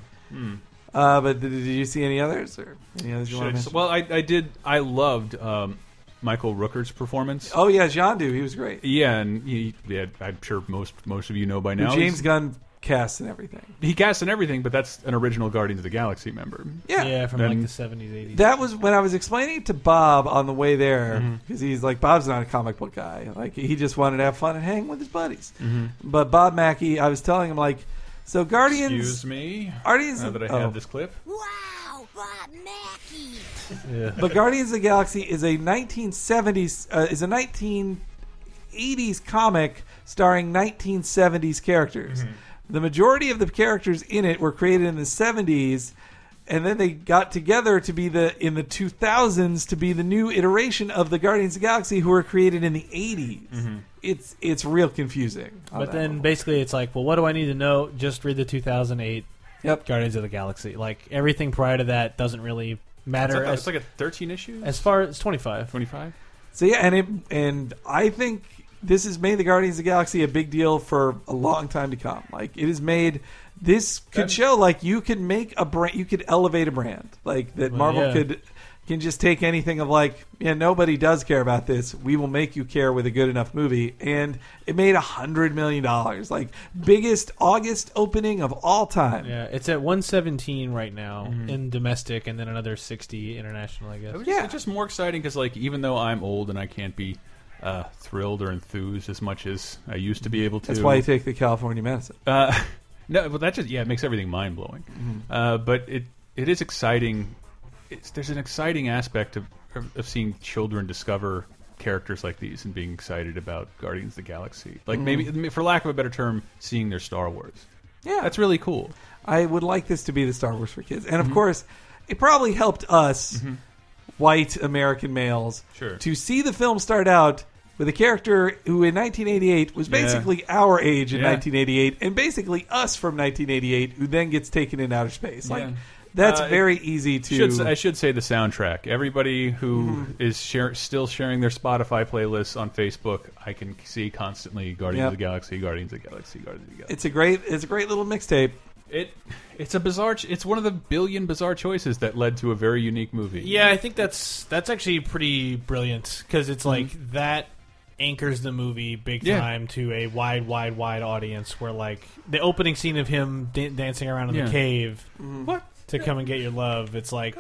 A: uh, but did, did you see any others or any others you
B: Should I
A: want to mention?
B: just- well, I, I did. I loved um, Michael Rooker's performance.
A: oh yeah, Jandu, he was great.
B: Yeah, and he, yeah, I'm sure most most of you know by
A: Who
B: now.
A: James
B: He's-
A: Gunn cast and everything.
B: he casts in everything, but that's an original Guardians of the Galaxy member.
A: Yeah,
D: yeah, from
B: Then-
D: like the seventies, eighties.
A: That was when I was explaining it to Bob on the way
B: Mm-hmm.
A: there because he's like Bob's not a comic book guy. Like he just wanted to have fun and hang with his buddies.
B: Mm-hmm.
A: But Bob Mackey, I was telling him like, so Guardians,
B: Excuse me.
A: Guardians,
B: Now that I
A: oh.
B: have this clip,
F: Wow, Bob Mackey!
A: but Guardians of the Galaxy is a 1970s uh, is a 1980s comic starring 1970s characters. The majority of the characters in it were created in the 70s and then they got together to be the in the 2000s to be the new iteration of the Guardians of the Galaxy who were created in the 80s. It's it's real confusing. on that
D: But then
A: level.
D: basically it's like, well, what do I need to know? Just read the 2008
A: Yep.
D: Guardians of the Galaxy. Like everything prior to that doesn't really
B: it's
D: matter.
B: like, a,
D: As,
B: it's like a 13 issue,
D: as far as 25,
B: 25.
A: So yeah, and it, and I think this has made the Guardians of the Galaxy a big deal for a long time to come. Like it has made this could show like you could make a brand, you could elevate a brand like that.
D: Well,
A: Marvel
D: yeah.
A: could can just take anything of like yeah nobody does care about this we will make you care with a good enough movie and it made a hundred million dollars like biggest august opening of all time
D: yeah, it's at 117 right now
B: Mm-hmm.
D: in domestic, and then another 60 international, I guess.
B: It's
A: Yeah.
B: just, it's just more exciting because, like, even though I'm old and I can't be uh, thrilled or enthused as much as I used to be able to,
A: that's why you take the california medicine
B: Uh, no, but that just yeah, it makes everything mind blowing.
A: Mm-hmm.
B: Uh, but it it is exciting. It's, there's an exciting aspect of of seeing children discover characters like these and being excited about Guardians of the Galaxy. Like maybe, for lack of a better term, seeing their Star Wars.
A: Mm-hmm. yeah
B: That's really cool.
A: I would like this to be the Star Wars for kids. And of
B: Mm-hmm.
A: course, it probably helped us, white American males,
B: Sure.
A: to see the film start out with a character who in 1988 was
B: Yeah.
A: basically our age in
B: Yeah.
A: 1988 and basically us from 1988 who then gets taken in outer space. Like,
B: Yeah.
A: that's
B: Uh,
A: very easy to. Mm-hmm.
B: Should, I should say the soundtrack. Everybody who is share, still sharing their Spotify playlists on Facebook, I can see constantly Guardians
A: Yep.
B: of the Galaxy, Guardians of the Galaxy, Guardians of the Galaxy.
A: it's a great, it's a great little mixtape.
B: It it's a bizarre. ch- It's one of the billion bizarre choices that led to a very unique movie.
D: Yeah, I think that's that's actually pretty brilliant because it's like that anchors the movie big
B: Mm-hmm. Yeah.
D: time to a wide, wide, wide audience. Where like the opening scene of him dan dancing around in
B: Yeah. Mm-hmm.
D: the cave
B: What?
D: to come and get your love, it's like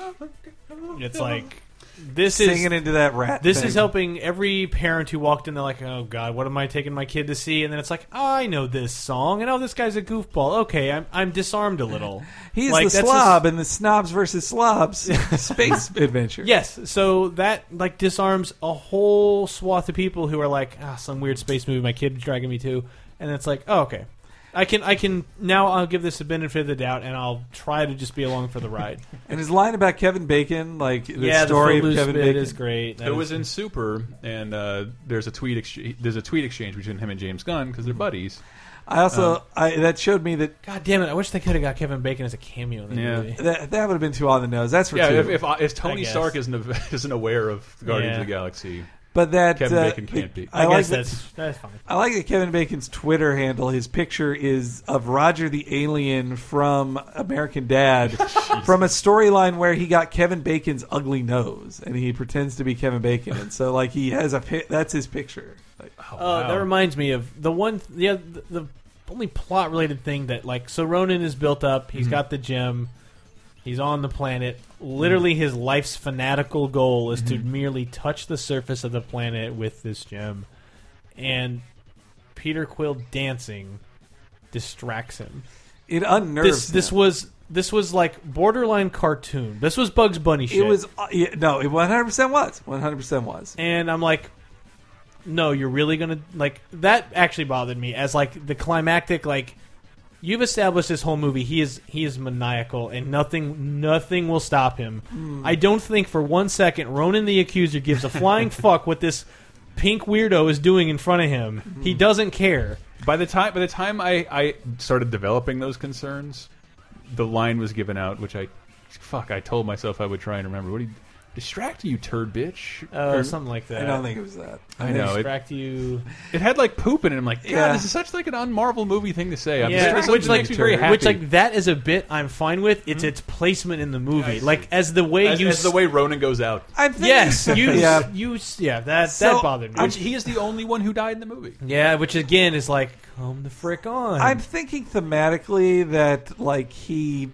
D: it's like this is
A: Singing into that rat.
D: this
A: thing.
D: is helping every parent who walked in. They're like, "Oh God, what am I taking my kid to see?" And then it's like, oh, "I know this song, and oh, this guy's a goofball. Okay, I'm I'm disarmed a little."
A: He's
D: Like,
A: the
D: that's
A: slob in the snobs versus slobs space adventure.
D: Yes, so that like disarms a whole swath of people who are like, ah, some weird space movie my kid's dragging me to, and it's like, oh, okay, I can, I can now, I'll give this the benefit of the doubt, and I'll try to just be along for the ride.
A: And his line about Kevin Bacon, like the
D: yeah,
A: story
D: the
A: of
D: Footloose
A: Kevin
D: bit
A: Bacon,
D: is great. That
B: It
D: is-
B: was in Super, and uh, there's a tweet exchange. There's a tweet exchange between him and James Gunn because
A: Mm-hmm.
B: they're buddies.
A: I also
D: um,
A: I, that showed me that,
D: God damn it! I wish they could have got Kevin Bacon as a cameo in the
B: Yeah.
D: movie.
A: that that would have been too on the nose. That's for
B: Yeah,
A: two.
B: if, if, if Tony
D: guess.
B: Stark isn't av- isn't aware of Guardians
D: Yeah.
B: of the Galaxy,
A: But that
B: Kevin
A: uh,
B: Bacon can't be.
D: I,
A: like
D: guess
A: that-
D: that's that's fine.
A: I like that Kevin Bacon's Twitter handle. His picture is of Roger the Alien from American Dad, from a storyline where he got Kevin Bacon's ugly nose, and he pretends to be Kevin Bacon, and so like he has a pi- that's his picture. Like,
B: Oh,
D: Oh,
B: wow.
D: that reminds me of the one. Th- yeah, the, the only plot related thing that like so Ronan is built up.
A: Mhm.
D: He's got the gem. He's on the planet.
A: Mhm.
D: Literally, his life's fanatical goal is to merely touch the surface of the planet with this gem, and Peter Quill dancing distracts him.
A: it unnerves.
D: This this
A: him.
D: was this was like borderline cartoon. This was Bugs Bunny shit.
A: it was uh, yeah, no, it one hundred percent was one hundred percent was.
D: and I'm like, no, you're really gonna like that. Actually, bothered me as like the climactic like you've established this whole movie. He is he is maniacal, and nothing nothing will stop him.
B: Hmm.
D: I don't think for one second Ronan the Accuser gives a flying fuck what this pink weirdo is doing in front of him.
B: Hmm.
D: He doesn't care.
B: By the time by the time I, I started developing those concerns, the line was given out, which I fuck I told myself I would try and remember. What do you distract you, turd bitch?
D: Uh,
B: Or-
D: something like that.
A: I don't think it was that.
B: I know it,
D: distract you.
B: it had like poop in it. I'm like, God,
A: Yeah.
B: this is such like an unmarvel movie thing to say. I'm
D: Yeah,
B: distracted.
D: which
B: It
D: like
B: makes me very happy.
D: which like that is a bit I'm fine with.
B: Hmm?
D: It's its placement in the movie, like as the way
B: as,
D: you
B: as the
D: s-
B: way Ronan goes out,
A: I think
D: Yes, you,
A: yeah.
D: you, yeah, that
A: So,
D: that bothered me.
B: which he is the only one who died in the movie.
D: yeah, which again is like, come the frick on.
A: I'm thinking thematically that like he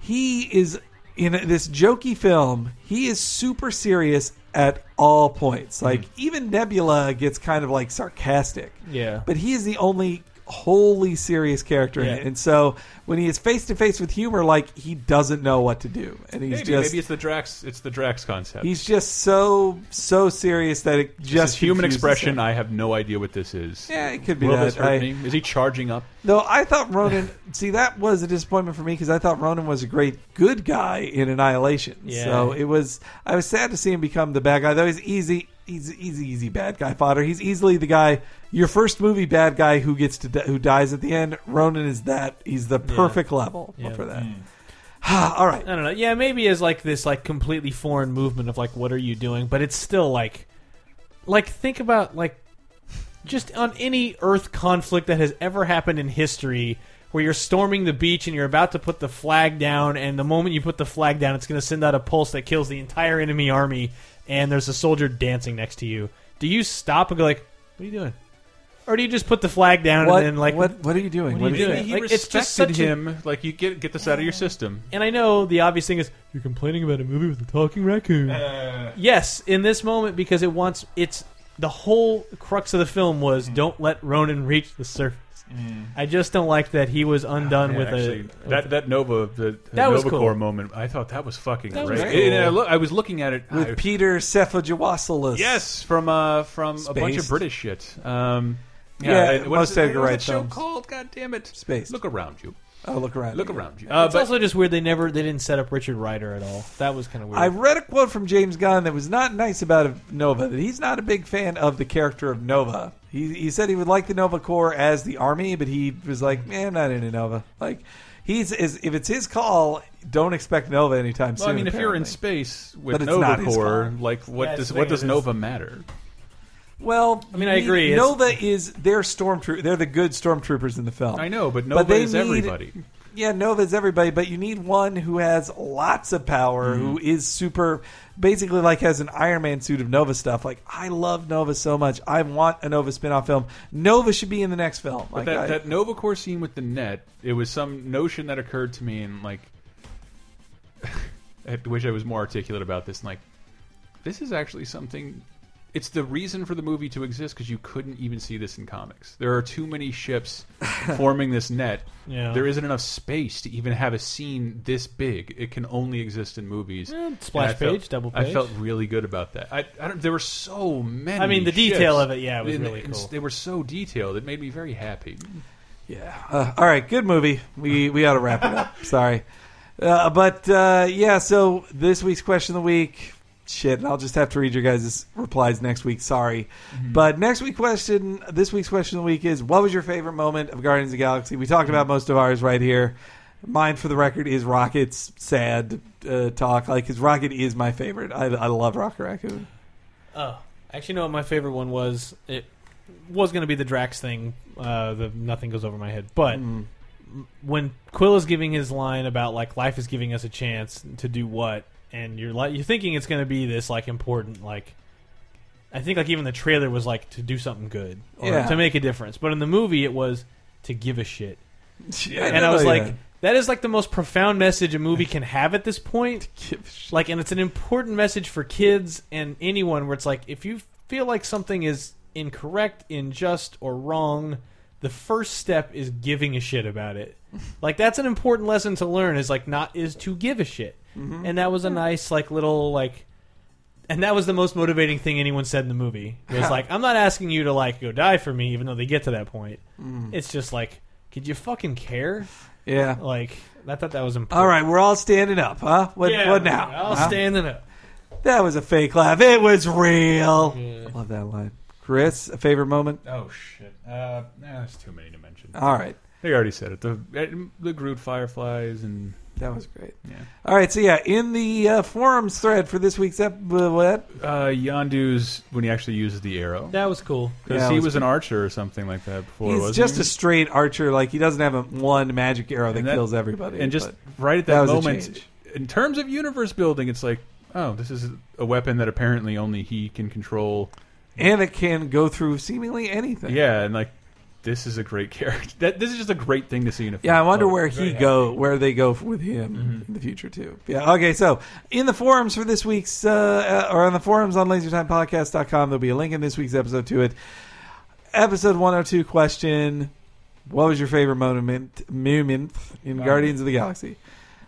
A: he is in this jokey film. He is super serious at all points.
B: Mm-hmm.
A: Like even Nebula gets kind of like sarcastic.
D: Yeah.
A: but he is the only wholly serious character in
D: Yeah.
A: it. And so when he is face to face with humor, like he doesn't know what to do, and he's
B: Maybe,
A: just
B: maybe it's the Drax. It's the Drax concept.
A: he's just so so serious that it
B: This
A: just
B: is human
A: confuses
B: expression.
A: him.
B: I have no idea what this is.
A: yeah, it could be
B: Will
A: that.
B: this hurt
A: I-
B: me? Is he charging up?
A: Though I thought Ronan, see, that was a disappointment for me because I thought Ronan was a great good guy in Annihilation.
D: Yeah.
A: So it was, I was sad to see him become the bad guy. Though he's easy, he's easy, easy bad guy fodder. He's easily the guy, your first movie bad guy who gets to di- who dies at the end. Ronan is that. He's the perfect level
D: Yeah.
A: for that. All right.
D: I don't know. Yeah, maybe as like this like completely foreign movement of like, what are you doing? But it's still like, like think about like, just on any Earth conflict that has ever happened in history. Where you're storming the beach and you're about to put the flag down, and the moment you put the flag down, it's going to send out a pulse that kills the entire enemy army, and there's a soldier dancing next to you. Do you stop and go like, "What are you doing?" Or do you just put the flag down
A: What,
D: and then like,
A: what, what are you doing?
D: What are you
A: What-
D: doing?
B: Maybe he
D: Like,
B: respected
D: it's just such a-
B: him. Like you get get this out of your system.
D: And I know the obvious thing is you're complaining about a movie with a talking raccoon.
B: Uh.
D: yes, in this moment because it wants it's the whole crux of the film was
B: Mm.
D: don't let Ronan reach the surface. I just don't like that he was undone
B: Yeah,
D: with
B: actually,
D: a with
B: that that Nova the, the
D: That was
B: Nova
D: cool.
B: Corps moment. I thought that was fucking
D: That
B: great.
D: was cool.
B: And I, look, I was looking at it. I-
A: With Peter Cephajewassalis.
B: yes, from uh from a bunch of
A: Spaced.
B: British shit. Um,
A: Yeah,
B: it- what
A: most
B: is it-
A: Edgar
B: what is
A: Wright
B: that show
A: films.
B: called? God damn it!
A: Spaced.
B: Look around you.
A: Oh, look around.
B: Look
A: you.
B: around you. Uh,
D: it's
B: but
D: also just weird they never they didn't set up Richard Ryder at all. That was kind of weird.
A: I read a quote from James Gunn that was not nice about Nova. That he's not a big fan of the character of Nova. He he said he would like the Nova Corps as the army, but he was like, man, I'm not into Nova. Like he's is if it's his call, don't expect Nova anytime soon.
B: well, I mean, if you're in
A: apparently.
B: space
A: But
B: with
A: it's
B: Nova
A: not his
B: Corps,
A: fault.
B: like what
D: That's
B: does
D: the
B: what
D: thing,
B: does
D: it is-
B: Nova matter?
A: well,
D: I mean, I
A: you-
D: agree, it's-
A: Nova is their stormtrooper. They're the good stormtroopers in the film.
B: I know, but Nova
A: they
B: is
A: need-
B: everybody.
A: Yeah, Nova's everybody, but you need one who has lots of power, who
B: Mm-hmm.
A: is super, basically like has an Iron Man suit of Nova stuff. Like I love Nova so much, I want a Nova spin-off film. Nova should be in the next film. Like,
B: that
A: I-
B: that Nova Corps scene with the net, it was some notion that occurred to me, and like, I wish I was more articulate about this. And like, this is actually something. It's the reason for the movie to exist because you couldn't even see this in comics. There are too many ships forming this net.
D: Yeah.
B: There isn't enough space to even have a scene this big. It can only exist in movies.
D: Eh, splash
B: And I felt-
D: page, double
B: I
D: page.
B: felt really good about that. I, I don't, there were so many.
D: I mean, the
B: ships.
D: detail of it, yeah, was
B: And-
D: really
B: and
D: cool.
B: They were so detailed. It made me very happy.
A: yeah. Uh, all right, good movie. We we ought to wrap it up. Sorry, uh, but uh, yeah. So this week's question of the week. Shit, I'll just have to read your guys' replies next week. Sorry,
D: Mm-hmm.
A: but next week question, this week's question of the week is: What was your favorite moment of Guardians of the Galaxy? We talked about most of ours right here. Mine, for the record, is Rocket's sad uh, talk. Like his Rocket is my favorite. I, I love Rocket Raccoon.
D: oh, Actually, no. My favorite one was it was going to be the Drax thing. Uh, the nothing goes over my head, but m- when Quill is giving his line about like life is giving us a chance to do what, and you're like you're thinking it's going to be this like important like. I think like even the trailer was like to do something good or
A: Yeah.
D: to make a difference, but in the movie it was to give a shit,
A: Yeah,
D: and I was
A: know,
D: like,
A: yeah.
D: that is like the most profound message a movie can have at this point like and it's an important message for kids and anyone where it's like if you feel like something is incorrect unjust or wrong the first step is giving a shit about it like that's an important lesson to learn is like not is to give a shit
A: Mm-hmm.
D: and that was a nice like little like and that was the most motivating thing anyone said in the movie it was like i'm not asking you to like go die for me even though they get to that point it's just like could you fucking care
A: yeah.
D: like i thought that was important
A: All right, we're all standing up, huh? What, what now?
D: I'll
A: huh?
D: standing up.
A: that was a fake laugh. It was real. I love that line. Chris, a favorite moment?
B: Oh shit! Uh, nah, there's too many to mention.
A: All right.
B: Uh, They already said it. The uh, the Groot fireflies and
A: That was great.
B: yeah.
A: All right, so yeah, in the uh, forums thread for this week's episode,
B: uh, Yondu's when he actually uses the arrow
D: That was cool.
B: because
A: Yeah, it
B: he
A: was
B: was an archer or something like that before.
A: he's
B: wasn't
A: just
B: he?
A: a straight archer. Like he doesn't have a one magic arrow that,
B: And that-
A: kills everybody.
B: And just
A: but-
B: right at
A: that
B: that,
A: was a
B: moment,
A: change.
B: in terms of universe building, it's like, oh, this is a weapon that apparently only he can control.
A: and it can go through seemingly anything.
B: Yeah, and like, this is a great character. That this is just a great thing to see in a.
A: Yeah, I
B: film.
A: wonder
B: Oh,
A: where
B: very
A: he
B: happy.
A: go,
B: Mm-hmm.
A: where they go with him in the future too. Yeah. Okay. So in the forums for this week's, uh, uh, or on the forums on LaserTimePodcast.com, there'll be a link in this week's episode to it. Episode 102 question: What was your favorite moment, moment in Guardians of the Galaxy?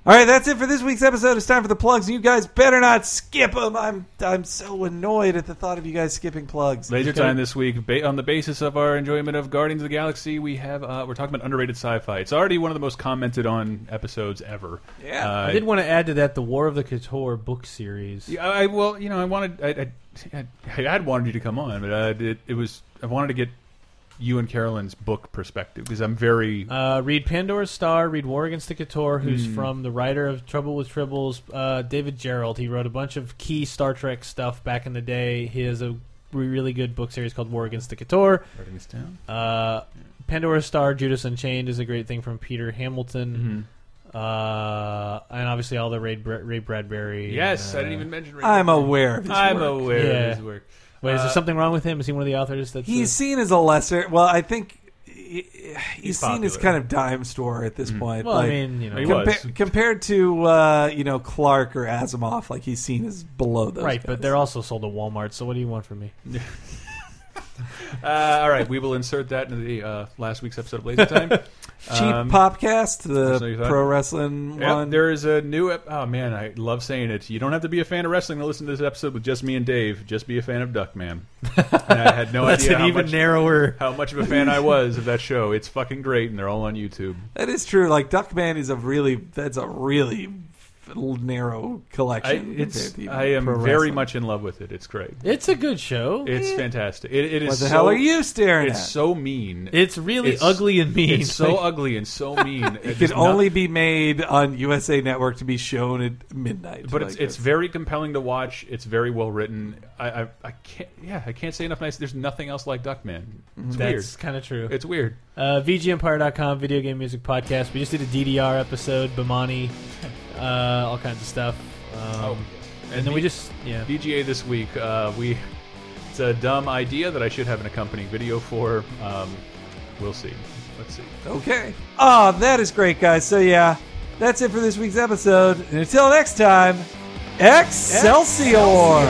A: All right, that's it for this week's episode. It's time for the plugs. You guys better not skip them. I'm I'm so annoyed at the thought of you guys skipping plugs.
B: Laser time this week. Ba- on the basis of our enjoyment of Guardians of the Galaxy, we have uh, we're talking about underrated sci-fi. It's already one of the most commented on episodes ever.
A: Yeah.
B: uh,
D: I did want to add to that the War of the Couture book series.
B: Yeah, I I- well, you know, I wanted I I, I I'd wanted you to come on, but I, it, it was I wanted to get you and Carolyn's book perspective because I'm very
D: Uh, read Pandora's Star, read War Against the Couture,
A: Hmm.
D: who's from the writer of Trouble with Tribbles, uh, David Gerald. He wrote a bunch of key Star Trek stuff back in the day. He has a re- really good book series called War Against the Couture.
B: writing this down.
D: Uh, Pandora's Star, Judas Unchained is a great thing from Peter Hamilton. Uh, and obviously all the Ray, Br- Ray Bradbury.
B: Yes,
D: Uh,
B: I didn't even mention.
A: I'm aware of his
B: I'm
A: work.
B: aware
D: Yeah.
B: of his work.
D: Wait, is there something wrong with him? Is he one of the authors? That's
A: He's
D: uh,
A: seen as a lesser. Well, I think he- he's, seen as
B: popular.
A: kind of dime store at this point.
D: well,
A: like,
D: I mean, you know,
B: He
A: compa-
B: was.
A: compared to uh, you know Clark or Asimov, like he's seen as below those.
D: right,
A: guys.
D: but they're also sold at Walmart. So what do you want from me?
B: Uh, all right, we will insert that into the uh, last week's episode of Laser Time.
A: cheap
B: um,
A: popcast,
B: that's what you
A: the
B: thought?
A: pro wrestling
B: Yep,
A: one.
B: there is a new. Ep- oh man, I love saying it. You don't have to be a fan of wrestling to listen to this episode with just me and Dave. Just be a fan of Duckman. and I had no idea how much,
D: narrower.
B: how much of a fan I was of that show. It's fucking great, and they're all on YouTube.
A: that is true. Like Duckman is a really that's a really narrow
B: I,
A: collection. compared
B: it's,
A: to even
B: I am
A: pro
B: very
A: wrestling.
B: much in love with it. It's great.
D: It's a good show. Eh.
B: It's fantastic. It, it is.
A: What the
B: so,
A: hell are you staring
B: It's
A: at?
B: so mean.
D: it's really
B: it's-
D: ugly and mean.
B: It's so ugly and so mean.
A: it can only be made on USA Network to be shown at midnight.
B: But
A: like
B: it's it's
A: this.
B: very compelling to watch. It's very well written. I, I I can't. Yeah, I can't say enough nice. There's nothing else like Duckman.
A: Mm-hmm.
B: It's weird.
D: that's kind of true.
B: It's weird.
D: Uh, VGEmpire.com, video game music podcast. We just did a DDR episode, Bamani, uh, all kinds of stuff. Um,
B: and,
D: and then we just yeah.
B: VGA this week. Uh, we it's a dumb idea that I should have an accompanying video for. Um, we'll see. Let's see.
A: Okay. Oh, that is great, guys. So, yeah, that's it for this week's episode. And until next time, Excelsior!